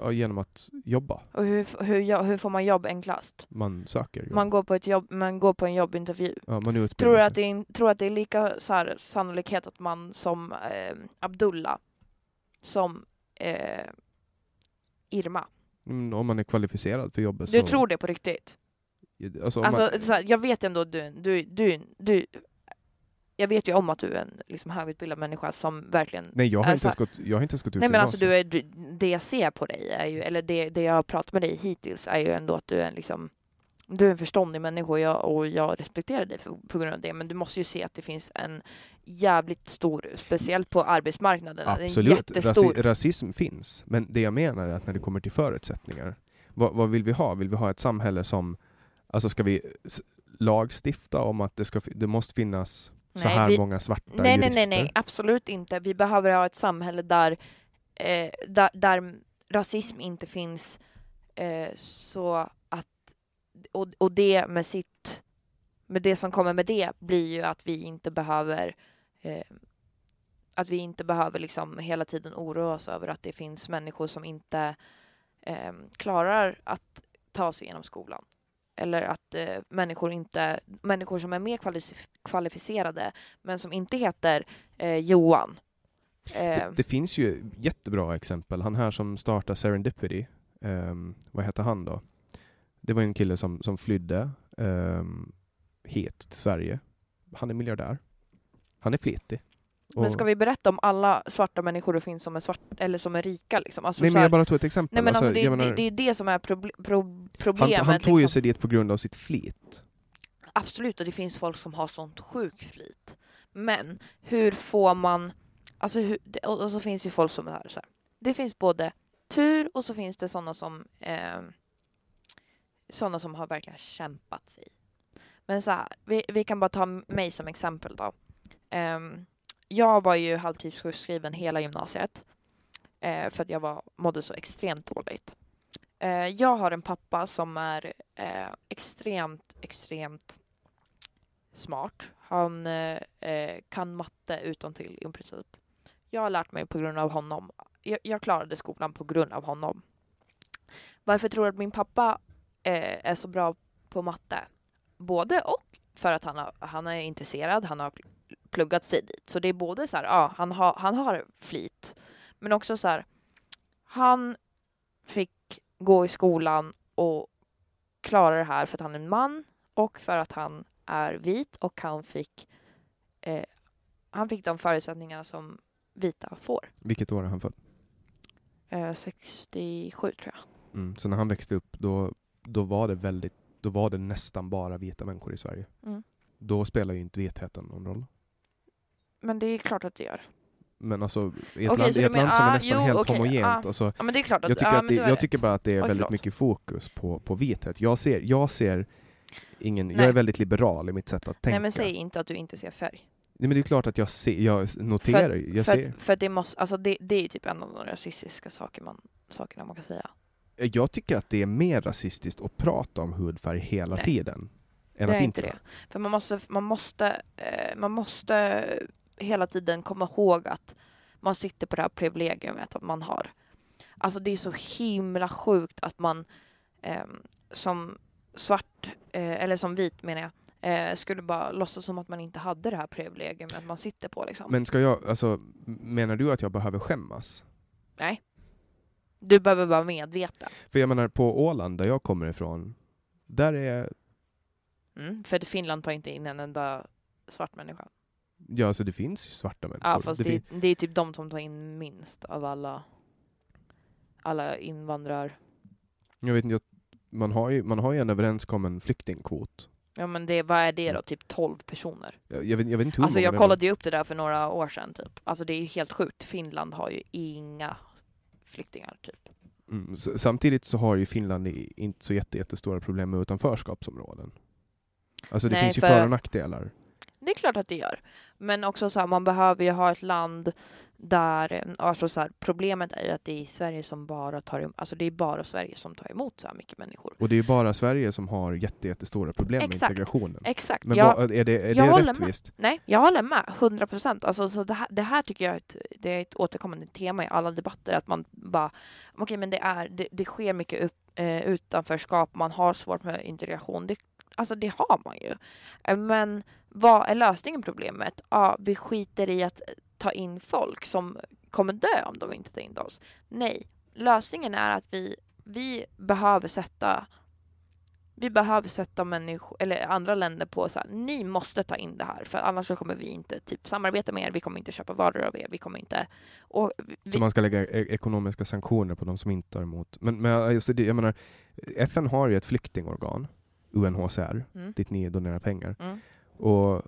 Speaker 2: Ja, genom att jobba.
Speaker 3: Och hur, f- hur, jo- hur får man jobb enklast?
Speaker 2: Man söker jobb.
Speaker 3: Man, går på ett jobb, man går på en jobbintervju.
Speaker 2: ja, man utbildar
Speaker 3: Tror du
Speaker 2: sig.
Speaker 3: att det är, in- tror du att det är lika så här, sannolikhet att man som eh, Abdullah, som eh, Irma,
Speaker 2: Mm, Om man är kvalificerad för jobbet
Speaker 3: du
Speaker 2: så...
Speaker 3: tror det på riktigt?
Speaker 2: Alltså, om man,
Speaker 3: Alltså, så här, jag vet ändå att du, du, du, du... Jag vet ju om att du är en liksom, högutbildad människa som verkligen...
Speaker 2: nej, jag har,
Speaker 3: alltså-
Speaker 2: inte ens gått, jag har inte ens gått ut
Speaker 3: Nej men alltså
Speaker 2: gymnasiet.
Speaker 3: du är, du, det jag ser på dig är ju, eller det, det jag har pratat med dig hittills är ju ändå att du är en liksom du är en förståndig människa och jag, och jag respekterar dig för, på grund av det men du måste ju se att det finns en jävligt stor, speciellt på arbetsmarknaden, en
Speaker 2: Absolut,
Speaker 3: jättestor...
Speaker 2: Rasi rasism finns. Men det jag menar är att när det kommer till förutsättningar, vad, vad vill vi ha? Vill vi ha ett samhälle som, alltså ska vi s- lagstifta om att det, ska, fi- det måste finnas så
Speaker 3: Nej,
Speaker 2: här
Speaker 3: vi-
Speaker 2: många svarta
Speaker 3: Nej, nej,
Speaker 2: jurister?
Speaker 3: nej, nej, absolut inte. Vi behöver ha ett samhälle där, eh, där, där rasism inte finns eh, så att, och, och det med sitt, med det som kommer med det blir ju att vi inte behöver eh, att vi inte behöver liksom hela tiden oroa oss över att det finns människor som inte eh, klarar att ta sig igenom skolan. Eller att eh, människor, inte, människor som är mer kvalif- kvalificerade men som inte heter eh, Johan. Eh,
Speaker 2: Det, det finns ju jättebra exempel. Han här som startade Serendipity, ehm, vad hette han då? Det var en kille som, som flydde um, hit till Sverige. Han är miljardär. Han är flitig.
Speaker 3: men
Speaker 2: Och-
Speaker 3: ska vi berätta om alla svarta människor det finns som är, svart, eller som är rika? Liksom? Alltså,
Speaker 2: Nej
Speaker 3: så
Speaker 2: men
Speaker 3: här-
Speaker 2: jag bara tog ett exempel.
Speaker 3: nej, men alltså,
Speaker 2: Alltså,
Speaker 3: det,
Speaker 2: jag menar,
Speaker 3: det, det är det som är proble- pro-
Speaker 2: han,
Speaker 3: problemet.
Speaker 2: han tog ju
Speaker 3: liksom.
Speaker 2: sig dit på grund av sitt flit.
Speaker 3: Absolut, och det finns folk som har sånt sjuk flit. Men hur får man... Alltså, hur, det, och, och så finns ju folk som är här, så här. Det finns både tur och så finns det sådana som eh, sådana som har verkligen kämpat sig. Men så här, vi, vi kan bara ta mig som exempel då. Ehm, jag var ju halvtidssjukskriven hela gymnasiet eh, för att jag var, mådde så extremt dåligt. Eh, jag har en pappa som är eh, extremt, extremt smart. Han eh, eh, kan matte utan till i princip. Jag har lärt mig på grund av honom. Jag, jag klarade skolan på grund av honom. Varför tror du att min pappa eh, är så bra på matte? Både och. För att han, har, han är intresserad, han har pluggat sig dit. Så det är både så här, ja, han har, han har flit. Men också så här, han fick gå i skolan och klara det här för att han är en man och för att han är vit och han fick eh, han fick de förutsättningarna som vita får.
Speaker 2: Vilket år är han född?
Speaker 3: Eh, 67 tror jag.
Speaker 2: Mm. Så när han växte upp, då, då, var det väldigt, då var det nästan bara vita människor i Sverige.
Speaker 3: Mm.
Speaker 2: Då spelar ju inte vetheten någon roll.
Speaker 3: Men det är klart att det gör.
Speaker 2: Men alltså, i ett
Speaker 3: Okej,
Speaker 2: land,
Speaker 3: så
Speaker 2: i
Speaker 3: du
Speaker 2: ett
Speaker 3: men-
Speaker 2: land som är
Speaker 3: ah,
Speaker 2: nästan
Speaker 3: jo,
Speaker 2: helt
Speaker 3: okej,
Speaker 2: homogent.
Speaker 3: ah.
Speaker 2: Alltså,
Speaker 3: Ja men det är klart att
Speaker 2: jag tycker,
Speaker 3: ja,
Speaker 2: att
Speaker 3: men
Speaker 2: det,
Speaker 3: du har
Speaker 2: jag
Speaker 3: rätt.
Speaker 2: tycker bara att det är
Speaker 3: Oj,
Speaker 2: väldigt
Speaker 3: förlåt.
Speaker 2: mycket fokus på, på vetet. Jag ser, jag ser ingen, jag
Speaker 3: Nej.
Speaker 2: är väldigt liberal i mitt sätt att tänka.
Speaker 3: Nej men säg inte att du inte ser färg.
Speaker 2: Nej, men det är klart att jag, ser, jag noterar, jag
Speaker 3: för,
Speaker 2: ser.
Speaker 3: Att, för att det måste, alltså det, det är ju typ en av de rasistiska saker man, sakerna man kan säga.
Speaker 2: Jag tycker att det är mer rasistiskt att prata om hudfärg hela
Speaker 3: Nej.
Speaker 2: tiden. Än
Speaker 3: det
Speaker 2: att
Speaker 3: är inte
Speaker 2: inte
Speaker 3: det. För man måste, man måste, eh, man måste hela tiden komma ihåg att man sitter på det här privilegiumet att man har. Alltså det är så himla sjukt att man ehm, som svart, eh, eller som vit menar jag, eh, skulle bara låtsas som att man inte hade det här privilegiumet man sitter på liksom.
Speaker 2: Men ska jag, alltså, menar du att jag behöver skämmas?
Speaker 3: Du behöver vara medveten.
Speaker 2: För jag menar, på Åland där jag kommer ifrån, där är,
Speaker 3: Mm, för att Finland tar inte in en enda svart människa.
Speaker 2: ja alltså det finns ju svarta människor.
Speaker 3: Ja fast
Speaker 2: Alltså, det
Speaker 3: det,
Speaker 2: fin-
Speaker 3: det är typ de som tar in minst av alla, alla invandrar
Speaker 2: jag vet inte, jag, man, har ju, man har ju en överenskommen flyktingkvot.
Speaker 3: Ja men det, vad är det då? Typ 12 personer?
Speaker 2: Jag, jag, vet, jag vet inte hur
Speaker 3: Alltså
Speaker 2: Mm. många
Speaker 3: jag
Speaker 2: det var.
Speaker 3: kollade ju upp det där för några år sedan typ. Alltså det är ju helt sjukt. Finland har ju inga flyktingar typ.
Speaker 2: Mm, s- samtidigt så har ju Finland i- inte så jätte, jättestora problem med utanförskapsområden. Alltså det
Speaker 3: Nej,
Speaker 2: finns ju
Speaker 3: för-
Speaker 2: för och nackdelar.
Speaker 3: Det är klart att det gör. Men också så här, man behöver ju ha ett land där, eh, alltså så här, problemet är ju att det är Sverige som bara tar emot, alltså det är bara Sverige som tar emot så här mycket människor.
Speaker 2: Och det är ju bara Sverige som har jätte, jättestora problem med
Speaker 3: Exakt.
Speaker 2: integrationen.
Speaker 3: Exakt.
Speaker 2: Men
Speaker 3: jag,
Speaker 2: vad, är det, är
Speaker 3: jag håller
Speaker 2: det
Speaker 3: med.
Speaker 2: rättvist?
Speaker 3: Nej, jag håller med. 100 procent. Alltså, så det, här, det här tycker jag är ett, det är ett återkommande tema i alla debatter. Att man bara, okej men det, är, det, det sker mycket upp, eh, utanförskap, man har svårt med integration. Det, alltså det har man ju. Eh, Men vad är lösningen på problemet? Ja, vi skiter i att ta in folk som kommer dö om de inte tar in oss. Nej, lösningen är att vi, vi behöver sätta vi behöver sätta människor, eller andra länder på så här, ni måste ta in det här för annars så kommer vi inte typ samarbeta med er, vi kommer inte köpa varor av er, vi kommer inte... Och
Speaker 2: Så
Speaker 3: vi,
Speaker 2: man ska lägga e- ekonomiska sanktioner på de som inte tar emot. Men, men alltså det, jag menar, FN har ju ett flyktingorgan, UNHCR,
Speaker 3: Mm.
Speaker 2: dit ni donerar pengar.
Speaker 3: Mm.
Speaker 2: Och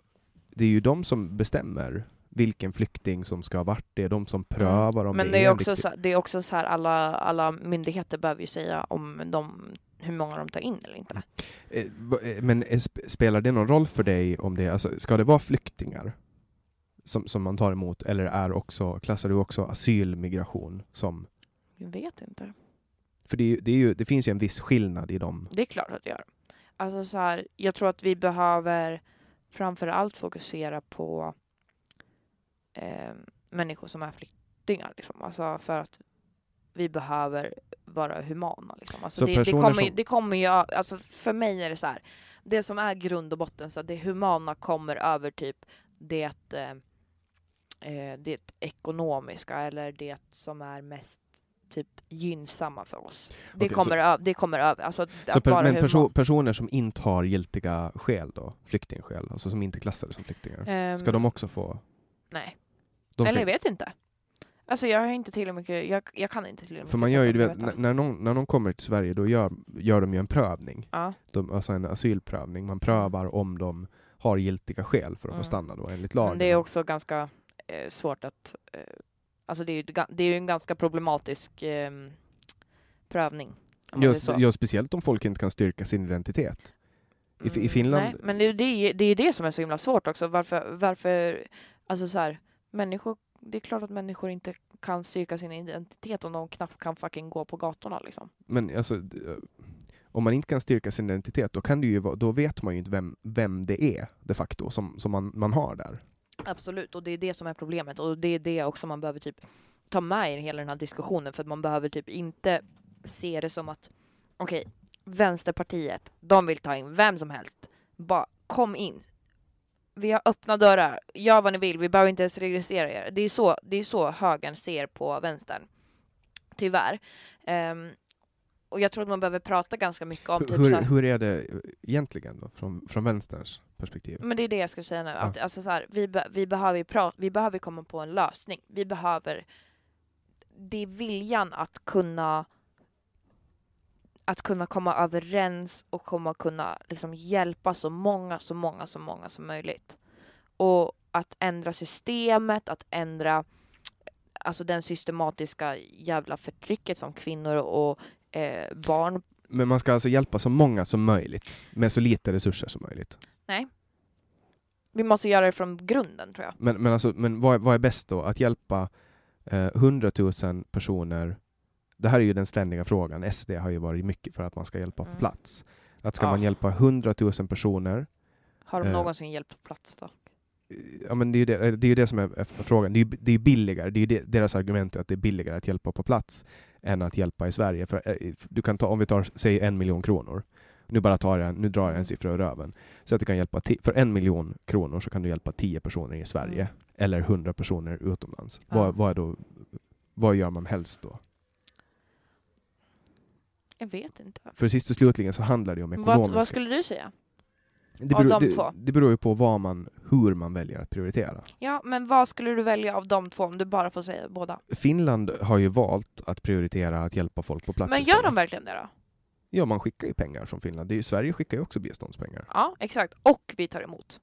Speaker 2: det är ju de som bestämmer vilken flykting som ska ha varit det, är de som prövar om
Speaker 3: Mm. men
Speaker 2: det
Speaker 3: det är,
Speaker 2: en
Speaker 3: också
Speaker 2: riktig-
Speaker 3: så, det är också så här, alla, alla myndigheter behöver ju säga om de, hur många de tar in eller inte.
Speaker 2: Eh, va- eh, Men eh, sp- spelar det någon roll för dig om det, alltså, ska det vara flyktingar som, som man tar emot, eller är också, klassar du också asylmigration som,
Speaker 3: Jag vet inte.
Speaker 2: för det, är ju- det, är ju, det finns ju en viss skillnad i dem.
Speaker 3: Det är klart att det gör. Alltså så här, jag tror att vi behöver framför allt fokusera på eh, människor som är flyktingar. Liksom. Alltså för att vi behöver vara humana. Liksom. Alltså
Speaker 2: Så
Speaker 3: det, det,
Speaker 2: personer
Speaker 3: kommer, ju-
Speaker 2: som-
Speaker 3: det kommer ju, alltså för mig är det så här, det som är grund och botten, så att det humana kommer över typ det, eh, eh, det ekonomiska eller det som är mest typ gynnsamma för oss. Det,
Speaker 2: Okej, så-
Speaker 3: kommer, ö- det kommer över. Alltså,
Speaker 2: Så
Speaker 3: att
Speaker 2: per,
Speaker 3: vara
Speaker 2: men
Speaker 3: human.
Speaker 2: perso personer som inte har giltiga skäl då, flyktingskäl, alltså som inte klassade som flyktingar,
Speaker 3: Ehm,
Speaker 2: ska de också få?
Speaker 3: Nej,
Speaker 2: De ska,
Speaker 3: eller jag vet inte. Alltså jag har inte till och mycket, jag, jag kan inte till och mycket.
Speaker 2: för man gör
Speaker 3: så
Speaker 2: ju,
Speaker 3: att
Speaker 2: du
Speaker 3: jag
Speaker 2: vet,
Speaker 3: kan
Speaker 2: när,
Speaker 3: veta.
Speaker 2: när, någon, när någon kommer till Sverige då gör, gör de ju en prövning,
Speaker 3: Ja,
Speaker 2: de, alltså en asylprövning. Man prövar om de har giltiga skäl för att få
Speaker 3: Mm.
Speaker 2: stanna då enligt lagen.
Speaker 3: men det är också ganska eh, svårt att, eh, alltså det är ju, ga- det är ju en ganska problematisk eh, prövning. om man
Speaker 2: Just,
Speaker 3: säger så.
Speaker 2: ja, speciellt om folk inte kan styrka sin identitet. i Fi- i Finland-
Speaker 3: Mm, Nej, men det, är ju- det, är ju- det är ju det som är så himla svårt också. Varför, varför alltså så här, människor, det är klart att människor inte kan styrka sin identitet om de knappt kan fucking gå på gatorna liksom.
Speaker 2: Men alltså, d- eh, om man inte kan styrka sin identitet, då, kan det ju, vara- då vet man ju inte vem, vem det är de facto som, som man, man har där.
Speaker 3: Absolut, och det är det som är problemet och det är det också man behöver typ ta med i hela den här diskussionen för att man behöver typ inte se det som att okej, Vänsterpartiet, de vill ta in vem som helst. Bara kom in. Vi har öppna dörrar, gör vad ni vill, vi behöver inte ens registrera er. Det är så, det är så högern ser på vänstern. Tyvärr. Ehm, Och jag tror att man behöver prata ganska mycket om typ så
Speaker 2: hur,
Speaker 3: här-
Speaker 2: hur är det eh, egentligen då, från, från vänsterns perspektiv?
Speaker 3: Men det är det jag skulle säga nu. Att, alltså så här, vi, be- vi, behöver ju pra- vi behöver komma på en lösning. Vi behöver... Det är viljan att kunna att kunna komma överens och komma kunna liksom hjälpa så många, så många, så många som möjligt. Och att ändra systemet, att ändra alltså den systematiska jävla förtrycket som kvinnor och eh, barn
Speaker 2: Men man ska alltså hjälpa så många som möjligt med så lite resurser som möjligt.
Speaker 3: Vi måste göra det från grunden tror jag.
Speaker 2: Men, men, alltså, men vad, vad är bäst då? Att hjälpa eh, 100 000 personer? Det här är ju den ständiga frågan. SD har ju varit mycket för att man ska hjälpa
Speaker 3: Mm.
Speaker 2: på plats. Att ska
Speaker 3: Ja.
Speaker 2: man hjälpa 100 000 personer?
Speaker 3: Har de
Speaker 2: Eh.
Speaker 3: någonsin hjälpt på plats då?
Speaker 2: Eh, Ja, men det, är ju det, det är ju det som är, är frågan. Det är ju det är billigare. Det är ju det, deras argument är att det är billigare att hjälpa på plats än att hjälpa i Sverige. För, eh, du kan ta, om vi tar, säg en miljon kronor. Nu, bara tar jag, nu drar jag en siffra ur röven. Så att du kan hjälpa, ti- för en miljon kronor så kan du hjälpa tio personer i Sverige.
Speaker 3: Mm.
Speaker 2: eller 100 personer utomlands.
Speaker 3: Ja.
Speaker 2: Vad, vad, är då, vad gör man helst då?
Speaker 3: Jag vet inte.
Speaker 2: För sist och slutligen så handlar det om
Speaker 3: Vad,
Speaker 2: ekonomiska...
Speaker 3: vad skulle du säga?
Speaker 2: det,
Speaker 3: av
Speaker 2: beror,
Speaker 3: de
Speaker 2: det,
Speaker 3: två?
Speaker 2: det beror ju på vad man, hur man väljer att prioritera.
Speaker 3: Ja, men vad skulle du välja av de två om du bara får säga båda?
Speaker 2: Finland har ju valt att prioritera att hjälpa folk på plats.
Speaker 3: Men gör
Speaker 2: istället.
Speaker 3: de verkligen det då?
Speaker 2: Ja, man skickar ju pengar från Finland. Det är ju, Sverige skickar ju också biståndspengar.
Speaker 3: Ja, exakt. Och vi tar emot.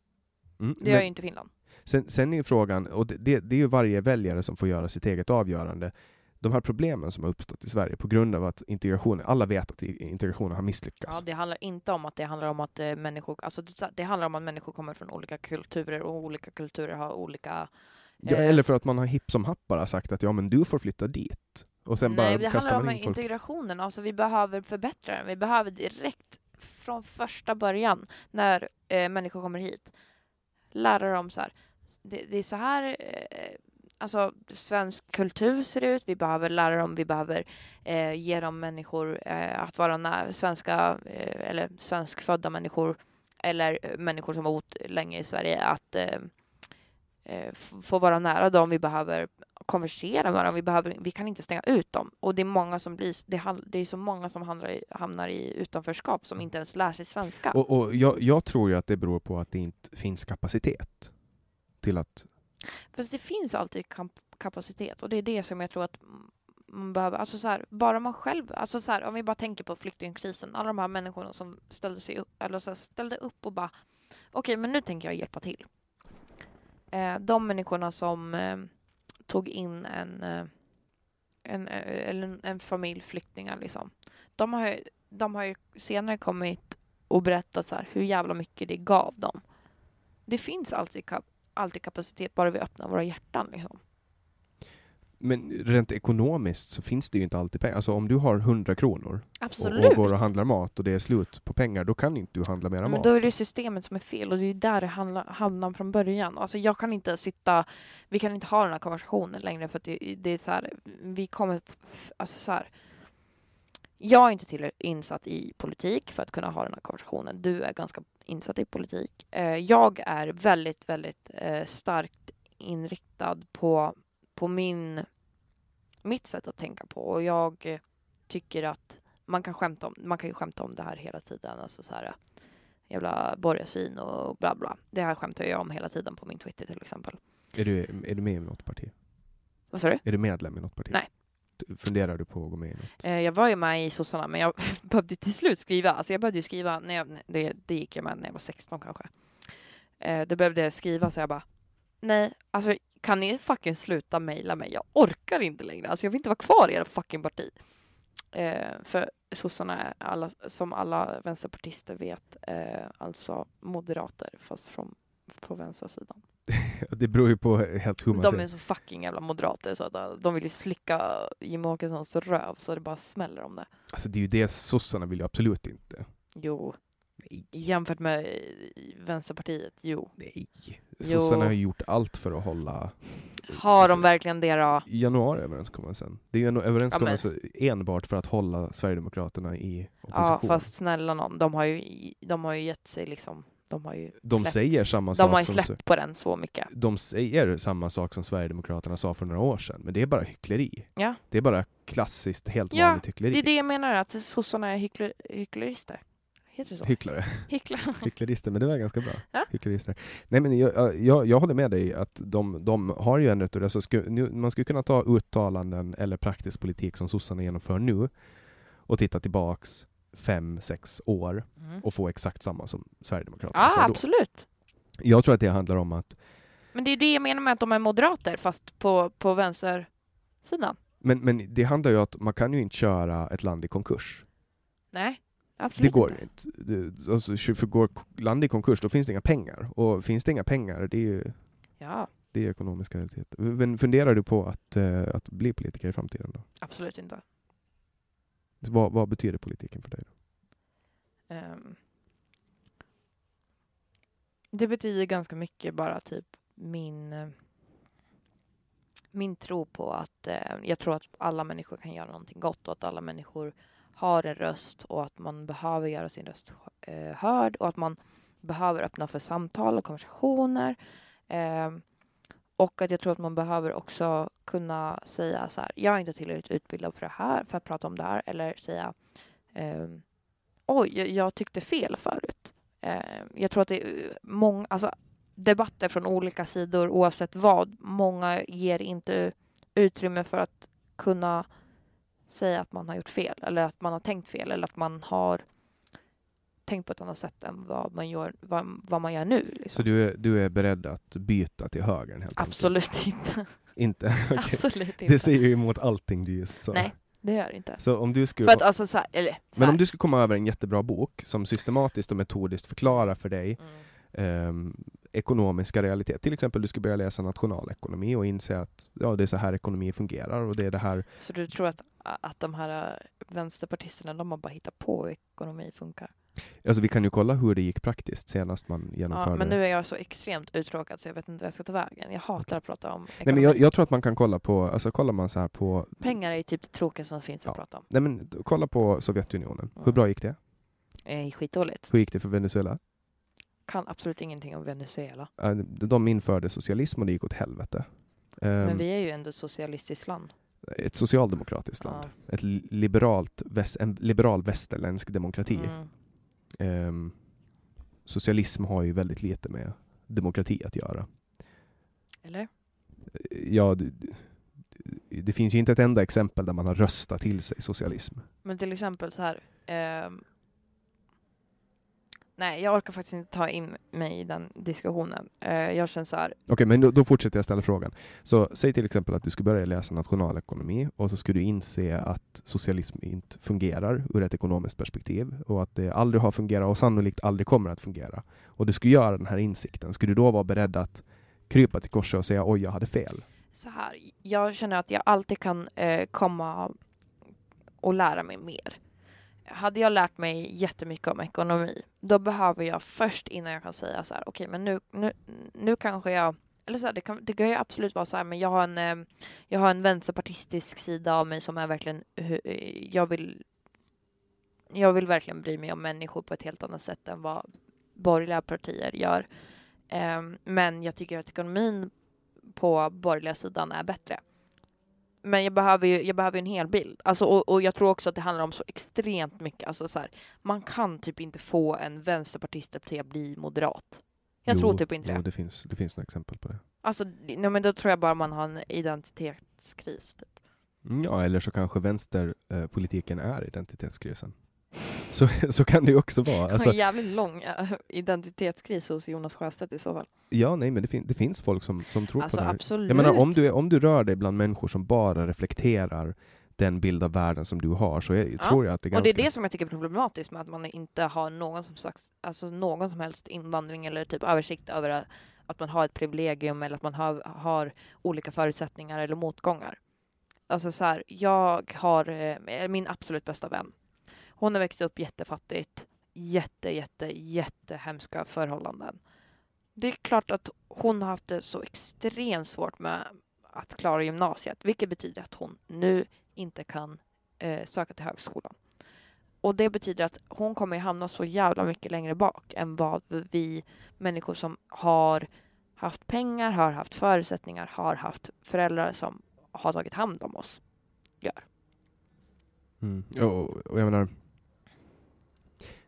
Speaker 2: Mm,
Speaker 3: Det
Speaker 2: men-
Speaker 3: gör ju inte Finland.
Speaker 2: Sen, sen är ju frågan, och det, det, det är ju varje väljare som får göra sitt eget avgörande. De här problemen som har uppstått i Sverige på grund av att integrationen, alla vet att i- integrationen har misslyckats.
Speaker 3: Ja, det handlar inte om att det handlar om att eh, människor, alltså det, det handlar om att människor kommer från olika kulturer och olika kulturer har olika...
Speaker 2: Ja,
Speaker 3: Eh.
Speaker 2: eller för att man har hipp som happ bara sagt att ja men du får flytta dit. Och sen
Speaker 3: Nej,
Speaker 2: bara
Speaker 3: det
Speaker 2: kastar
Speaker 3: handlar
Speaker 2: man
Speaker 3: om
Speaker 2: in folk.
Speaker 3: integrationen. Alltså vi behöver förbättra den. Vi behöver direkt från första början när eh, människor kommer hit lära dem så här. Det, det är så här eh, alltså svensk kultur ser ut. Vi behöver lära dem. Vi behöver eh, ge dem människor eh, att vara nä- svenska eh, eller svenskfödda människor eller eh, människor som har bott länge i Sverige att eh, eh, f- få vara nära dem. Vi behöver konversera med dem. Vi, behöver, vi kan inte stänga ut dem. Och det är många som blir, det, han- det är så många som hamnar i, hamnar i utanförskap som inte ens lär sig svenska.
Speaker 2: Och, och jag, jag tror ju att det beror på att det inte finns kapacitet till att...
Speaker 3: Fast det finns alltid kamp- kapacitet och det är det som jag tror att m- man behöver, alltså så här, bara man själv, alltså så här, om vi bara tänker på flyktingkrisen, alla de här människorna som ställde sig upp, eller så här, ställde upp och bara okej, men nu tänker jag hjälpa till. Eh, de människorna som eh, tog in en, eh, en, eh, eller en, en familj flyktingar liksom, de har ju, de har ju senare kommit och berättat så här, hur jävla mycket det gav dem. Det finns alltid kap- alltid kapacitet bara vi öppnar våra hjärtan. Liksom.
Speaker 2: Men rent ekonomiskt så finns det ju inte alltid pengar. Alltså om du har 100 kronor och,
Speaker 3: Absolut.
Speaker 2: och går och handlar mat och det är slut på pengar, då kan inte du handla mera
Speaker 3: men
Speaker 2: mat.
Speaker 3: då är det systemet som är fel och det är där det handlar, hamnar från början. Alltså jag kan inte sitta, vi kan inte ha den här konversationen längre för att det, det är så här, vi kommer, f- alltså så här. Jag är inte tillräckligt insatt i politik för att kunna ha den här konversationen. Du är ganska insatt i politik. Eh, Jag är väldigt, väldigt eh, starkt inriktad på, på min, mitt sätt att tänka på och jag eh, tycker att man kan skämta om, man kan ju skämta om det här hela tiden. Alltså så här, jävla borgarsvin och bla bla. Det här skämtar jag om hela tiden på min Twitter till exempel.
Speaker 2: Är, du, är du med i något parti?
Speaker 3: Vad sa du?
Speaker 2: Är du medlem i något parti?
Speaker 3: Nej.
Speaker 2: Du- Funderar du på att gå med i något?
Speaker 3: Eh, Jag var ju med i sossarna men jag <laughs> behövde till slut skriva. Alltså jag behövde ju skriva, när jag, det, det gick jag med när jag var 16 kanske. Eh, Då behövde jag skriva så jag bara, nej, alltså kan ni fucking sluta mejla mig? Jag orkar inte längre. Alltså jag vill inte vara kvar i era fucking parti. Eh, För sossarna, är alla, som alla vänsterpartister vet, eh, alltså moderater fast från, på vänstersidan.
Speaker 2: <laughs> Det beror ju på helt hur man
Speaker 3: De
Speaker 2: ser.
Speaker 3: är så fucking jävla moderater så att eh, de vill ju slicka Jimmie Åkessons röv så det bara smäller om det.
Speaker 2: Alltså det är ju det sossarna vill ju absolut inte.
Speaker 3: Jo. Jämfört med eh, Vänsterpartiet, jo.
Speaker 2: Nej.
Speaker 3: Jo.
Speaker 2: Sossarna har ju gjort allt för att hålla
Speaker 3: Har
Speaker 2: Så-
Speaker 3: de verkligen det då?
Speaker 2: januariöverenskommelsen. Det är ju en överenskommelse enbart för att hålla Sverigedemokraterna i
Speaker 3: Ja,
Speaker 2: opposition.
Speaker 3: fast snälla någon, de har ju, de har ju gett sig liksom De har ju
Speaker 2: De
Speaker 3: släppt,
Speaker 2: säger samma
Speaker 3: de
Speaker 2: sak
Speaker 3: har ju
Speaker 2: som...
Speaker 3: släppt på den så mycket.
Speaker 2: de säger samma sak som Sverigedemokraterna sa för några år sedan, men det är bara hyckleri.
Speaker 3: Ja.
Speaker 2: Det är bara klassiskt, helt
Speaker 3: Ja,
Speaker 2: vanligt hyckleri.
Speaker 3: Det är det jag menar, att sossarna är hyckler, hycklerister. Heter det så? <laughs>
Speaker 2: Hycklare.
Speaker 3: Hycklar.
Speaker 2: Hycklerister, men det var ganska bra.
Speaker 3: Ja.
Speaker 2: Hycklerister. Nej, men jag, jag, jag håller med dig att de, de har ju en retorik. Alltså, sku, nu, man skulle kunna ta uttalanden eller praktisk politik som sossarna genomför nu och titta tillbaks fem, sex år
Speaker 3: Mm.
Speaker 2: och få exakt samma som Sverigedemokraterna
Speaker 3: Ja,
Speaker 2: sa då.
Speaker 3: Ah, absolut.
Speaker 2: Jag tror att det handlar om att
Speaker 3: Men det är det jag menar med att de är moderater, fast på, på vänstersidan.
Speaker 2: men, men det handlar ju om att man kan ju inte köra ett land i konkurs.
Speaker 3: Nej,
Speaker 2: Det
Speaker 3: absolut
Speaker 2: går
Speaker 3: inte.
Speaker 2: inte. Det- Alltså, för går land i konkurs, då finns det inga pengar. Och finns det inga pengar, det är ju
Speaker 3: Ja,
Speaker 2: det är ju ekonomiska realiteter. Men funderar du på att, eh, att bli politiker i framtiden? Då?
Speaker 3: absolut inte.
Speaker 2: Vad, vad betyder politiken för dig? Då?
Speaker 3: Ehm. det betyder ganska mycket bara typ min eh, min tro på att eh, jag tror att alla människor kan göra någonting gott och att alla människor har en röst och att man behöver göra sin röst eh, hörd och att man behöver öppna för samtal och konversationer. Ehm, och att jag tror att man behöver också kunna säga så här, jag är inte tillräckligt utbildad för det här, för att prata om det här, eller säga ehm, oj, jag, jag tyckte fel förut. Eh, jag tror att det är många, alltså debatter från olika sidor oavsett vad, många ger inte utrymme för att kunna säga att man har gjort fel eller att man har tänkt fel eller att man har tänkt på ett annat sätt än vad man gör, vad, vad man gör nu.
Speaker 2: Så
Speaker 3: Liksom.
Speaker 2: du är, du är beredd att byta till högern? Helt enkelt?
Speaker 3: Absolut inte. <laughs>
Speaker 2: Inte? <laughs> Okej.
Speaker 3: Absolut inte.
Speaker 2: Det säger ju emot allting du just sa.
Speaker 3: Nej, det gör det inte.
Speaker 2: Så om du skulle,
Speaker 3: För att alltså så här, eller så
Speaker 2: men
Speaker 3: här.
Speaker 2: om du skulle komma över en jättebra bok som systematiskt och metodiskt förklarar för dig
Speaker 3: Mm.
Speaker 2: ehm, ekonomiska realiteter. Till exempel, du skulle börja läsa nationalekonomi och inse att ja, det är så här ekonomi fungerar och det är det här.
Speaker 3: Så du tror att, att de här eh, vänsterpartisterna, de har bara hittat på hur ekonomi funkar?
Speaker 2: Alltså, vi kan ju kolla hur det gick praktiskt senast man genomförde.
Speaker 3: Ja, men nu är jag så extremt uttråkad så jag vet inte vad jag ska ta vägen. Jag hatar att prata om ekonomi.
Speaker 2: Nej, men jag, jag tror att man kan kolla på, alltså kollar man så här på,
Speaker 3: Pengar är ju typ det tråkigaste som finns
Speaker 2: Ja.
Speaker 3: att prata om.
Speaker 2: nej men t- kolla på Sovjetunionen. Hur
Speaker 3: Mm.
Speaker 2: bra gick det?
Speaker 3: Eh, skitdåligt.
Speaker 2: Hur gick det för Venezuela?
Speaker 3: Kan absolut ingenting om Venezuela.
Speaker 2: Eh, De införde socialism och det gick åt helvete. Ehm,
Speaker 3: Men vi är ju ändå ett socialistiskt land.
Speaker 2: Ett socialdemokratiskt land. Ett li- liberalt, väst, en liberal västerländsk demokrati.
Speaker 3: Mm.
Speaker 2: Ehm, socialism har ju väldigt lite med demokrati att göra.
Speaker 3: Eller?
Speaker 2: Ja, det, det finns ju inte ett enda exempel där man har röstat till sig socialism.
Speaker 3: Men till exempel så här. ehm, nej, jag orkar faktiskt inte ta in mig i den diskussionen. Eh, jag känner så här.
Speaker 2: Okej, men då, då fortsätter jag ställa frågan. Så säg till exempel att du skulle börja läsa nationalekonomi och så skulle du inse att socialism inte fungerar ur ett ekonomiskt perspektiv och att det aldrig har fungerat och sannolikt aldrig kommer att fungera. Och du skulle göra den här insikten. Skulle du då vara beredd att krypa till korset och säga oj, jag hade fel?
Speaker 3: så här, jag känner att jag alltid kan eh, komma och lära mig mer. Hade jag lärt mig jättemycket om ekonomi, då behöver jag först innan jag kan säga så här, okej, men nu, nu, nu kanske jag eller så här, det, kan, det kan ju absolut vara så här, men jag har en, eh, jag har en vänsterpartistisk sida av mig som är verkligen, hu- eh, jag vill, jag vill verkligen bry mig om människor på ett helt annat sätt än vad borgerliga partier gör. Ehm, men jag tycker att ekonomin på borgerliga sidan är bättre. Men jag behöver ju jag behöver ju en hel bild. Alltså, och, och jag tror också att det handlar om så extremt mycket. Alltså, så här, man kan typ inte få en vänsterpartist att bli moderat. Jag tror typ inte
Speaker 2: jo,
Speaker 3: det.
Speaker 2: det. finns, det finns några exempel på det.
Speaker 3: Alltså, nej, men då tror jag bara man har en identitetskris. Typ.
Speaker 2: Mm, Ja, eller så kanske vänsterpolitiken är identitetskrisen. Så, <laughs> så kan det ju också vara.
Speaker 3: Det var
Speaker 2: Alltså,
Speaker 3: en jävligt lång eh, identitetskris hos Jonas Sjöstedt i så fall.
Speaker 2: ja, nej, men det, fin- det finns folk som, som tror
Speaker 3: Alltså
Speaker 2: på det här.
Speaker 3: absolut.
Speaker 2: Jag menar, om du, är, om du rör dig bland människor som bara reflekterar den bild av världen som du har så är,
Speaker 3: Ja,
Speaker 2: tror jag att det är
Speaker 3: Och det
Speaker 2: ganska...
Speaker 3: är det som jag tycker är problematiskt med att man inte har någon som, slags, alltså någon som helst invandring eller typ översikt över att- att man har ett privilegium eller att man har, har olika förutsättningar eller motgångar. Alltså så här, jag har eh, min absolut bästa vän. Hon har växt upp jättefattigt. Jätte, jätte, jättehemska förhållanden. Det är klart att hon har haft det så extremt svårt med att klara gymnasiet, vilket betyder att hon nu inte kan eh, söka till högskolan. Och det betyder att hon kommer ju hamna så jävla mycket längre bak än vad vi människor som har haft pengar, har haft förutsättningar, har haft föräldrar som har tagit hand om oss.
Speaker 2: Mm. Och, och jag menar,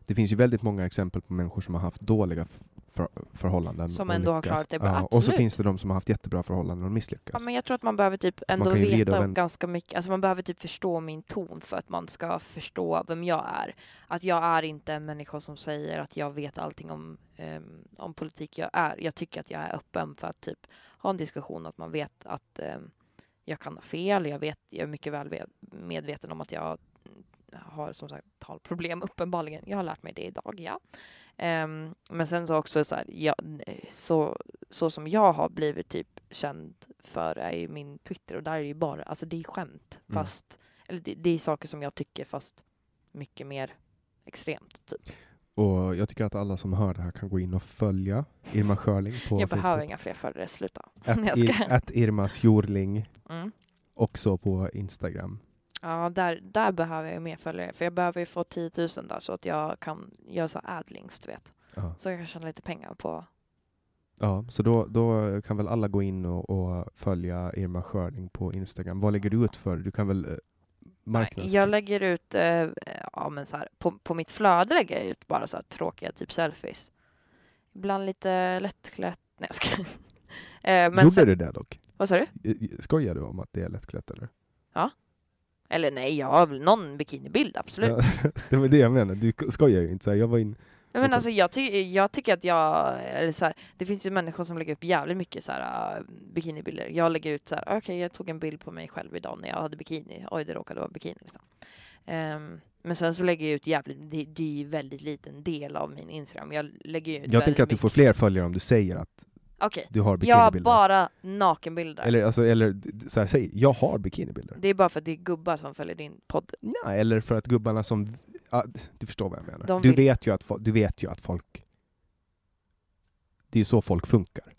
Speaker 2: det finns ju väldigt många exempel på människor som har haft dåliga f- för, förhållanden.
Speaker 3: Som
Speaker 2: och
Speaker 3: ändå har
Speaker 2: lyckats.
Speaker 3: klarat det bra,
Speaker 2: Ja, och så
Speaker 3: absolut.
Speaker 2: finns det de som har haft jättebra förhållanden och
Speaker 3: Ja,
Speaker 2: misslyckats.
Speaker 3: men jag tror att man behöver typ ändå
Speaker 2: kan ju lida
Speaker 3: veta
Speaker 2: av en-
Speaker 3: ganska mycket. Alltså man behöver typ förstå min ton för att man ska förstå vem jag är. Att jag är inte en människa som säger att jag vet allting om, ehm, om politik. Jag, är. jag tycker att jag är öppen för att typ ha en diskussion. Att man vet att ehm, jag kan ha fel. Jag, vet, jag är mycket väl ve- medveten om att jag mm, har som sagt talproblem uppenbarligen. Jag har lärt mig det idag, ja. Ehm, men sen så också så här, ja, så, så som jag har blivit typ känd för är ju min Twitter och där är det ju bara, alltså det är skämt
Speaker 2: Mm.
Speaker 3: fast, eller det, det är saker som jag tycker fast mycket mer extremt typ.
Speaker 2: Och jag tycker att alla som hör det här kan gå in och följa Irma Schörling på
Speaker 3: jag behöver
Speaker 2: Facebook.
Speaker 3: inga fler följare, sluta.
Speaker 2: Att,
Speaker 3: Jag
Speaker 2: i,
Speaker 3: ska-
Speaker 2: att Irma Sjorling
Speaker 3: Mm.
Speaker 2: också på Instagram.
Speaker 3: Ja, där, där behöver jag ju mer följare för jag behöver ju få 10 000 där så att jag kan göra så här adlings du vet.
Speaker 2: Ja.
Speaker 3: Så jag kan tjäna lite pengar på,
Speaker 2: Ja, så då, då kan väl alla gå in och, och följa Irma Schörling på Instagram. Vad lägger du ut för? Du kan väl eh,
Speaker 3: nej,
Speaker 2: marknadsföra?
Speaker 3: jag lägger ut, eh, ja men så här, på, på mitt flöde lägger jag ut bara så här tråkiga typ selfies. Ibland lite lättklätt, nej jag ska. <laughs> eh, men
Speaker 2: Gjorde
Speaker 3: sen,
Speaker 2: du det dock?
Speaker 3: Vad sa du?
Speaker 2: I- Skojar du om att det är lättklätt eller?
Speaker 3: Eller nej, jag har väl någon bikinibild, absolut.
Speaker 2: Ja, <laughs> det var det jag menade, du skojar ju inte. Så här, jag var in...
Speaker 3: Nej, men
Speaker 2: okej.
Speaker 3: alltså, jag, ty- jag tycker att jag, eller så här, det finns ju människor som lägger upp jävligt mycket så här, äh, bikinibilder. Jag lägger ut så här, okej jag tog en bild på mig själv idag när jag hade bikini. Oj, det råkade vara bikini liksom. Ehm, men sen så lägger jag ut jävligt, det, det är ju väldigt liten del av min Instagram. Jag lägger ju ut
Speaker 2: Jag tänker att du
Speaker 3: väldigt
Speaker 2: får fler följare om du säger att
Speaker 3: mycket- Okej,
Speaker 2: du har
Speaker 3: jag har
Speaker 2: bikinibilder.
Speaker 3: bara nakenbilder.
Speaker 2: Eller, alltså, eller d- d- så här, säg, jag har bikinibilder.
Speaker 3: Det är bara för att det är gubbar som följer din podd. <laughs>
Speaker 2: Nej, eller för att gubbarna som... Ja, du förstår vad jag menar.
Speaker 3: De
Speaker 2: du,
Speaker 3: vill-
Speaker 2: vet ju att, fo- du vet ju att folk... Det är så folk funkar.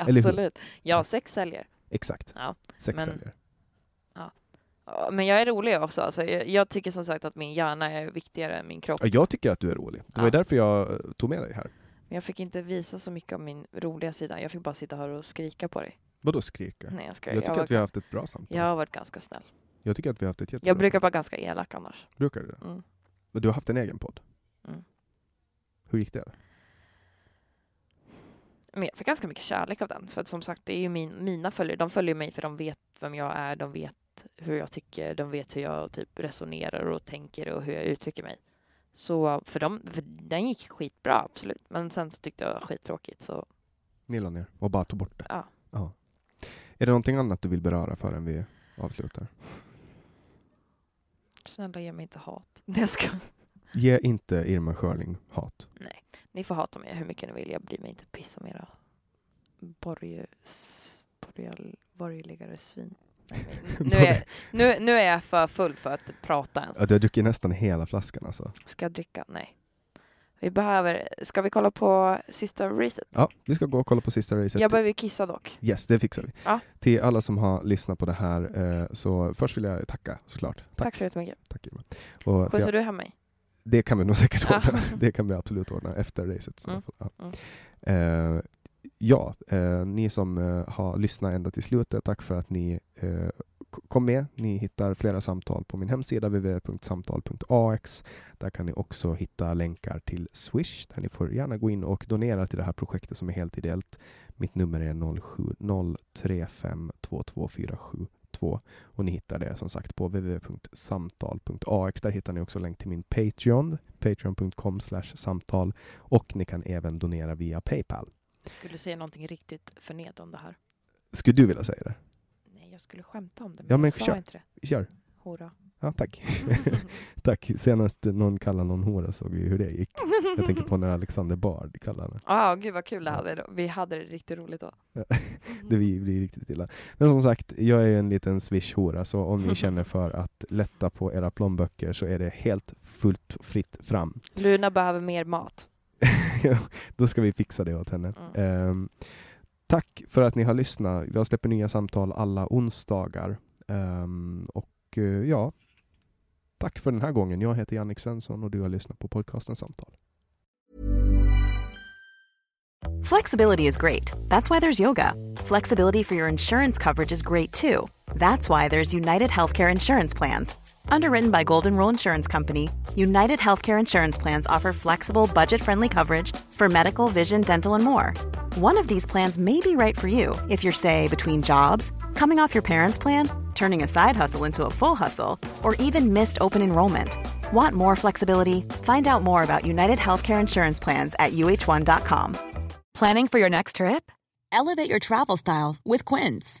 Speaker 2: hur?
Speaker 3: Absolut. Jag sex säljer.
Speaker 2: Exakt.
Speaker 3: Ja,
Speaker 2: Sex
Speaker 3: men-
Speaker 2: säljer.
Speaker 3: Ja, Men jag är rolig också. Alltså, jag, jag tycker som sagt att min hjärna är viktigare än min kropp.
Speaker 2: Ja, jag tycker att du är rolig. Det var ju
Speaker 3: Ja.
Speaker 2: därför jag eh, tog med dig här.
Speaker 3: Men jag fick inte visa så mycket av min roliga sida. Jag fick bara sitta här och skrika på dig.
Speaker 2: Vadå skrika?
Speaker 3: Nej, jag skojar.
Speaker 2: Jag
Speaker 3: Jag,
Speaker 2: tycker
Speaker 3: var,
Speaker 2: att vi har haft ett bra samtal.
Speaker 3: jag har varit ganska snäll.
Speaker 2: Jag tycker att vi har haft ett jättebra
Speaker 3: Jag brukar
Speaker 2: samtal.
Speaker 3: vara ganska elak annars.
Speaker 2: Brukar du det?
Speaker 3: Mm.
Speaker 2: Men du har haft en egen podd?
Speaker 3: Mm.
Speaker 2: Hur gick det?
Speaker 3: Men jag fick ganska mycket kärlek av den. För att som sagt, det är ju min, mina följare. De följer mig för de vet vem jag är. De vet hur jag tycker. De vet hur jag typ resonerar och tänker och hur jag uttrycker mig. Så för dem, för den gick skitbra absolut. Men sen så tyckte jag det var skittråkigt. Så
Speaker 2: Ni la ner och bara tog bort det?
Speaker 3: Ja.
Speaker 2: Är det någonting annat du vill beröra förrän vi avslutar?
Speaker 3: snälla ge mig inte hat. <laughs> Nej, Jag ska.
Speaker 2: Ge inte Irma Schörling hat.
Speaker 3: Ni får hata mig hur mycket ni vill. Jag bryr mig inte ett piss om era borger, s- borgerl- borgerligare svin. <laughs> Nu är, nu, nu är jag för full för att prata ens.
Speaker 2: Ja, du har druckit nästan hela flaskan alltså.
Speaker 3: Ska jag dricka? Nej. Vi behöver, ska vi kolla på sista racet?
Speaker 2: Ja, vi ska gå och kolla på sista racet.
Speaker 3: Jag behöver kissa dock.
Speaker 2: Yes, det fixar vi.
Speaker 3: Ja.
Speaker 2: Till alla som har lyssnat på det här, eh, så först vill jag tacka såklart.
Speaker 3: Tack,
Speaker 2: Tack,
Speaker 3: så jättemycket.
Speaker 2: tack Irma. Och till,
Speaker 3: Skjutsar du hem mig?
Speaker 2: det kan vi nog säkert
Speaker 3: Ja.
Speaker 2: ordna. Det kan vi absolut ordna efter racet. Så i alla
Speaker 3: Mm.
Speaker 2: fall, ja. Eh, ja, eh, ni som eh, har lyssnat ända till slutet, tack för att ni eh, k- kom med. Ni hittar flera samtal på min hemsida www.samtal.ax. Där kan ni också hitta länkar till Swish, där ni får gärna gå in och donera till det här projektet som är helt ideellt. Mitt nummer är 0703522472 och ni hittar det som sagt på www.samtal.ax. Där hittar ni också länk till min Patreon, patreon.com samtal och ni kan även donera via Paypal.
Speaker 3: Skulle säga någonting riktigt förnedrande här.
Speaker 2: Skulle du vilja säga det?
Speaker 3: Nej, jag skulle skämta om det, men,
Speaker 2: Ja, men
Speaker 3: jag sa
Speaker 2: kör.
Speaker 3: inte det.
Speaker 2: Kör!
Speaker 3: Hora.
Speaker 2: Ja, tack. <laughs> tack. Senast någon kallade någon hora såg vi hur det gick. Jag tänker
Speaker 3: <laughs>
Speaker 2: på när Alexander Bard kallade henne.
Speaker 3: Ah, gud vad kul det hade. då. Vi hade det riktigt roligt då.
Speaker 2: Det blir blir riktigt illa. Men som sagt, jag är ju en liten swish-hora, så om ni känner för att lätta på era plånböcker så är det helt fullt fritt fram.
Speaker 3: Luna behöver mer mat.
Speaker 2: <laughs> Då ska vi fixa det åt henne.
Speaker 3: Mm.
Speaker 2: Ehm, tack för att ni har lyssnat. Jag släpper nya samtal alla onsdagar. Ehm, och eh, ja, Tack för den här gången. Jag heter Jannik Svensson och du har lyssnat på podcasten Samtal.
Speaker 4: Flexibility is great. That's why there's yoga. Flexibility for your insurance coverage is great too. That's why there's United Healthcare Insurance Plans. Underwritten by Golden Rule Insurance Company, United Healthcare Insurance Plans offer flexible, budget friendly coverage for medical, vision, dental, and more. One of these plans may be right for you if you're, say, between jobs, coming off your parents' plan, turning a side hustle into a full hustle, or even missed open enrollment. Want more flexibility? Find out more about United Healthcare Insurance Plans at uh1.com.
Speaker 5: Planning for your next trip? Elevate your travel style with Quince.